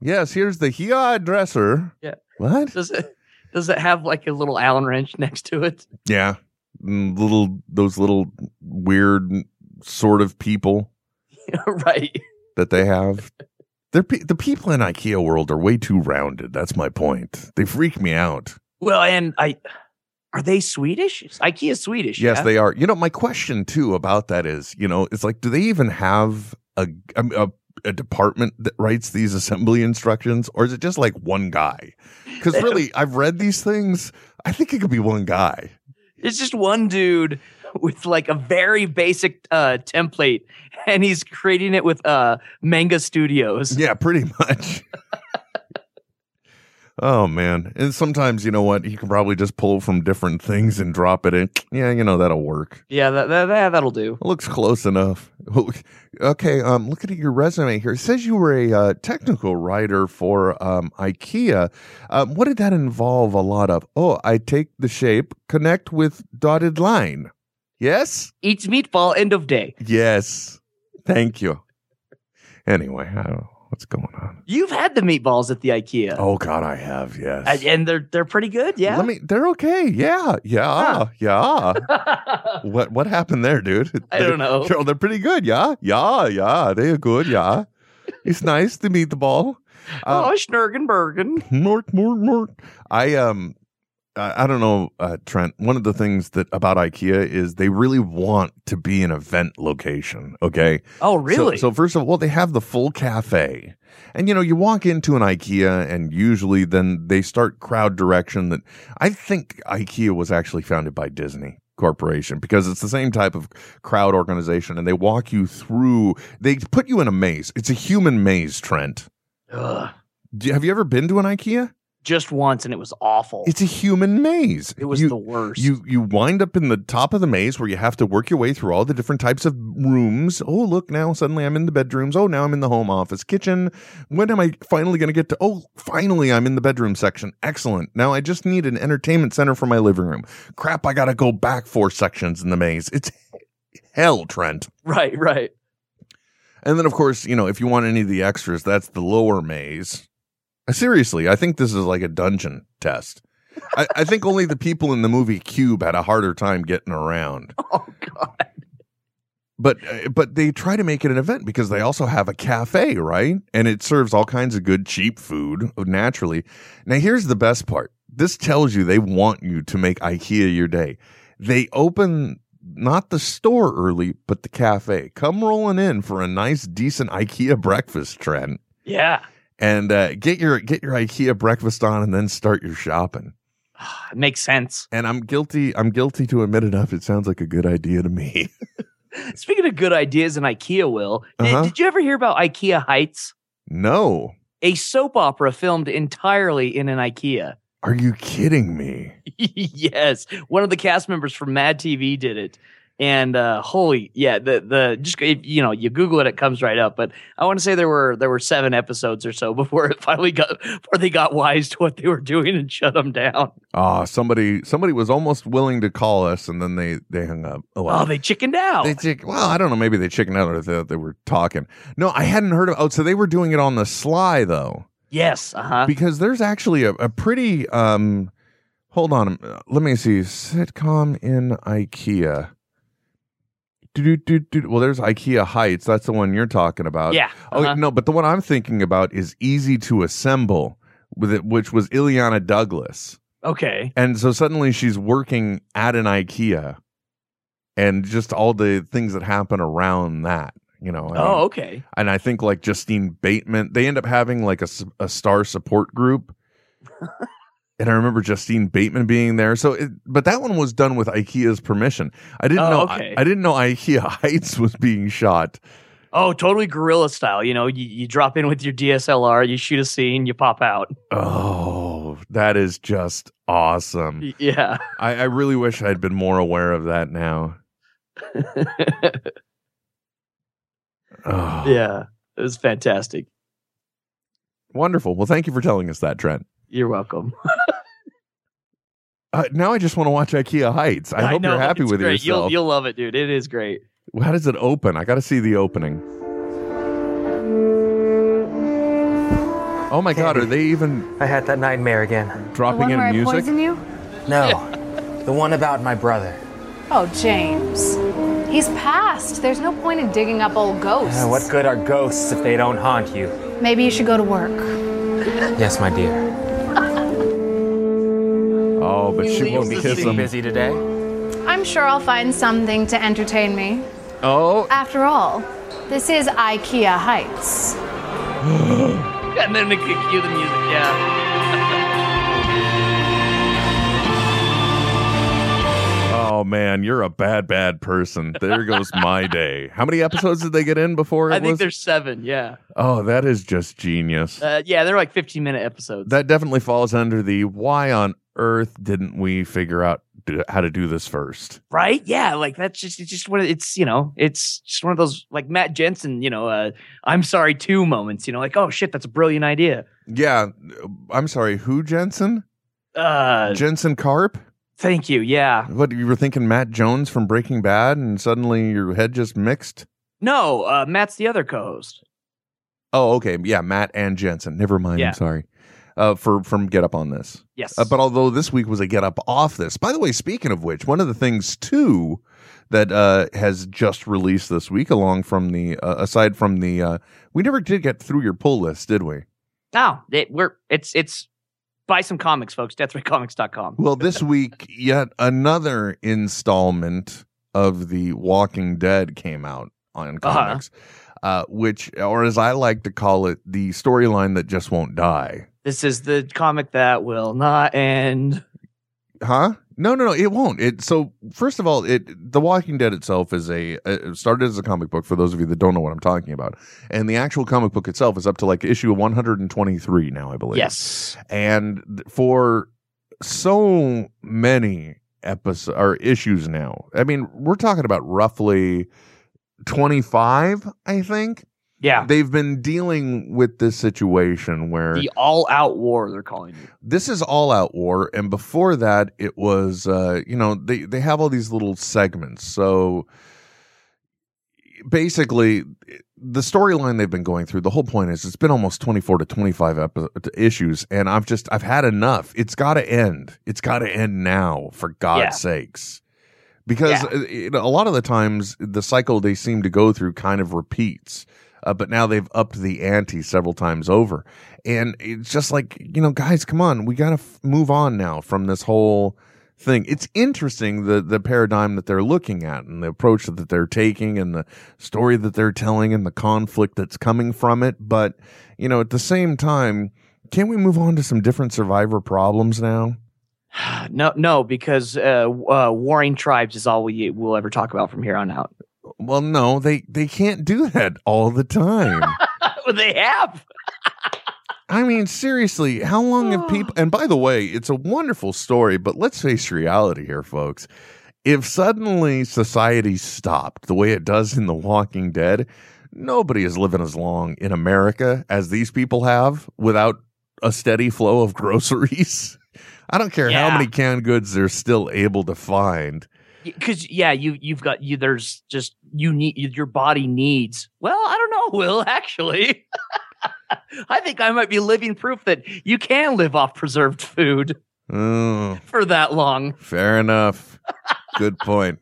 [SPEAKER 2] yes, here's the Kia dresser.
[SPEAKER 3] Yeah.
[SPEAKER 2] What?
[SPEAKER 3] does it does it have like a little allen wrench next to it <laughs>
[SPEAKER 2] Yeah. Mm, Little those little weird sort of people.
[SPEAKER 3] right
[SPEAKER 2] that they have. They're pe- the people in IKEA world are way too rounded. That's my point. They freak me out.
[SPEAKER 3] well and i are they swedish ikea's swedish
[SPEAKER 2] Yes,
[SPEAKER 3] yeah?
[SPEAKER 2] they are. You know, my question too about that is, you know, it's like, do they even have a a, a department that writes these assembly instructions, or is it just like one guy? Because
[SPEAKER 3] They don't-
[SPEAKER 2] really, I've read these things. I think it could be one guy.
[SPEAKER 3] It's just one dude with like a very basic uh, template, and he's creating it with uh, Manga Studios.
[SPEAKER 2] Yeah, pretty much. <laughs> oh man. And sometimes, you know what? He can probably just pull from different things and drop it in. Yeah, you know that'll work.
[SPEAKER 3] Yeah, that, that, that that'll do.
[SPEAKER 2] It looks close enough. <laughs> Okay, um, looking at your resume here, it says you were a uh, technical writer for um, IKEA. Um, what did that involve a lot of? Oh, I take the shape, connect with dotted line. Yes?
[SPEAKER 3] Eats meatball. End of day.
[SPEAKER 2] Yes. Thank you. Anyway, I don't know what's going on.
[SPEAKER 3] You've had the meatballs at the IKEA,
[SPEAKER 2] Oh, God, I have, yes.
[SPEAKER 3] and, and they're they're pretty good. Uh, Yeah.
[SPEAKER 2] Let
[SPEAKER 3] <laughs>
[SPEAKER 2] me, they're okay. Yeah, yeah, yeah. what what happened there, dude?
[SPEAKER 3] I don't know.
[SPEAKER 2] Carol, <laughs> they're pretty good, yeah? Yeah, yeah. They are good, yeah. it's nice to meet the ball. Uh, Um,
[SPEAKER 3] oh, Schnurgenbergen.
[SPEAKER 2] Mort, mort, mort. I um, I, I don't know, uh, Trent. One of the things that about IKEA is they really want to be an event location. Okay,
[SPEAKER 3] Oh,
[SPEAKER 2] So-
[SPEAKER 3] really?
[SPEAKER 2] So, first of all, they have the full cafe, and you know you walk into an IKEA, and usually then they start crowd direction. That I think IKEA was actually founded by Disney corporation because it's the same type of crowd organization and they walk you through they put you in a maze it's a human maze trent
[SPEAKER 3] Ugh.
[SPEAKER 2] Do, have you ever been to an ikea
[SPEAKER 3] just once, and it was awful.
[SPEAKER 2] it's a human maze.
[SPEAKER 3] it was
[SPEAKER 2] you,
[SPEAKER 3] the worst.
[SPEAKER 2] you you wind up in the top of the maze where you have to work your way through all the different types of rooms. Oh, look now suddenly I'm in the bedrooms. Oh, now I'm in the home office, kitchen. When am I finally going to get to Oh, finally I'm in the bedroom section. Excellent. Now I just need an entertainment center for my living room. Crap, I got to go back four sections in the maze. It's <laughs> hell, Trent.
[SPEAKER 3] <laughs> right, right.
[SPEAKER 2] And then, of course, you know, if you want any of the extras, that's the lower maze. Uh, Seriously, I think this is like a dungeon test. I, I think only the people in the movie Cube had a harder time getting around.
[SPEAKER 3] Oh god.
[SPEAKER 2] But uh, but they try to make it an event because they also have a cafe, right? And it serves all kinds of good cheap food uh, naturally. Now here's the best part. This tells you they want you to make IKEA your day. They open not the store early, but the cafe. Come rolling in for a nice decent IKEA breakfast, Trent.
[SPEAKER 3] Yeah.
[SPEAKER 2] And uh, get your get your IKEA breakfast on and then start your shopping.
[SPEAKER 3] It makes sense.
[SPEAKER 2] And I'm guilty I'm guilty to admit enough it sounds like a good idea to me. <laughs>
[SPEAKER 3] Speaking of good ideas in IKEA, Will, did-
[SPEAKER 2] Uh-huh.
[SPEAKER 3] did you ever hear about IKEA Heights?
[SPEAKER 2] no.
[SPEAKER 3] a soap opera filmed entirely in an IKEA. <laughs>
[SPEAKER 2] Are you kidding me?
[SPEAKER 3] yes, one of the cast members from Mad TV did it, and uh, holy yeah, the the just if, you know you Google it, it comes right up. But I want to say there were there were seven episodes or so before it finally got before they got wise to what they were doing and shut them down.
[SPEAKER 2] Ah, somebody somebody was almost willing to call us and then they they hung up. Oh, well.
[SPEAKER 3] Oh, they chickened out.
[SPEAKER 2] They chick- well, I don't know. Maybe they chickened out or they, they were talking. No, I hadn't heard of. Oh, so they were doing it on the sly though.
[SPEAKER 3] Yes. Uh huh.
[SPEAKER 2] because there's actually a, a pretty um hold on uh, let me see sitcom in ikea do, do, do. well there's ikea heights that's the one you're talking about
[SPEAKER 3] Yeah.
[SPEAKER 2] oh
[SPEAKER 3] uh-huh.
[SPEAKER 2] no but the one i'm thinking about is easy to assemble with it which was ileana douglas
[SPEAKER 3] Okay.
[SPEAKER 2] and so suddenly she's working at an ikea and just all the things that happen around that you know I mean,
[SPEAKER 3] Oh, okay.
[SPEAKER 2] and I think like Justine Bateman, they end up having like a, s- a star support
[SPEAKER 3] <laughs>
[SPEAKER 2] group. and I remember Justine Bateman being there. So, it, but that one was done with IKEA's permission. I didn't
[SPEAKER 3] Oh,
[SPEAKER 2] know.
[SPEAKER 3] okay.
[SPEAKER 2] I, I didn't know IKEA <laughs> Heights was being shot.
[SPEAKER 3] Oh, totally guerrilla style. You know, you, you drop in with your DSLR, you shoot a scene, you pop out. <laughs>
[SPEAKER 2] Oh, that is just awesome.
[SPEAKER 3] Y- Yeah. <laughs>
[SPEAKER 2] I, I really wish I'd been more aware of that now. Oh,
[SPEAKER 3] yeah. It was fantastic.
[SPEAKER 2] Wonderful. Well, thank you for telling us that, Trent.
[SPEAKER 3] You're welcome.
[SPEAKER 2] Uh, now I just want to watch IKEA Heights. I, hope
[SPEAKER 3] know,
[SPEAKER 2] you're happy
[SPEAKER 3] it's
[SPEAKER 2] with
[SPEAKER 3] great.
[SPEAKER 2] yourself.
[SPEAKER 3] You'll, you'll love it, dude. It is great.
[SPEAKER 2] How does it open? I got to see the opening. Oh my God, are they even
[SPEAKER 9] I had that nightmare again.
[SPEAKER 2] dropping in music?
[SPEAKER 10] you?
[SPEAKER 6] <laughs>
[SPEAKER 9] No, the one about my brother.
[SPEAKER 10] Oh, James. He's passed. There's no point in digging up old ghosts.
[SPEAKER 9] Uh, what good are ghosts if they don't haunt you?
[SPEAKER 10] Maybe you should go to work.
[SPEAKER 9] Yes, my dear.
[SPEAKER 2] Oh, but she won't
[SPEAKER 3] leaves the
[SPEAKER 2] kiss
[SPEAKER 3] scene.
[SPEAKER 2] him.
[SPEAKER 9] Busy today?
[SPEAKER 10] I'm sure I'll find something to entertain me.
[SPEAKER 2] Oh,
[SPEAKER 10] After all, this is IKEA Heights.
[SPEAKER 3] And then we could cue the music. Yeah.
[SPEAKER 2] oh man, you're a bad, bad person. There goes my day. How many episodes did they get in before it
[SPEAKER 3] I think
[SPEAKER 2] was?
[SPEAKER 3] there's seven. Yeah.
[SPEAKER 2] Oh, that is just genius.
[SPEAKER 3] Uh, yeah. They're like 15 minute episodes.
[SPEAKER 2] that definitely falls under the why on earth didn't we figure out d- how to do this first?
[SPEAKER 3] right? Yeah, like that's just it's just one. Of, it's you know, it's just one of those like Matt Jensen, you know, uh, I'm sorry too moments. You know, like oh shit, that's a brilliant idea.
[SPEAKER 2] Yeah, I'm sorry. Who Jensen?
[SPEAKER 3] Uh,
[SPEAKER 2] Jensen Carp?
[SPEAKER 3] thank you. Yeah,
[SPEAKER 2] What you were thinking, Matt Jones from Breaking Bad, and suddenly your head just mixed?
[SPEAKER 3] no, uh, Matt's the other co-host.
[SPEAKER 2] Oh, okay, yeah, Matt and Jensen. Never mind.
[SPEAKER 3] Yeah.
[SPEAKER 2] I'm sorry. Uh, for from Get Up on this,
[SPEAKER 3] Yes,
[SPEAKER 2] uh, but although this week was a Get Up off this. By the way, speaking of which, one of the things too that uh, has just released this week, along from the uh, aside from the, uh, we never did get through your pull list, did we?
[SPEAKER 3] no, it, we're it's it's buy some comics, folks. Deathraycomics.com.
[SPEAKER 2] Well, this week, yet another installment of The Walking Dead came out on
[SPEAKER 3] Uh-huh.
[SPEAKER 2] comics, uh which, or as I like to call it, the storyline that just won't die.
[SPEAKER 3] This is the comic that will not end.
[SPEAKER 2] Huh? No, no, no, it won't. It so first of all, it The Walking Dead itself is a it started as a comic book for those of you that don't know what I'm talking about, and the actual comic book itself is up to like issue 123 now, I believe.
[SPEAKER 3] Yes,
[SPEAKER 2] and th- for so many episodes or issues now. I mean, we're talking about roughly 25, I think.
[SPEAKER 3] yeah,
[SPEAKER 2] They've been dealing with this situation where
[SPEAKER 3] the all-out war they're calling it. <sighs>
[SPEAKER 2] this is all out war and before that it was uh you know they they have all these little segments. So basically the storyline they've been going through the whole point is it's been almost 24 to 25 epi- uh, issues and i've just i've had enough it's got to end it's got to end now for god's
[SPEAKER 3] Yeah.
[SPEAKER 2] sakes because uh, you know, a lot of the times the cycle they seem to go through kind of repeats uh, but now they've upped the ante several times over and it's just like you know guys come on we gotta f- move on now from this whole thing it's interesting the the paradigm that they're looking at and the approach that they're taking and the story that they're telling and the conflict that's coming from it but you know at the same time can we move on to some different survivor problems now
[SPEAKER 3] No, no, because uh, uh, warring tribes is all we will ever talk about from here on out. <laughs>
[SPEAKER 2] well no they they can't do that all the time
[SPEAKER 3] well, they have.
[SPEAKER 2] I mean, seriously, how long have people? And by the way, it's a wonderful story, but let's face reality here, folks. If suddenly society stopped the way it does in The Walking Dead, nobody is living as long in America as these people have without a steady flow of <laughs> groceries. I don't care
[SPEAKER 3] Yeah.
[SPEAKER 2] how many canned goods they're still able to find.
[SPEAKER 3] because yeah you you've got you <laughs> there's just you need your body needs well i don't know will actually <laughs> I think I might be living proof that you can live off preserved food <laughs>
[SPEAKER 2] Oh,
[SPEAKER 3] for that long.
[SPEAKER 2] fair enough. Good point.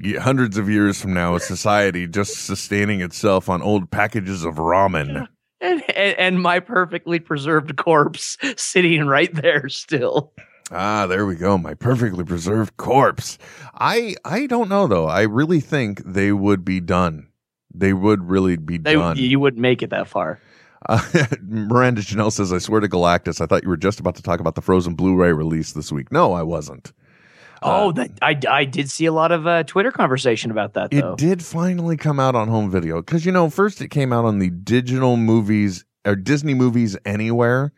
[SPEAKER 2] Ye- Hundreds of years from now, a society just sustaining itself on old packages of ramen.
[SPEAKER 3] And, and, and my perfectly preserved corpse <laughs> sitting right there still.
[SPEAKER 2] Ah, there we go. My perfectly preserved corpse. I I don't know though. I really think they would be done. They would really be
[SPEAKER 3] They,
[SPEAKER 2] done.
[SPEAKER 3] you wouldn't make it that far.
[SPEAKER 2] <laughs> Uh, Miranda Janelle says, "I swear to Galactus, I thought you were just about to talk about the Frozen Blu-ray release this week. No, I wasn't. Uh,
[SPEAKER 3] Oh, that, I, I did see a lot of uh, Twitter conversation about that, though.
[SPEAKER 2] It did finally come out on home video because you know, first it came out on the digital movies or Disney movies anywhere,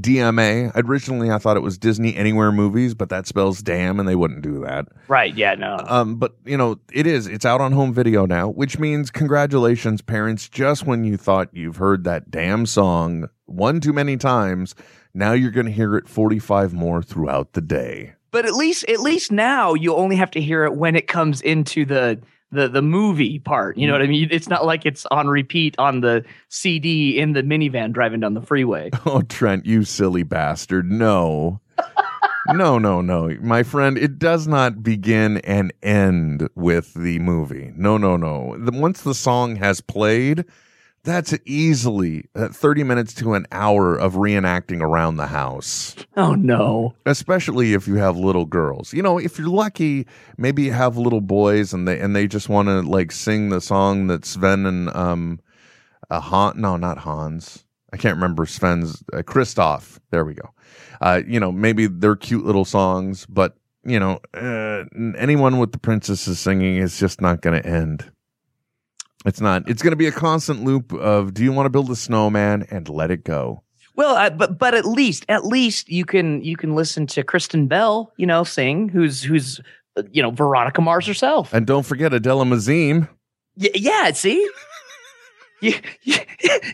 [SPEAKER 2] DMA. Originally, I thought it was Disney Anywhere Movies, but that spells damn, and they wouldn't do that.
[SPEAKER 3] Right, yeah, no.
[SPEAKER 2] Um, but you know, it is. It's out on home video now, which means congratulations, parents. Just when you thought you've heard that damn song one too many times, now you're going to hear it 45 more throughout the day.
[SPEAKER 3] but at least at least now you only have to hear it when it comes into the the the movie part. You know what I mean? It's not like it's on repeat on the CD in the minivan driving down the freeway.
[SPEAKER 2] <laughs> Oh, Trent, you silly bastard. No. no, no, no. My friend, it does not begin and end with the movie. No, no, no. The, once the song has played, that's easily uh, 30 minutes to an hour of reenacting around the house
[SPEAKER 3] Oh no.
[SPEAKER 2] especially if you have little girls. You know, if you're lucky, maybe you have little boys and they and they just want to like sing the song that Sven and um uh, Han no, not Hans. I can't remember Sven's uh, Christoph. There we go. Uh you know, maybe they're cute little songs, but you know, uh, n- anyone with the princesses singing is just not going to end. It's not. It's going to be a constant loop of do you want to build a snowman and let it go.
[SPEAKER 3] Well, uh, but but at least at least you can you can listen to Kristen Bell, you know, sing who's who's uh, you know Veronica Mars herself.
[SPEAKER 2] And don't forget Adela Mazim.
[SPEAKER 3] Y- yeah, see?
[SPEAKER 2] <laughs>
[SPEAKER 3] you, you,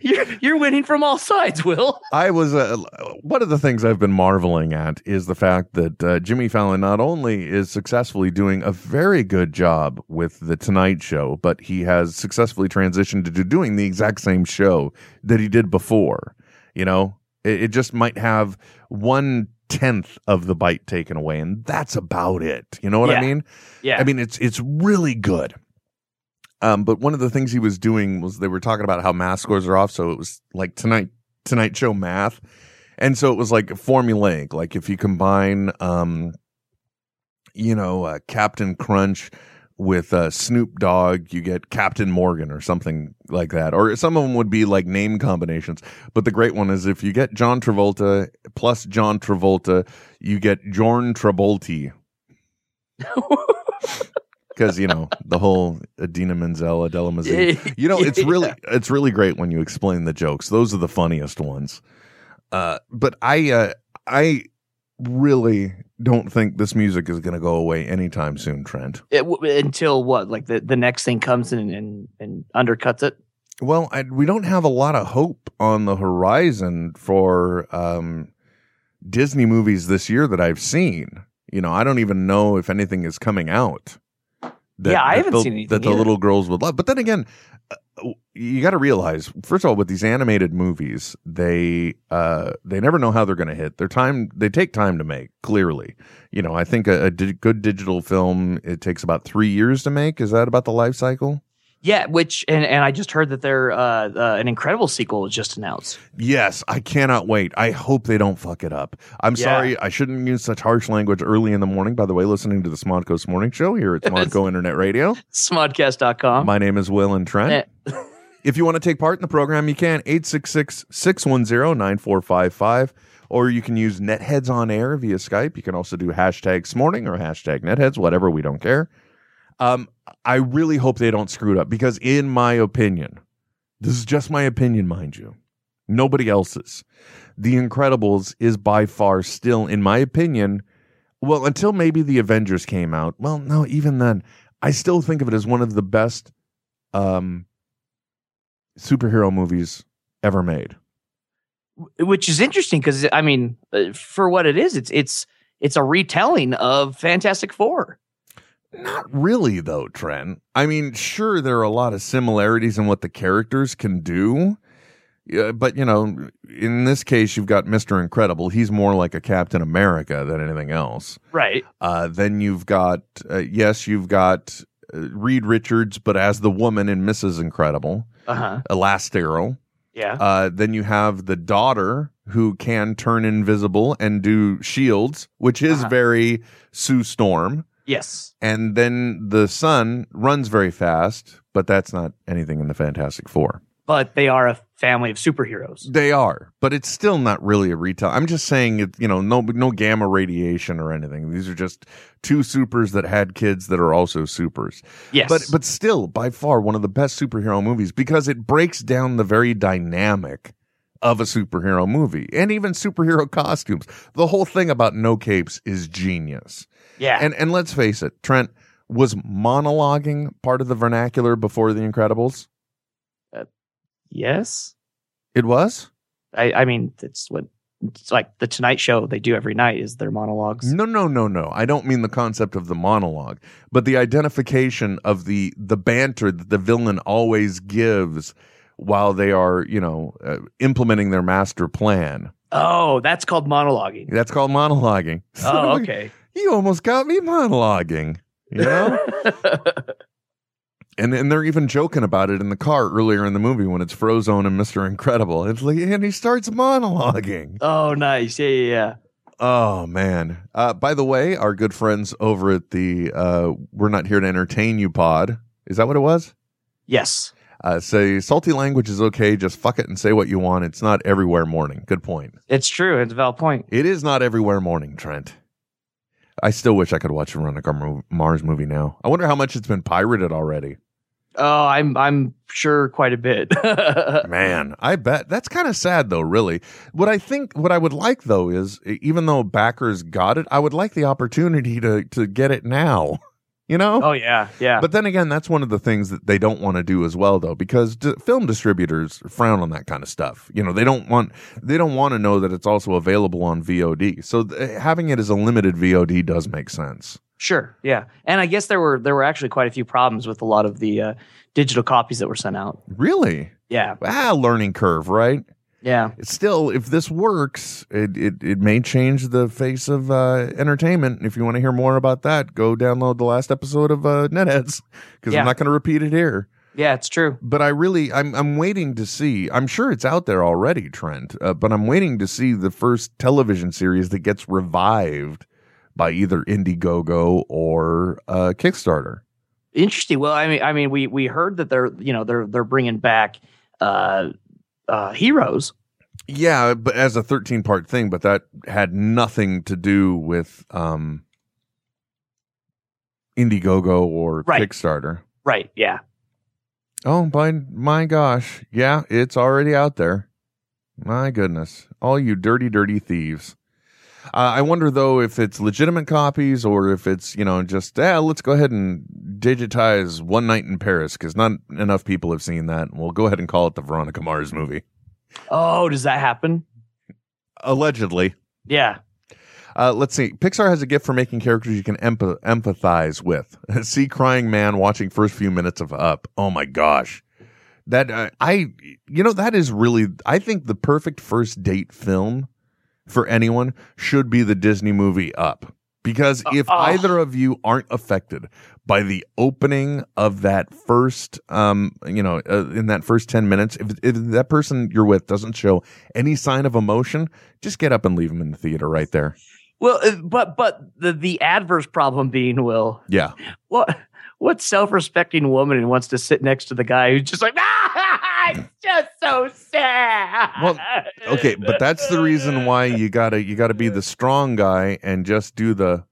[SPEAKER 3] you're you're winning from all
[SPEAKER 2] <laughs>
[SPEAKER 3] sides, Will.
[SPEAKER 2] I was uh, one of the things I've been marveling at is the fact that uh, Jimmy Fallon not only is successfully doing a very good job with the Tonight Show, but he has successfully transitioned to doing the exact same show that he did before. You know, it, it just might have one tenth of the bite taken away, and that's about it. You know what I
[SPEAKER 3] Yeah.
[SPEAKER 2] mean?
[SPEAKER 3] Yeah.
[SPEAKER 2] I mean, it's it's really good. Um, but one of the things he was doing was they were talking about how math scores are off, so it was like tonight tonight show math, and so it was like formulaic. Like if you combine, um, you know, uh, Captain Crunch with uh, Snoop Dogg, you get Captain Morgan or something like that. Or some of them would be like name combinations. But the great one is if you get John Travolta plus John Travolta, you get Jorn Travolti because you know the whole Adina Menzel, Adela Mazzi. <laughs> You know, it's
[SPEAKER 3] <laughs>
[SPEAKER 2] really it's really great when you explain the jokes. Those are the funniest ones. Uh, but I uh, I really don't think this music is going to go away anytime soon, Trent.
[SPEAKER 3] It w- until what? Like the, the next thing comes in and, and undercuts it.
[SPEAKER 2] Well, I, we don't have a lot of hope on the horizon for um, Disney movies this year that I've seen. You know, I don't even know if anything is coming out.
[SPEAKER 3] Yeah, I haven't
[SPEAKER 2] the,
[SPEAKER 3] seen anything
[SPEAKER 2] that the
[SPEAKER 3] either.
[SPEAKER 2] little girls would love. But then again, uh, you got to realize first of all with these animated movies, they uh, they never know how they're going to hit. Their time they take time to make. Clearly, you know, I think a, a di- good digital film it takes about three years to make. Is that about the life cycle?
[SPEAKER 3] Yeah, which and, and I just heard that they're uh, uh, an incredible sequel was just announced.
[SPEAKER 2] Yes, I cannot wait. I hope they don't fuck it up. I'm
[SPEAKER 3] Yeah.
[SPEAKER 2] sorry, I shouldn't use such harsh language early in the morning. By the way, listening to the Smodco's morning show here at Smodco Internet Radio.
[SPEAKER 3] Smodcast.com.
[SPEAKER 2] My name is Will and Trent. if you want to take part in the program, you can 866-610-9455 or you can use Netheads on air via Skype. You can also do hashtag smorning or hashtag netheads, whatever, we don't care. Um, I really hope they don't screw it up because in my opinion, this is just my opinion, mind you. Nobody else's. The Incredibles is by far still, in my opinion, well, until maybe the Avengers came out. Well, no, even then, I still think of it as one of the best um, superhero movies ever made.
[SPEAKER 3] which is interesting because I mean, uh, for what it is, it's it's it's a retelling of Fantastic Four.
[SPEAKER 2] Not really, though, Trent. I mean, sure, there are a lot of similarities in what the characters can do. Yeah, but you know, in this case, you've got Mister Incredible. He's more like a Captain America than anything else.
[SPEAKER 3] Right.
[SPEAKER 2] Uh, then you've got uh, yes, you've got uh, Reed Richards, but as the woman in Mrs. Incredible,
[SPEAKER 3] Uh-huh.
[SPEAKER 2] Elastigirl.
[SPEAKER 3] Yeah.
[SPEAKER 2] Uh, then you have the daughter who can turn invisible and do shields, which is very Sue Storm.
[SPEAKER 3] Yes.
[SPEAKER 2] And then the son runs very fast, but that's not anything in the Fantastic Four.
[SPEAKER 3] But they are a family of superheroes.
[SPEAKER 2] They are, but it's still not really a retail. I'm just saying it, you know, no no gamma radiation or anything. These are just two supers that had kids that are also supers.
[SPEAKER 11] Yes.
[SPEAKER 2] But but still by far one of the best superhero movies because it breaks down the very dynamic of a superhero movie and even superhero costumes. The whole thing about no capes is genius.
[SPEAKER 3] Yeah.
[SPEAKER 2] And and let's face it, Trent was monologuing part of the vernacular before The Incredibles?
[SPEAKER 3] Yes.
[SPEAKER 2] It was?
[SPEAKER 3] I, I mean, it's what it's like the Tonight Show they do every night is their monologues.
[SPEAKER 2] No, no, no, no. I don't mean the concept of the monologue, but the identification of the the banter that the villain always gives while they are, you know, uh, implementing their master plan.
[SPEAKER 3] Oh, that's called
[SPEAKER 2] <laughs>
[SPEAKER 3] monologuing.
[SPEAKER 2] That's called monologuing. <laughs>
[SPEAKER 3] Oh, okay.
[SPEAKER 2] You almost got me monologuing. You
[SPEAKER 3] <laughs>
[SPEAKER 2] know? and and they're even joking about it in the car earlier in the movie when it's Frozone and Mr. Incredible. It's like and he starts monologuing.
[SPEAKER 3] Oh, nice. Yeah, yeah, yeah.
[SPEAKER 2] Oh man. Uh by the way, our good friends over at the uh We're Not Here to Entertain You pod. Is that what it was?
[SPEAKER 3] Yes.
[SPEAKER 2] Uh say salty language is okay, just fuck it and say what you want. It's not everywhere morning. Good point.
[SPEAKER 3] It's true. It's a valid point.
[SPEAKER 2] It is not everywhere morning, Trent. I still wish I could watch a Veronica Mo- Mars movie now. I wonder how much it's been pirated already.
[SPEAKER 3] Oh, I'm I'm sure quite a bit. <laughs>
[SPEAKER 2] Man, I bet that's kind of sad though, really. What I think what I would like though is e- even though backers got it, I would like the opportunity to to get it now. <laughs> You know?
[SPEAKER 3] Oh yeah, yeah.
[SPEAKER 2] But then again, that's one of the things that they don't want to do as well though because d- film distributors frown on that kind of stuff. You know, they don't want they don't want to know that it's also available on VOD. So th- having it as a limited VOD does make sense.
[SPEAKER 3] Sure. Yeah. And I guess there were there were actually quite a few problems with a lot of the uh, digital copies that were sent out.
[SPEAKER 2] Really?
[SPEAKER 3] Yeah.
[SPEAKER 2] Ah, learning curve, right?
[SPEAKER 3] Yeah.
[SPEAKER 2] It's still, if this works, it, it, it may change the face of uh, entertainment. If you want to hear more about that, go download the last episode of uh, NetHeads because
[SPEAKER 3] Yeah.
[SPEAKER 2] I'm not going to repeat it here.
[SPEAKER 3] Yeah, it's true.
[SPEAKER 2] But I really, I'm, I'm waiting to see. I'm sure it's out there already, Trent. Uh, but I'm waiting to see the first television series that gets revived by either Indiegogo or uh, Kickstarter.
[SPEAKER 3] Interesting. Well, I mean, I mean, we we heard that they're you know they're they're bringing back uh, uh, heroes.
[SPEAKER 2] Yeah, but as a 13 part thing, but that had nothing to do with um Indiegogo or
[SPEAKER 3] Right.
[SPEAKER 2] Kickstarter.
[SPEAKER 3] Right. Yeah.
[SPEAKER 2] Oh, by my gosh. Yeah, it's already out there. My goodness. All you dirty, dirty thieves. Uh, I wonder though if it's legitimate copies or if it's, you know, just, ah, let's go ahead and digitize One Night in Paris because not enough people have seen that. We'll go ahead and call it the Veronica Mars movie.
[SPEAKER 3] Oh, does that happen?
[SPEAKER 2] Allegedly.
[SPEAKER 3] Yeah.
[SPEAKER 2] Uh, let's see. Pixar has a gift for making characters you can empa- empathize with. <laughs> see crying man watching first few minutes of Up. Oh my gosh, that uh, I you know that is really I think the perfect first date film for anyone should be the Disney movie Up because if either of you aren't affected by the opening of that first um you know uh, in that first 10 minutes if, if that person you're with doesn't show any sign of emotion just get up and leave them in the theater right there
[SPEAKER 3] Well, uh, but but the the adverse problem being will
[SPEAKER 2] Yeah.
[SPEAKER 3] what what self respecting woman who wants to sit next to the guy who's just like <laughs> ah it's just so sad.
[SPEAKER 2] Well,
[SPEAKER 3] <laughs>
[SPEAKER 2] Okay, but that's the reason why you gotta you gotta be the strong guy and just do the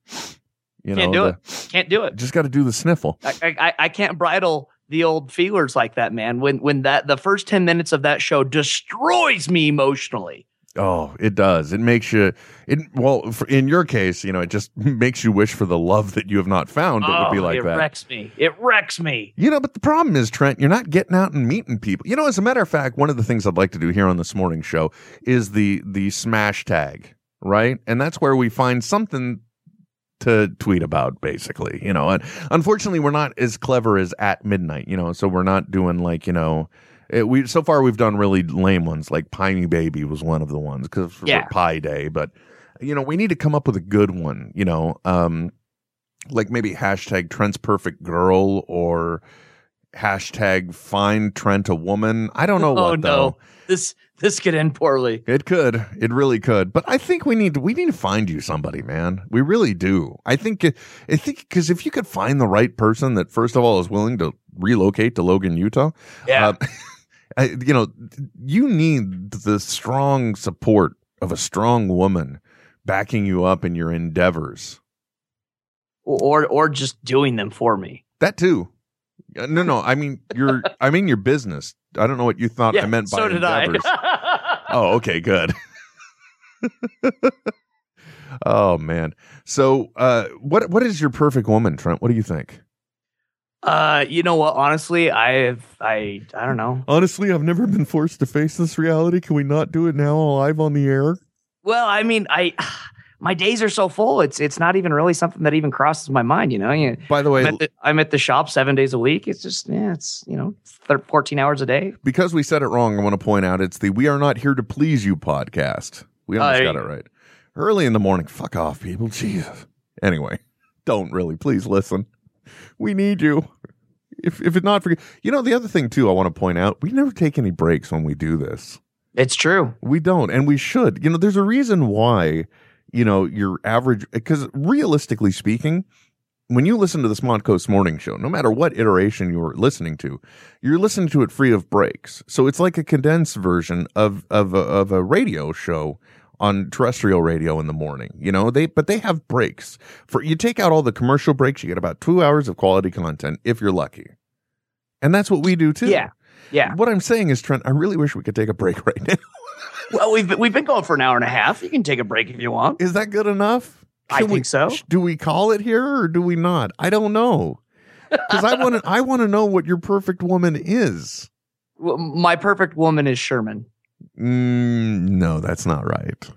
[SPEAKER 2] you know
[SPEAKER 3] can't do
[SPEAKER 2] the-
[SPEAKER 3] it. Can't do it.
[SPEAKER 2] just gotta do the sniffle.
[SPEAKER 3] I, I- I, I can't bridle the old feelers like that, man. When when that the first ten minutes of that show destroys me emotionally.
[SPEAKER 2] Oh, it does. It makes you it well for, in your case, you know, it just <laughs> makes you wish for the love that you have not found that would be
[SPEAKER 3] Oh,
[SPEAKER 2] like
[SPEAKER 3] it
[SPEAKER 2] that.
[SPEAKER 3] wrecks me. It wrecks me.
[SPEAKER 2] You know, but the problem is, Trent, you're not getting out and meeting people. You know, as a matter of fact, one of the things I'd like to do here on this morning show is the the smash tag, right? And that's where we find something to tweet about basically you know and unfortunately we're not as clever as at midnight you know so we're not doing like you know it, we so far we've done really lame ones like piney baby was one of the ones because
[SPEAKER 3] Yeah.
[SPEAKER 2] pie day but you know we need to come up with a good one you know um like maybe hashtag trent's perfect girl or hashtag find trent a woman i don't know
[SPEAKER 3] oh
[SPEAKER 2] what
[SPEAKER 3] no,
[SPEAKER 2] though
[SPEAKER 3] this this could end poorly.
[SPEAKER 2] it could. It really could. But I think we need we need to find you somebody, man. We really do. I think I think because if you could find the right person that first of all is willing to relocate to Logan, Utah,
[SPEAKER 3] Yeah.
[SPEAKER 2] uh, <laughs> I, you know, you need the strong support of a strong woman backing you up in your endeavors.
[SPEAKER 3] or or just doing them for me.
[SPEAKER 2] That too. Uh, No, no. I mean your
[SPEAKER 3] <laughs>
[SPEAKER 2] I mean your business. I don't know what you thought I meant by
[SPEAKER 3] so did
[SPEAKER 2] endeavors.
[SPEAKER 3] I.
[SPEAKER 2] oh, okay, good. <laughs> oh man. So uh what what is your perfect woman, Trent? What do you think?
[SPEAKER 3] <laughs> uh, you know what? Honestly, I've I I don't know.
[SPEAKER 2] Honestly, I've never been forced to face this reality. Can we not do it now live on the air?
[SPEAKER 3] Well, I mean, I <sighs> my days are so full. It's it's not even really something that even crosses my mind. You know, You-
[SPEAKER 2] By the way,
[SPEAKER 3] I'm at the, I'm at the shop seven days a week. It's just yeah, it's you know thir- fourteen hours a day.
[SPEAKER 2] because we said it wrong, I want to point out it's the We Are Not Here to Please You podcast. We almost
[SPEAKER 3] Oh, there
[SPEAKER 2] got
[SPEAKER 3] you
[SPEAKER 2] it right. Early in the morning. Fuck off, people. Jesus. Anyway, don't really. Please listen. We need you. If if it's not for you, you know the other thing too. I want to point out we never take any breaks when we do this.
[SPEAKER 3] It's true.
[SPEAKER 2] We don't, and we should. You know, there's a reason why, you know, your average, because realistically speaking, when you listen to the Smod Coast Morning Show, no matter what iteration you're listening to, you're listening to it free of breaks. So it's like a condensed version of of a, of a radio show on terrestrial radio in the morning. You know, they but they have breaks. For you take out all the commercial breaks, you get about 2 hours of quality content if you're lucky. And that's what we do too.
[SPEAKER 3] Yeah. Yeah.
[SPEAKER 2] What I'm saying is Trent, I really wish we could take a break right <laughs> now.
[SPEAKER 3] Well, we've been, we've been going for an hour and a half. You can take a break if you want.
[SPEAKER 2] Is that good enough?
[SPEAKER 3] I
[SPEAKER 2] Can we-
[SPEAKER 3] think so.
[SPEAKER 2] sh- Do we call it here or do we not? I don't
[SPEAKER 3] <laughs>
[SPEAKER 2] know. Because I want to, I want to know what your perfect woman is.
[SPEAKER 3] Well, My perfect woman is Sherman.
[SPEAKER 2] Mm, no, that's not right.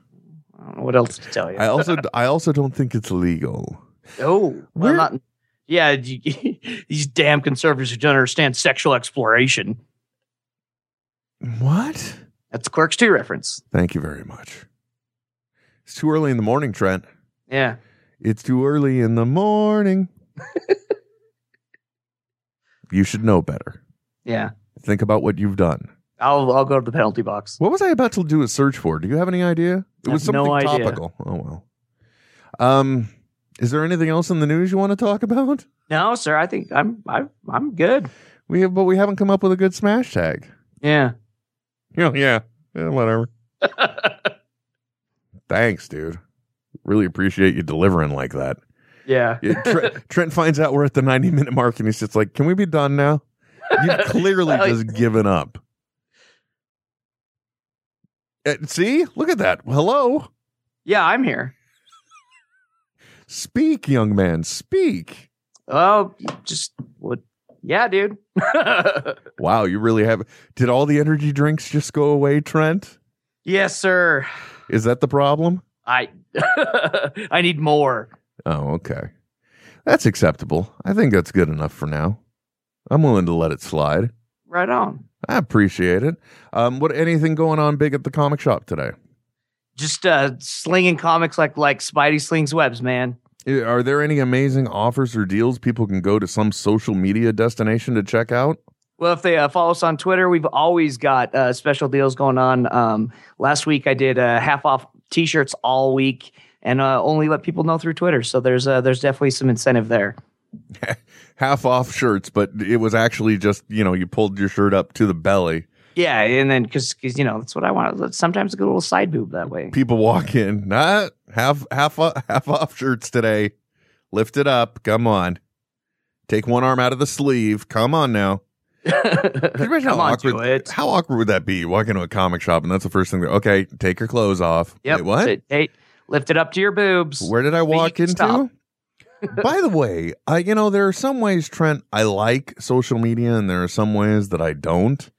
[SPEAKER 3] I don't know what else to tell you.
[SPEAKER 2] I also, I also don't think it's legal.
[SPEAKER 3] Oh, well,
[SPEAKER 2] Where-
[SPEAKER 3] not. Yeah, <laughs> you- these damn conservatives who don't understand sexual exploration.
[SPEAKER 2] What?
[SPEAKER 3] That's Clerks 2 reference.
[SPEAKER 2] Thank you very much. It's too early in the morning, Trent.
[SPEAKER 3] Yeah.
[SPEAKER 2] It's too early in the
[SPEAKER 3] <laughs>
[SPEAKER 2] morning. you should know better.
[SPEAKER 3] Yeah.
[SPEAKER 2] Think about what you've done.
[SPEAKER 3] I'll I'll go to the penalty box.
[SPEAKER 2] What was I about to do a search for? Do you have any idea? It
[SPEAKER 3] I
[SPEAKER 2] was
[SPEAKER 3] have
[SPEAKER 2] something
[SPEAKER 3] no idea.
[SPEAKER 2] topical. Oh well. Um, is there anything else in the news you want to talk about?
[SPEAKER 3] No, sir, I think I'm I, I'm good.
[SPEAKER 2] We have, but we haven't come up with a good smash tag.
[SPEAKER 3] Yeah.
[SPEAKER 2] Yeah, Oh, yeah, yeah whatever. <laughs> Thanks, dude. Really appreciate you delivering like that.
[SPEAKER 3] Yeah.
[SPEAKER 2] Yeah,
[SPEAKER 3] <laughs>
[SPEAKER 2] Trent, Trent finds out we're at the ninety minute mark, and he's just like, "Can we be done now?"
[SPEAKER 3] <laughs>
[SPEAKER 2] You've clearly
[SPEAKER 3] Well,
[SPEAKER 2] just given up. Uh, see, look at that. Hello.
[SPEAKER 3] Yeah, I'm here.
[SPEAKER 2] Speak, young man, speak.
[SPEAKER 3] Oh, just what Yeah, dude. <laughs>
[SPEAKER 2] Wow, you really have. Did all the energy drinks just go away, Trent?
[SPEAKER 3] yes, sir.
[SPEAKER 2] Is that the problem?
[SPEAKER 3] I <laughs> I need more.
[SPEAKER 2] Oh, okay. That's acceptable. I think that's good enough for now. I'm willing to let it slide.
[SPEAKER 3] Right on.
[SPEAKER 2] I appreciate it. Um, what anything going on big at the comic shop today?
[SPEAKER 3] Just uh slinging comics like like Spidey slings webs, man.
[SPEAKER 2] I- Are there any amazing offers or deals people can go to some social media destination to check out?
[SPEAKER 3] Well, if they uh, follow us on Twitter, we've always got uh, special deals going on. Um, last week, I did uh, half off T-shirts all week, and uh, only let people know through Twitter. So there's uh, there's definitely some incentive there.
[SPEAKER 2] Half off shirts, but it was actually just, you know, you pulled your shirt up to the belly.
[SPEAKER 3] Yeah, and then because you know that's what I want. Sometimes I get a little side boob that
[SPEAKER 2] <laughs>
[SPEAKER 3] way.
[SPEAKER 2] people walk in not half half o- half off shirts today lift it up come on take one arm out of the sleeve come on now Can you imagine
[SPEAKER 3] Come
[SPEAKER 2] how
[SPEAKER 3] on,
[SPEAKER 2] awkward
[SPEAKER 3] do it.
[SPEAKER 2] how awkward would that be you walk into a comic shop and that's the first thing that okay take your clothes off
[SPEAKER 3] Yep.
[SPEAKER 2] Wait, what
[SPEAKER 3] Hey, hey, lift it up to your boobs.
[SPEAKER 2] where did i
[SPEAKER 3] But you
[SPEAKER 2] walk
[SPEAKER 3] can
[SPEAKER 2] into
[SPEAKER 3] stop.
[SPEAKER 2] <laughs>
[SPEAKER 3] <laughs>
[SPEAKER 2] by the way i you know there are some ways trent i like social media and there are some ways that i don't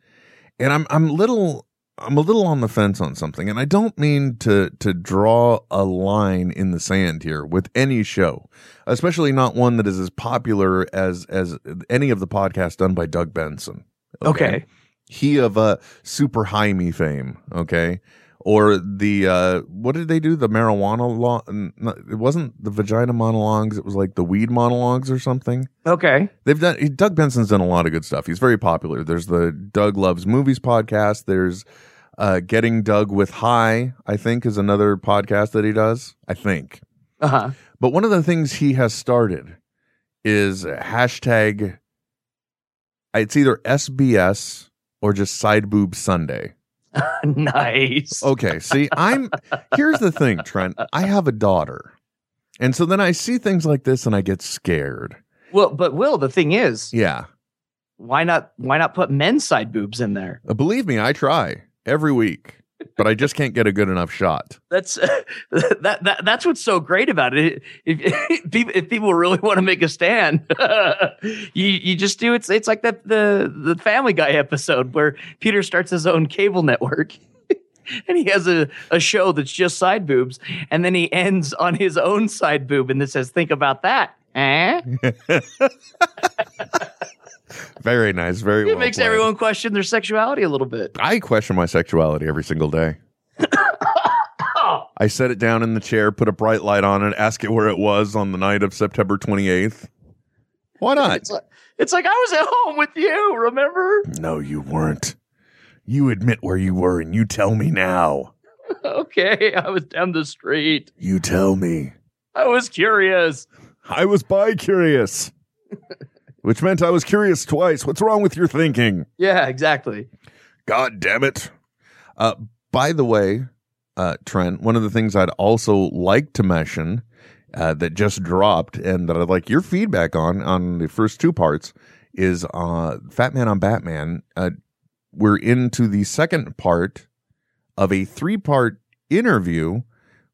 [SPEAKER 2] and i'm i'm little I'm a little on the fence on something, and I don't mean to to draw a line in the sand here with any show, especially not one that is as popular as as any of the podcasts done by Doug Benson.
[SPEAKER 3] Okay.
[SPEAKER 2] he of uh, super high me fame. Okay, or the uh, what did they do? The marijuana law? n- no, It wasn't the vagina monologues. It was like the weed monologues or something.
[SPEAKER 3] Okay.
[SPEAKER 2] They've done he- Doug Benson's done a lot of good stuff. He's very popular. There's the Doug Loves Movies podcast. There's uh, Getting Doug with High. I think is another podcast that he does. I think.
[SPEAKER 3] Uh huh.
[SPEAKER 2] But one of the things he has started is hashtag. It's either SBS or just side boob Sunday.
[SPEAKER 3] <laughs> nice.
[SPEAKER 2] Okay. See,
[SPEAKER 3] <laughs>
[SPEAKER 2] I'm here's the thing, Trent. I have a daughter, and so then I see things like this and I get scared.
[SPEAKER 3] Well, but Will, the thing is,
[SPEAKER 2] Yeah.
[SPEAKER 3] why not? Why not put men's side boobs in there?
[SPEAKER 2] Uh, Believe me, I try every week, but I just can't get a good enough shot.
[SPEAKER 3] That's <laughs> that, that that's what's so great about it. If if <laughs> people, if people really want to make a stand, <laughs> you you just do it's it's like that the the Family Guy episode where Peter starts his own cable network. <laughs> And he has a, a show that's just side boobs, and then he ends on his own side boob, and this says, "Think about that." Eh?
[SPEAKER 2] Very nice, very.
[SPEAKER 3] It
[SPEAKER 2] well
[SPEAKER 3] makes
[SPEAKER 2] played.
[SPEAKER 3] everyone question their sexuality a little bit.
[SPEAKER 2] I question my sexuality every single <coughs> day. I set it down in the chair, put a bright light on it, ask it where it was on the night of September 28th. Why not?
[SPEAKER 3] It's like, it's like I was at home with you, remember? <laughs>
[SPEAKER 2] No, you weren't. You admit where you were and you tell me now.
[SPEAKER 3] Okay, I was down the street.
[SPEAKER 2] You tell me.
[SPEAKER 3] I was curious.
[SPEAKER 2] I was bi curious, which meant I was curious twice. What's wrong with your thinking?
[SPEAKER 3] Yeah, exactly.
[SPEAKER 2] God damn it. Uh, by the way, uh, Trent, one of the things I'd also like to mention uh, that just dropped and that I'd like your feedback on, on the first two parts, is uh, Fat Man on Batman. Uh, we're into the second part of a three part interview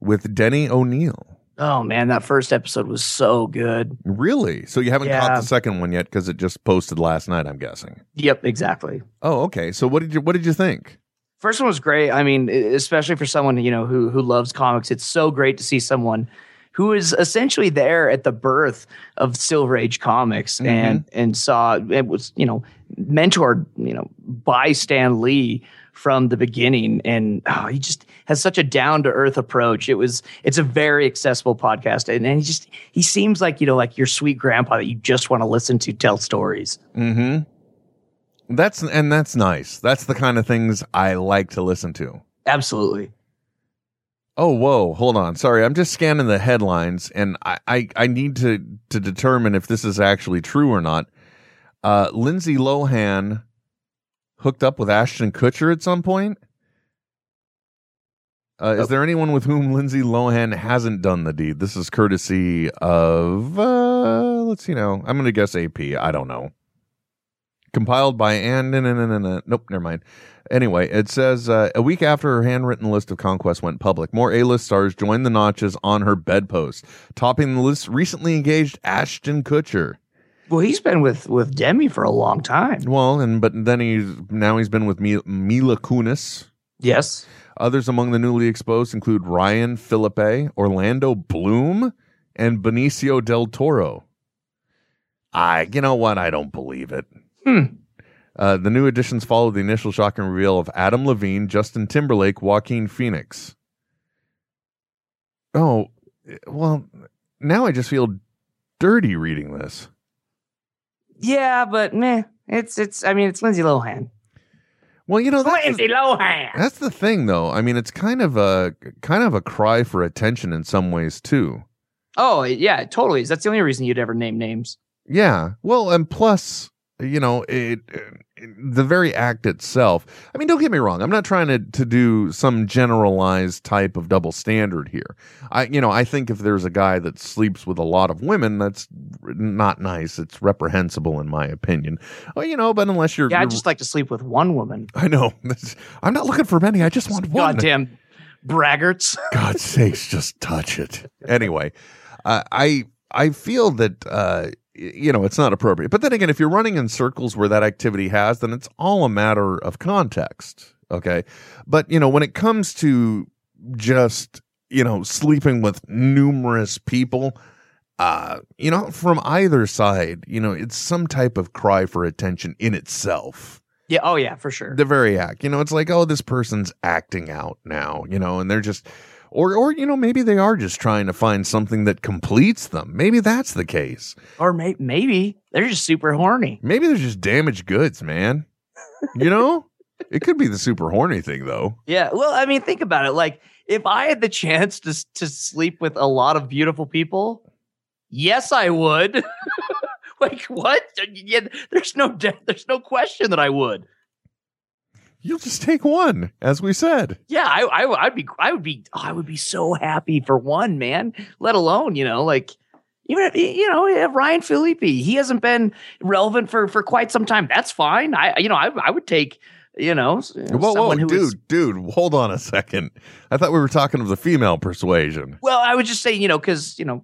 [SPEAKER 2] with Denny O'Neill.
[SPEAKER 3] Oh man, that first episode was so good.
[SPEAKER 2] Really? So you haven't
[SPEAKER 3] Yeah.
[SPEAKER 2] caught the second one yet because it just posted last night, I'm guessing.
[SPEAKER 3] Yep, exactly.
[SPEAKER 2] Oh, okay. So what did you what did you think?
[SPEAKER 3] First one was great. I mean, e- especially for someone you know who who loves comics, it's so great to see someone who is essentially there at the birth of Silver Age comics and and saw it was you know mentored you know by Stan Lee from the beginning and oh, he just has such a down to earth approach it was it's a very accessible podcast and, and he just he seems like you know like your sweet grandpa that you just want to listen to tell stories
[SPEAKER 2] Mm-hmm. That's and that's nice. That's the kind of things I like to listen to.
[SPEAKER 3] absolutely
[SPEAKER 2] Oh, whoa, hold on. Sorry, I'm just scanning the headlines and I, I, I need to, to determine if this is actually true or not. Uh Lindsay Lohan hooked up with Ashton Kutcher at some point. Uh, is there anyone with whom Lindsay Lohan hasn't done the deed? This is courtesy of uh, let's see now. I'm gonna guess AP. I don't know. Compiled by and no, no, no, no. nope, never mind. Anyway, it says uh, a week after her handwritten list of conquests went public, more A-list stars joined the notches on her bedpost, topping the list recently engaged Ashton Kutcher.
[SPEAKER 3] well he's been with with demi for a long time
[SPEAKER 2] Well, and but then he's now he's been with Mi- Mila Kunis.
[SPEAKER 3] Yes.
[SPEAKER 2] Others among the newly exposed include Ryan Philippe, Orlando Bloom, and Benicio del Toro. I, you know what? I don't believe it.
[SPEAKER 3] Hmm.
[SPEAKER 2] Uh, the new additions follow the initial shock and reveal of Adam Levine, Justin Timberlake, Joaquin Phoenix. Oh, well, now I just feel dirty reading this.
[SPEAKER 3] Yeah, but meh. It's it's. I mean, it's Lindsay Lohan.
[SPEAKER 2] Well, you know, that's the-
[SPEAKER 3] Lohan.
[SPEAKER 2] That's the thing, though. I mean, it's kind of a kind of a cry for attention in some ways too.
[SPEAKER 3] Oh yeah, it totally. is. That's the only reason you'd ever name names.
[SPEAKER 2] Yeah. Well, and plus, you know, it, it- the very act itself. I mean, don't get me wrong. I'm not trying to to do some generalized type of double standard here. I, you know, I think if there's a guy that sleeps with a lot of women, that's not nice. It's reprehensible, in my opinion. Well, you know, but unless you're,
[SPEAKER 3] Yeah, I
[SPEAKER 2] you're-
[SPEAKER 3] just like to sleep with one woman.
[SPEAKER 2] I know. <laughs> I'm not looking for many. I just want one.
[SPEAKER 3] Goddamn braggarts. <laughs>
[SPEAKER 2] God's sakes, just touch it. Anyway, uh, I I feel that uh, y- you know it's not appropriate. But then again, if you're running in circles where that activity has, then it's all a matter of context. Okay. But, you know, when it comes to just, you know, sleeping with numerous people, uh, you know, from either side, you know, it's some type of cry for attention in itself.
[SPEAKER 3] Yeah. Oh, yeah, for sure.
[SPEAKER 2] The very act. You know, it's like, oh, this person's acting out now, you know, and they're just or or you know, maybe they are just trying to find something that completes them. Maybe that's the case.
[SPEAKER 3] Or may- maybe they're just super horny.
[SPEAKER 2] Maybe they're just damaged goods, man. You <laughs> know? it could be the super horny thing though.
[SPEAKER 3] Yeah. Well, I mean, think about it. Like, if I had the chance to s- to sleep with a lot of beautiful people, yes, I would. <laughs> like, what? Yeah, there's no de- there's no question that I would.
[SPEAKER 2] You'll just take one, as we said.
[SPEAKER 3] Yeah, I, I I'd be I would be oh, I would be so happy for one man. Let alone you know like. Even if, you know yeah, Ryan Felipe, he hasn't been relevant for for quite some time. That's fine. I you know I I would take you know s- uh,
[SPEAKER 2] Whoa, whoa,
[SPEAKER 3] someone who
[SPEAKER 2] dude,
[SPEAKER 3] is-
[SPEAKER 2] dude, hold on a second. I thought we were talking of the female persuasion.
[SPEAKER 3] Well, I would just say, you know, because you know,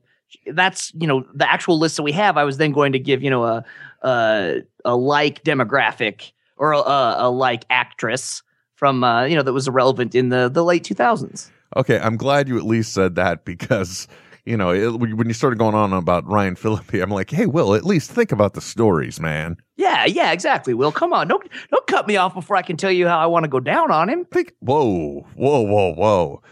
[SPEAKER 3] that's you know the actual list that we have. I was then going to give you know a a, a like demographic or a, a, a like actress from uh, you know that was relevant in the the late two thousands.
[SPEAKER 2] Okay, I'm glad you at least said that because you know it, when you- when you started going on about Ryan Phillippe, I'm like, hey, Will, at least think about the stories, man.
[SPEAKER 3] Yeah, yeah, exactly. Will, come on, don't don't cut me off before I can tell you how I want to go down on him.
[SPEAKER 2] Think, whoa, whoa, whoa, whoa.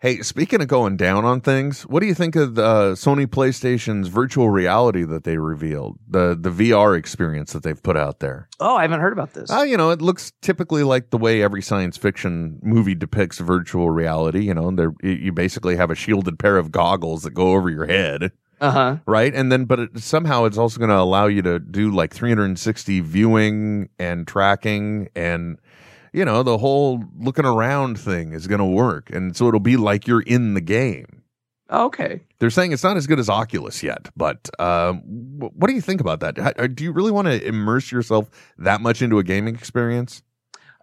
[SPEAKER 2] Hey, speaking of going down on things, what do you think of uh, Sony PlayStation's virtual reality that they revealed, the the VR experience that they've put out there?
[SPEAKER 3] Oh, I haven't heard about this.
[SPEAKER 2] Uh, you know, it looks typically like the way every science fiction movie depicts virtual reality. You know, they're, you you basically have a shielded pair of goggles that go over your head,
[SPEAKER 3] Uh huh.
[SPEAKER 2] right? And then, but it, somehow it's also going to allow you to do like 360 viewing and tracking and. You know, the whole looking around thing is going to work. And so it'll be like you're in the game.
[SPEAKER 3] Okay.
[SPEAKER 2] They're saying it's not as good as Oculus yet, but um, wh- what do you think about that? How- Do you really want to immerse yourself that much into a gaming experience?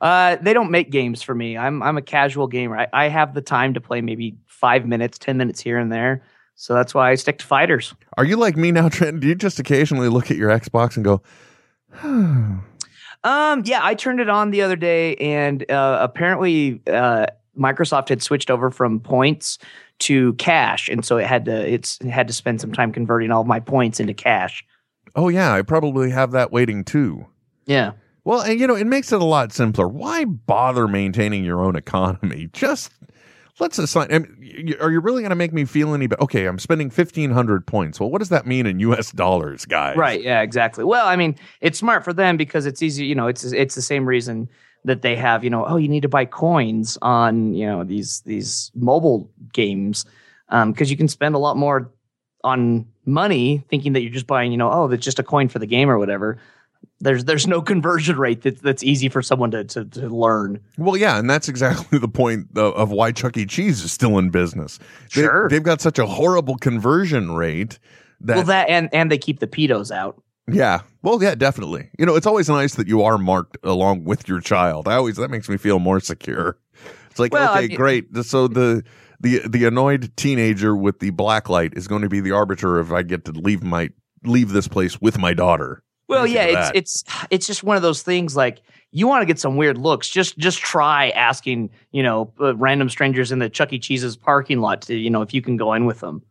[SPEAKER 3] Uh, they don't make games for me. I'm I'm a casual gamer. I, I have the time to play maybe five minutes, ten minutes here and there. So that's why I stick to fighters.
[SPEAKER 2] Are you like me now, Trent? Do you just occasionally look at your Xbox and go, <sighs>
[SPEAKER 3] Um, yeah, I turned it on the other day, and uh, apparently uh, Microsoft had switched over from points to cash, and so it had to it's it had to spend some time converting all of my points into cash.
[SPEAKER 2] oh, yeah, I probably have that waiting too?
[SPEAKER 3] Yeah,
[SPEAKER 2] Well, and you know, it makes it a lot simpler. Why bother maintaining your own economy? <laughs> Just let's assign. I mean, y- y- are you really going to make me feel any better? Okay, I'm spending 1,500 points. Well, what does that mean in US dollars, guys?
[SPEAKER 3] right. Yeah, exactly. Well, I mean, it's smart for them because it's easy. You know, it's it's the same reason that they have. You know, oh, you need to buy coins on you know these these mobile games because you can spend a lot more on money thinking that you're just buying. You know, oh, that's just a coin for the game or whatever. There's there's no <laughs> conversion rate that, that's easy for someone to, to to learn.
[SPEAKER 2] Well, yeah, and that's exactly <laughs> the point of, of why Chuck E. Cheese is still in business. They-
[SPEAKER 3] Sure.
[SPEAKER 2] They've got such a horrible conversion rate that.
[SPEAKER 3] well, that and and they keep the pedos out.
[SPEAKER 2] Yeah. Well, yeah, definitely. You know, it's always nice that you are marked along with your child. I always that makes me feel more secure. It's like,
[SPEAKER 3] Well, I
[SPEAKER 2] okay,
[SPEAKER 3] mean-
[SPEAKER 2] great. Th- So the the the annoyed teenager with the black light is going to be the arbiter if I get to leave my leave this place with my
[SPEAKER 3] <laughs>
[SPEAKER 2] daughter.
[SPEAKER 3] Well,
[SPEAKER 2] Think of
[SPEAKER 3] yeah, it's
[SPEAKER 2] that.
[SPEAKER 3] it's <sighs> it's just one of those things. Like you want to get some weird looks, just just try asking you know uh, random strangers in the Chuck E. Cheese's parking lot to you know if you can go in with them.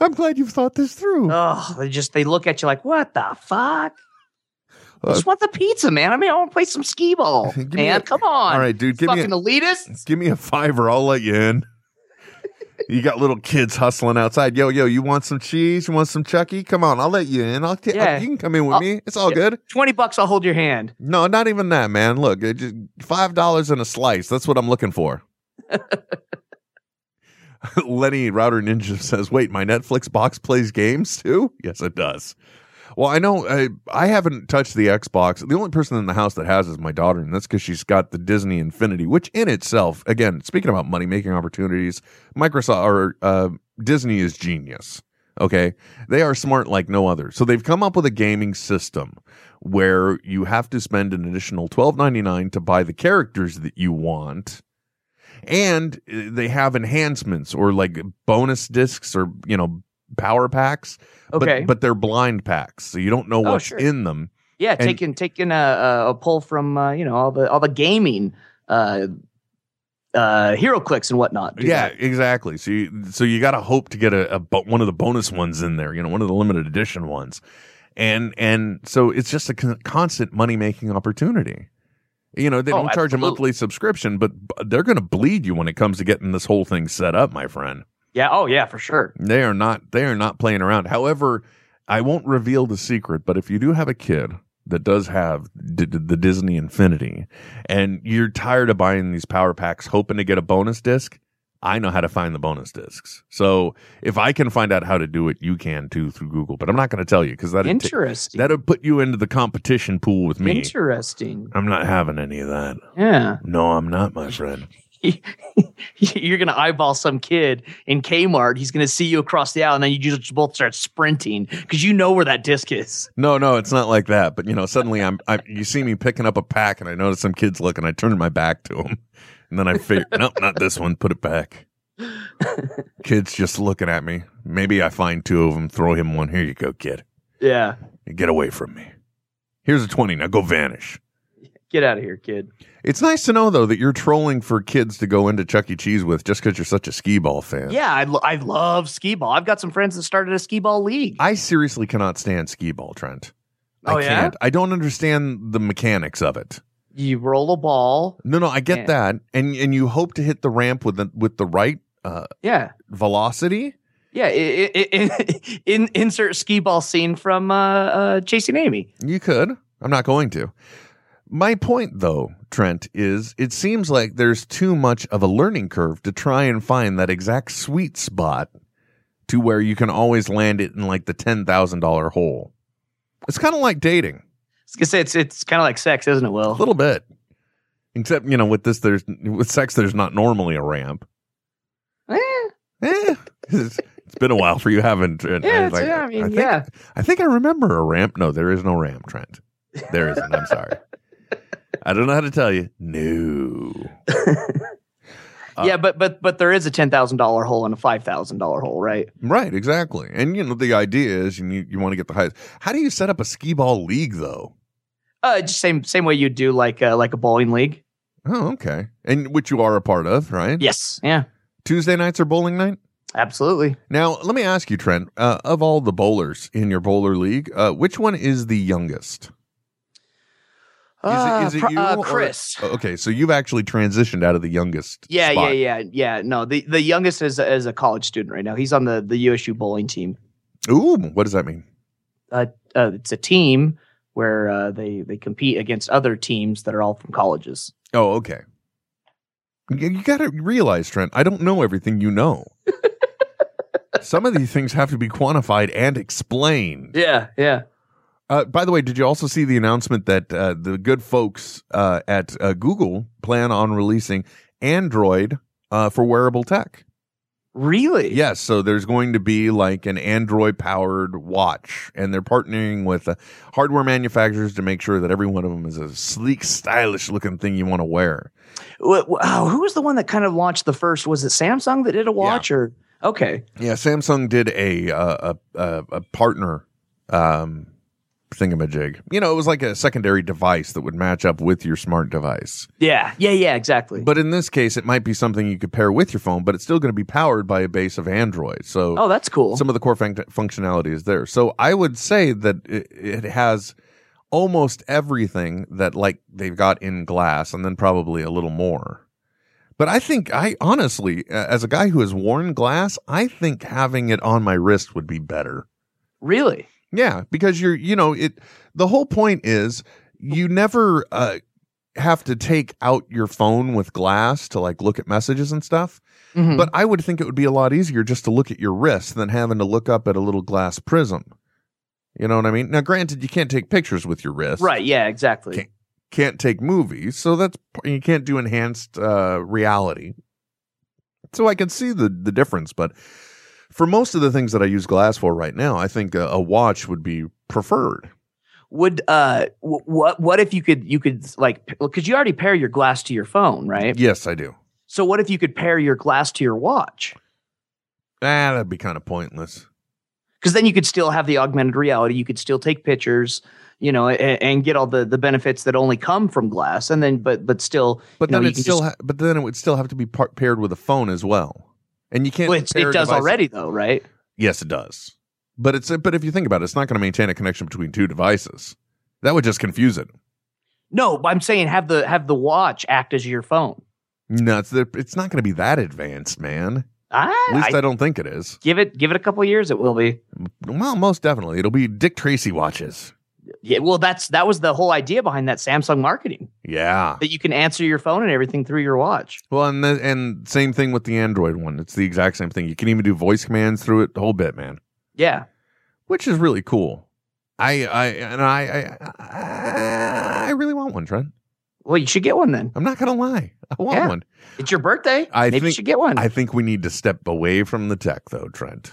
[SPEAKER 2] I'm glad you've thought this through.
[SPEAKER 3] Oh, they just they look at you like what the fuck. I
[SPEAKER 2] Uh,
[SPEAKER 3] just want the pizza, man. I mean, I want to play some skee ball,
[SPEAKER 2] <laughs> Give me
[SPEAKER 3] man.
[SPEAKER 2] a-
[SPEAKER 3] Come on,
[SPEAKER 2] All right, dude, give me a-
[SPEAKER 3] fucking elitists.
[SPEAKER 2] <laughs> Give me a fiver, I'll let you in. you got little kids hustling outside. Yo, yo, you want some cheese? You want some Chucky? Come on, I'll let you in. I'll, t-
[SPEAKER 3] Yeah.
[SPEAKER 2] you can come in with
[SPEAKER 3] I'll-
[SPEAKER 2] me. It's all
[SPEAKER 3] Yeah.
[SPEAKER 2] good.
[SPEAKER 3] Twenty bucks, I'll hold your hand.
[SPEAKER 2] No, not even that, man. Look, it just five dollars and a slice. That's what I'm looking for. <laughs> Lenny Router Ninja says, "Wait, my Netflix box plays games too? Yes, it does." Well, I know I, I haven't touched the Xbox. The only person in the house that has is my daughter, and that's because she's got the Disney Infinity, which in itself, again, speaking about money making opportunities, Microsoft or uh, Disney is genius. Okay, they are smart like no other. So they've come up with a gaming system where you have to spend an additional twelve ninety nine to buy the characters that you want, and uh, they have enhancements or like bonus discs or you know power packs.
[SPEAKER 3] Okay.
[SPEAKER 2] but, but they're blind packs, so you don't know
[SPEAKER 3] Oh,
[SPEAKER 2] what's
[SPEAKER 3] sure.
[SPEAKER 2] in them.
[SPEAKER 3] Yeah,
[SPEAKER 2] And-
[SPEAKER 3] taking taking a, a, a pull from uh, you know all the all the gaming uh, uh, hero clicks and whatnot. Do
[SPEAKER 2] yeah,
[SPEAKER 3] that.
[SPEAKER 2] exactly. So you, so you got to hope to get a, a bo- one of the bonus ones in there, you know, one of the limited edition ones, and and so it's just a con- constant money making opportunity. You know, they
[SPEAKER 3] Oh,
[SPEAKER 2] don't charge a
[SPEAKER 3] absolutely.
[SPEAKER 2] monthly subscription, but b- they're going to bleed you when it comes to getting this whole thing set up, my friend.
[SPEAKER 3] yeah. Oh yeah, for sure.
[SPEAKER 2] They are not they are not playing around. However, I won't reveal the secret, but if you do have a kid that does have d- d- the Disney Infinity and you're tired of buying these power packs hoping to get a bonus disc, I know how to find the bonus discs. So, if I can find out how to do it, you can too through Google, but I'm not going to tell you cuz that
[SPEAKER 3] Interesting.
[SPEAKER 2] that'll put you into the competition pool with me.
[SPEAKER 3] Interesting.
[SPEAKER 2] I'm not having any of that.
[SPEAKER 3] Yeah. <laughs>
[SPEAKER 2] No, I'm not, my friend.
[SPEAKER 3] You're gonna eyeball some kid in Kmart. He's gonna see you across the aisle, and then you just both start sprinting because you know where that disc is.
[SPEAKER 2] No, no, it's not like that. But you know, suddenly I'm, I, you see me picking up a pack, and I notice some kids looking. I turn my back to them, and then I
[SPEAKER 3] <laughs>
[SPEAKER 2] figure, nope, not this one. Put it back. kids just looking at me. Maybe I find two of them, throw him one. Here you go, kid.
[SPEAKER 3] Yeah.
[SPEAKER 2] Get away from me. Here's a twenty. Now go vanish.
[SPEAKER 3] Get out of here, kid.
[SPEAKER 2] It's nice to know though that you're trolling for kids to go into Chuck E. Cheese with just because you're such a skee ball fan.
[SPEAKER 3] Yeah, I, lo- I love skee ball. I've got some friends that started a skee ball league.
[SPEAKER 2] I seriously cannot stand skee ball, Trent. I
[SPEAKER 3] Oh, yeah?
[SPEAKER 2] can't. I don't understand the mechanics of it.
[SPEAKER 3] You roll a ball.
[SPEAKER 2] No, no, I get
[SPEAKER 3] Yeah.
[SPEAKER 2] that, and and you hope to hit the ramp with the with the right uh,
[SPEAKER 3] Yeah.
[SPEAKER 2] velocity.
[SPEAKER 3] Yeah, i i i in, <laughs> insert skee ball scene from uh, uh, Chasing Amy.
[SPEAKER 2] You could. I'm not going to. My point, though, Trent, is it seems like there's too much of a learning curve to try and find that exact sweet spot to where you can always land it in like the ten thousand dollar hole. It's kind of like dating,
[SPEAKER 3] I was gonna say it's it's kind of like sex, isn't it?
[SPEAKER 2] a
[SPEAKER 3] Will
[SPEAKER 2] little bit. Except you know, with this, there's with sex, there's not normally a ramp.
[SPEAKER 3] Eh,
[SPEAKER 2] Eh, <laughs> it's it's been a while for you, haven't? Trent?
[SPEAKER 3] yeah,
[SPEAKER 2] was
[SPEAKER 3] it's-
[SPEAKER 2] like,
[SPEAKER 3] yeah, I mean,
[SPEAKER 2] think-
[SPEAKER 3] yeah,
[SPEAKER 2] I think I remember a ramp. No, there is no ramp, Trent. There isn't. I'm <laughs> sorry. I don't know how to tell you. No. uh,
[SPEAKER 3] yeah, but but but there is a ten thousand dollar hole and a five thousand dollar hole, right?
[SPEAKER 2] Right, exactly. And you know the idea is you need, you want to get the highest. How do you set up a skee ball league though?
[SPEAKER 3] Uh, just same same way you do like uh, like a bowling league.
[SPEAKER 2] Oh, okay. And which you are a part of, right?
[SPEAKER 3] Yes, yeah,
[SPEAKER 2] Tuesday nights are bowling night.
[SPEAKER 3] absolutely.
[SPEAKER 2] Now, let me ask you, Trent. Uh, of all the bowlers in your bowler league, uh, which one is the youngest?
[SPEAKER 3] Ah, pro- uh,
[SPEAKER 2] or- Oh,
[SPEAKER 3] Chris?
[SPEAKER 2] okay, so you've actually transitioned out of the youngest.
[SPEAKER 3] yeah,
[SPEAKER 2] spot.
[SPEAKER 3] yeah, yeah, yeah. No, the the youngest is is a college student right now. He's on the the USU bowling team.
[SPEAKER 2] Ooh, what does that mean?
[SPEAKER 3] Uh, it's a team where uh, they they compete against other teams that are all from colleges.
[SPEAKER 2] Oh, okay. You, you got to realize, Trent, I don't know everything you know. Some of these things have to be quantified and explained.
[SPEAKER 3] Yeah, yeah.
[SPEAKER 2] Uh, by the way, did you also see the announcement that uh, the good folks uh, at uh, Google plan on releasing Android uh, for wearable tech?
[SPEAKER 3] Really?
[SPEAKER 2] Yes, so there's going to be like an Android powered watch, and they're partnering with uh, hardware manufacturers to make sure that every one of them is a sleek, stylish looking thing you want to wear.
[SPEAKER 3] Wh- wh- Oh, who was the one that kind of launched the first? Was it Samsung that did a watch or? Okay.
[SPEAKER 2] Yeah, Samsung did a uh, a a, a partner um, thingamajig. You know, it was like a secondary device that would match up with your smart device.
[SPEAKER 3] Yeah. Yeah. Yeah. Exactly.
[SPEAKER 2] But in this case, it might be something you could pair with your phone, but it's still going to be powered by a base of Android. So
[SPEAKER 3] oh, that's cool.
[SPEAKER 2] some of the core func- functionality is there. So I would say that it, it has almost everything that like they've got in glass, and then probably a little more. But I think I honestly, a- as a guy who has worn glass, I think having it on my wrist would be better.
[SPEAKER 3] really?
[SPEAKER 2] Yeah, because you're, you know, it. The whole point is you never uh, have to take out your phone with glass to like look at messages and stuff.
[SPEAKER 3] Mhm.
[SPEAKER 2] But I would think it would be a lot easier just to look at your wrist than having to look up at a little glass prism. You know what I mean? Now, granted, you can't take pictures with your wrist.
[SPEAKER 3] right. Yeah. Exactly.
[SPEAKER 2] Okay. Can't take movies. So that's, you can't do enhanced uh, reality. So I can see the, the difference. But for most of the things that I use glass for right now, I think a, a watch would be preferred.
[SPEAKER 3] Would uh, w- what what if you could you could like because you already pair your glass to your phone, right?
[SPEAKER 2] Yes, I do.
[SPEAKER 3] So what if you could pair your glass to your watch?
[SPEAKER 2] Ah, that'd be kind of pointless.
[SPEAKER 3] because then you could still have the augmented reality. You could still take pictures, you know, and, and get all the the benefits that only come from glass. And then, but but still,
[SPEAKER 2] But
[SPEAKER 3] you know,
[SPEAKER 2] then
[SPEAKER 3] you
[SPEAKER 2] it
[SPEAKER 3] can
[SPEAKER 2] still,
[SPEAKER 3] just-
[SPEAKER 2] ha- but then it would still have to be par- paired with a phone as well, and you can't.
[SPEAKER 3] Well, it's-
[SPEAKER 2] pair
[SPEAKER 3] it
[SPEAKER 2] a
[SPEAKER 3] does
[SPEAKER 2] device-
[SPEAKER 3] already though, right?
[SPEAKER 2] Yes, it does. But it's but if you think about it, it's not going to maintain a connection between two devices. That would just confuse it.
[SPEAKER 3] No, but I'm saying have the have the watch act as your phone.
[SPEAKER 2] No, it's the, it's not going to be that advanced, man.
[SPEAKER 3] I,
[SPEAKER 2] At least I,
[SPEAKER 3] I-
[SPEAKER 2] don't think it is.
[SPEAKER 3] give it give it a couple years. It will be.
[SPEAKER 2] Well, most definitely, it'll be Dick Tracy watches.
[SPEAKER 3] Yeah. Well, that's that was the whole idea behind that Samsung marketing
[SPEAKER 2] Yeah.
[SPEAKER 3] that you can answer your phone and everything through your watch.
[SPEAKER 2] Well, and the, and same thing with the Android one. It's the exact same thing. You can even do voice commands through it, the whole bit, man.
[SPEAKER 3] Yeah.
[SPEAKER 2] Which is really cool. I I and I I, I really want one, Trent.
[SPEAKER 3] Well, you should get one then.
[SPEAKER 2] I'm not gonna lie. I want
[SPEAKER 3] Yeah.
[SPEAKER 2] one.
[SPEAKER 3] It's your birthday.
[SPEAKER 2] I
[SPEAKER 3] Maybe you
[SPEAKER 2] think-
[SPEAKER 3] should get <laughs> one.
[SPEAKER 2] I think we need to step away from the tech, though, Trent.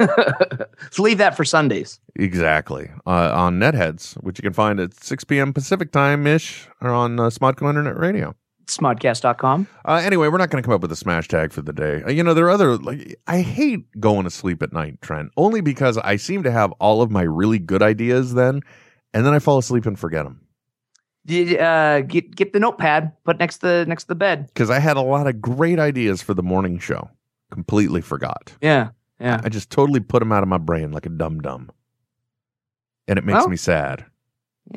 [SPEAKER 3] Let's leave that for Sundays.
[SPEAKER 2] Exactly. Uh, on Netheads, which you can find at 6 p.m. Pacific time ish, or on uh, Smodco Internet Radio.
[SPEAKER 3] Smodcast.com.
[SPEAKER 2] Uh, anyway, we're not going to come up with a smash tag for the day. Uh, you know, there are other. Like, I hate going to sleep at night, Trent, only because I seem to have all of my really good ideas then, and then I fall asleep and forget them.
[SPEAKER 3] Did, Uh, get get the notepad, put next to the next to the bed.
[SPEAKER 2] Because I had a lot of great ideas for the morning show, completely forgot.
[SPEAKER 3] Yeah, yeah.
[SPEAKER 2] I just totally put them out of my brain like a dum dum, and it makes
[SPEAKER 3] Well-
[SPEAKER 2] me sad.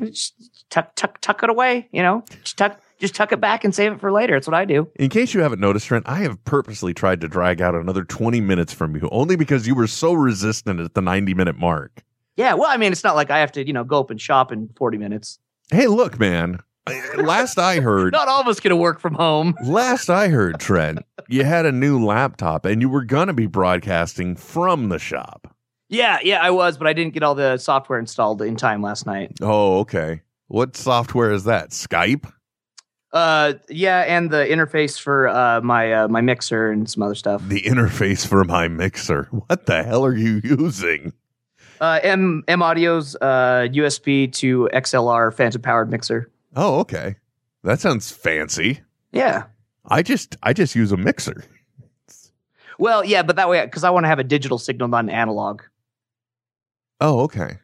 [SPEAKER 3] Just tuck tuck tuck it away. You know, just tuck just tuck it back and save it for later. That's what I do.
[SPEAKER 2] In case you haven't noticed, Trent, I have purposely tried to drag out another 20 minutes from you only because you were so resistant at the 90 minute mark.
[SPEAKER 3] Yeah. Well, I mean, it's not like I have to you know go up and shop in forty minutes.
[SPEAKER 2] Hey, look, <laughs> man. I- Last I heard,
[SPEAKER 3] Not all of us gonna work from home.
[SPEAKER 2] last I heard, Trent, you had a new laptop and you were going to be broadcasting from the shop.
[SPEAKER 3] Yeah, yeah, I was, but I didn't get all the software installed in time last night.
[SPEAKER 2] Oh, okay. What software is that? Skype?
[SPEAKER 3] Uh, yeah, and the interface for uh, my uh, my mixer and some other stuff.
[SPEAKER 2] The interface for my mixer. What the hell are you using?
[SPEAKER 3] Uh, M M Audio's uh, USB to XLR phantom powered mixer.
[SPEAKER 2] Oh, okay. That sounds fancy.
[SPEAKER 3] Yeah.
[SPEAKER 2] I just I just use a mixer.
[SPEAKER 3] Well, yeah, but that way, because I want to have a digital signal, not an analog.
[SPEAKER 2] Oh, okay.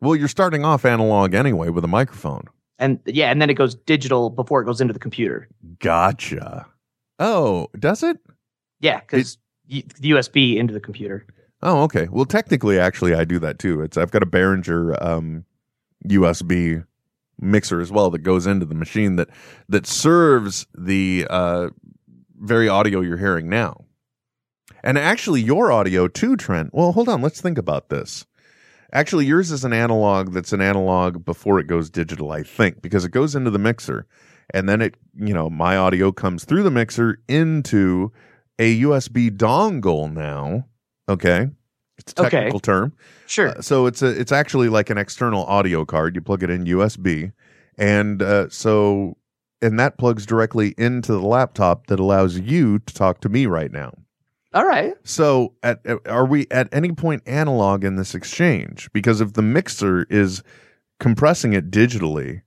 [SPEAKER 2] Well, you're starting off analog anyway with a microphone.
[SPEAKER 3] And yeah, and then it goes digital before it goes into the computer.
[SPEAKER 2] Gotcha. Oh, does it?
[SPEAKER 3] Yeah, because USB into the computer.
[SPEAKER 2] Oh, okay. Well, technically, actually, I do that too. It's I've got a Behringer um, USB mixer as well that goes into the machine that that serves the uh, very audio you're hearing now, and actually your audio too, Trent. Well, hold on. Let's think about this. Actually, yours is an analog that's an analog before it goes digital, I think, because it goes into the mixer, and then it, you know, my audio comes through the mixer into a USB dongle now. Okay. It's a
[SPEAKER 3] Okay.
[SPEAKER 2] technical term.
[SPEAKER 3] Sure.
[SPEAKER 2] Uh, so it's a it's actually like an external audio card. You plug it in USB, and uh, so and that plugs directly into the laptop that allows you to talk to me right now.
[SPEAKER 3] all right.
[SPEAKER 2] So at, at- are we at any point analog in this exchange? Because if the mixer is compressing it digitally,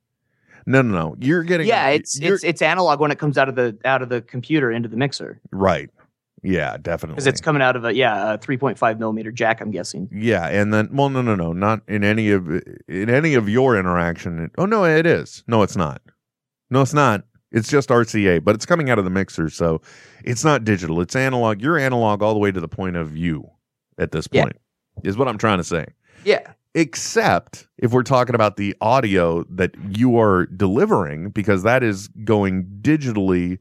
[SPEAKER 2] no, no, no, you're getting
[SPEAKER 3] Yeah, it's
[SPEAKER 2] you're-
[SPEAKER 3] it's it's analog when it comes out of the out of the computer into the mixer
[SPEAKER 2] right. Yeah, definitely.
[SPEAKER 3] because it's coming out of a yeah a three point five millimeter jack. I'm guessing.
[SPEAKER 2] Yeah, and then well, no, no, no, not in any of in any of your interaction. It- oh no, it is. No, it's not. No, it's not. It's just RCA, but it's coming out of the mixer, so it's not digital. It's analog. You're analog all the way to the point of you at this
[SPEAKER 3] Yeah.
[SPEAKER 2] point, is what I'm trying to say.
[SPEAKER 3] Yeah.
[SPEAKER 2] Except if we're talking about the audio that you are delivering, because that is going digitally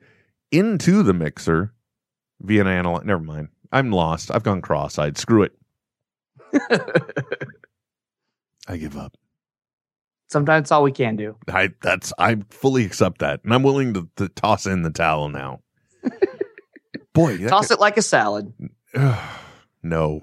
[SPEAKER 2] into the mixer via an analog. Never mind. I'm lost. I've gone cross-eyed. Screw it. I give up.
[SPEAKER 3] Sometimes it's all we can do.
[SPEAKER 2] I that's I fully accept that, and I'm willing to, to toss in the towel now. Boy, that
[SPEAKER 3] Toss it like a salad.
[SPEAKER 2] <sighs> no,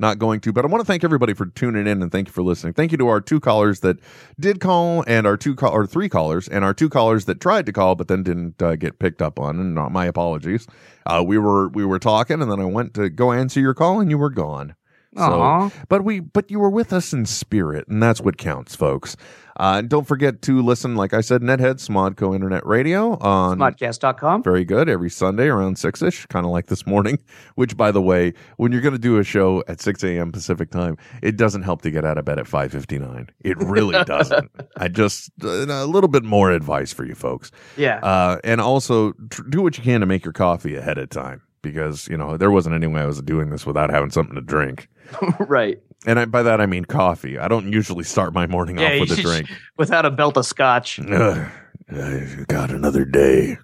[SPEAKER 2] not going to. But I want to thank everybody for tuning in and thank you for listening. Thank you to our two callers that did call and our two call or three callers and our two callers that tried to call but then didn't uh, get picked up on. And uh, my apologies. Uh, we were we were talking and then I went to go answer your call and you were gone.
[SPEAKER 3] Aw.
[SPEAKER 2] but we, but you were with us in spirit, and that's what counts, folks. Uh, and don't forget to listen, like I said, Nethead Smodco Internet Radio on
[SPEAKER 3] Smodcast.com.
[SPEAKER 2] Very good. Every Sunday around six ish, kind of like this morning. <laughs> Which, by the way, when you're going to do a show at six a.m. Pacific time, it doesn't help to get out of bed at five fifty nine. It
[SPEAKER 3] <laughs>
[SPEAKER 2] really doesn't. I just uh, a little bit more advice for you folks.
[SPEAKER 3] Yeah.
[SPEAKER 2] Uh, and also tr- do what you can to make your coffee ahead of time because you know there wasn't any way I was doing this without having something to drink.
[SPEAKER 3] <laughs> right.
[SPEAKER 2] And I, by that I mean coffee. I don't usually start my morning
[SPEAKER 3] Yeah, you
[SPEAKER 2] off with a
[SPEAKER 3] should-
[SPEAKER 2] drink.
[SPEAKER 3] Without a belt of scotch.
[SPEAKER 2] Ugh, I've got another day.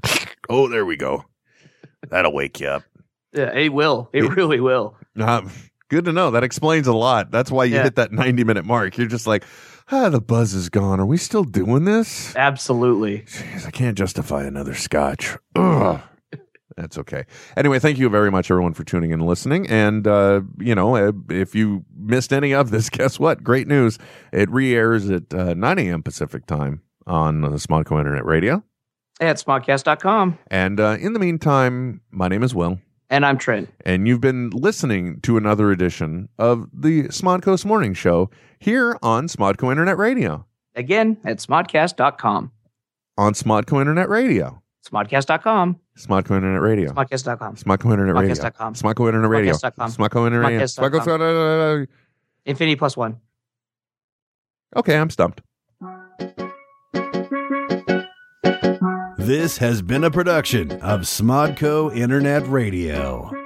[SPEAKER 2] Oh, there we go. That'll wake you up.
[SPEAKER 3] Yeah, it will. It really will.
[SPEAKER 2] Uh, good to know. That explains a lot. That's why you
[SPEAKER 3] Yeah.
[SPEAKER 2] hit that 90 minute mark. You're just like, ah, the buzz is gone. Are we still doing this?
[SPEAKER 3] Absolutely.
[SPEAKER 2] Jeez, I can't justify another scotch. Ugh. That's okay. Anyway, thank you very much, everyone, for tuning in and listening. And, uh, you know, uh, if you missed any of this, <laughs> guess what? Great news. It re airs at uh, 9 a.m. Pacific time on the Smodco Internet Radio.
[SPEAKER 3] At smodcast.com.
[SPEAKER 2] And uh, in the meantime, my name is Will.
[SPEAKER 3] And I'm Trent.
[SPEAKER 2] and you've been listening to another edition of the Smodcoast Morning Show here on Smodco Internet Radio.
[SPEAKER 3] Again, at smodcast.com.
[SPEAKER 2] On Smodco Internet Radio.
[SPEAKER 3] Smodcast.com.
[SPEAKER 2] Smodco Internet Radio.
[SPEAKER 3] Smodcast.com.
[SPEAKER 2] Smodco Internet Radio.
[SPEAKER 3] Smodcast.com.
[SPEAKER 2] Smodco Internet Radio.
[SPEAKER 3] Smodcast.com.
[SPEAKER 2] Smodco Internet Radio.
[SPEAKER 3] Smodcast.com.
[SPEAKER 2] Smodco-
[SPEAKER 3] Infinity plus one.
[SPEAKER 2] Okay, I'm stumped.
[SPEAKER 1] This has been a production of Smodco Internet Radio.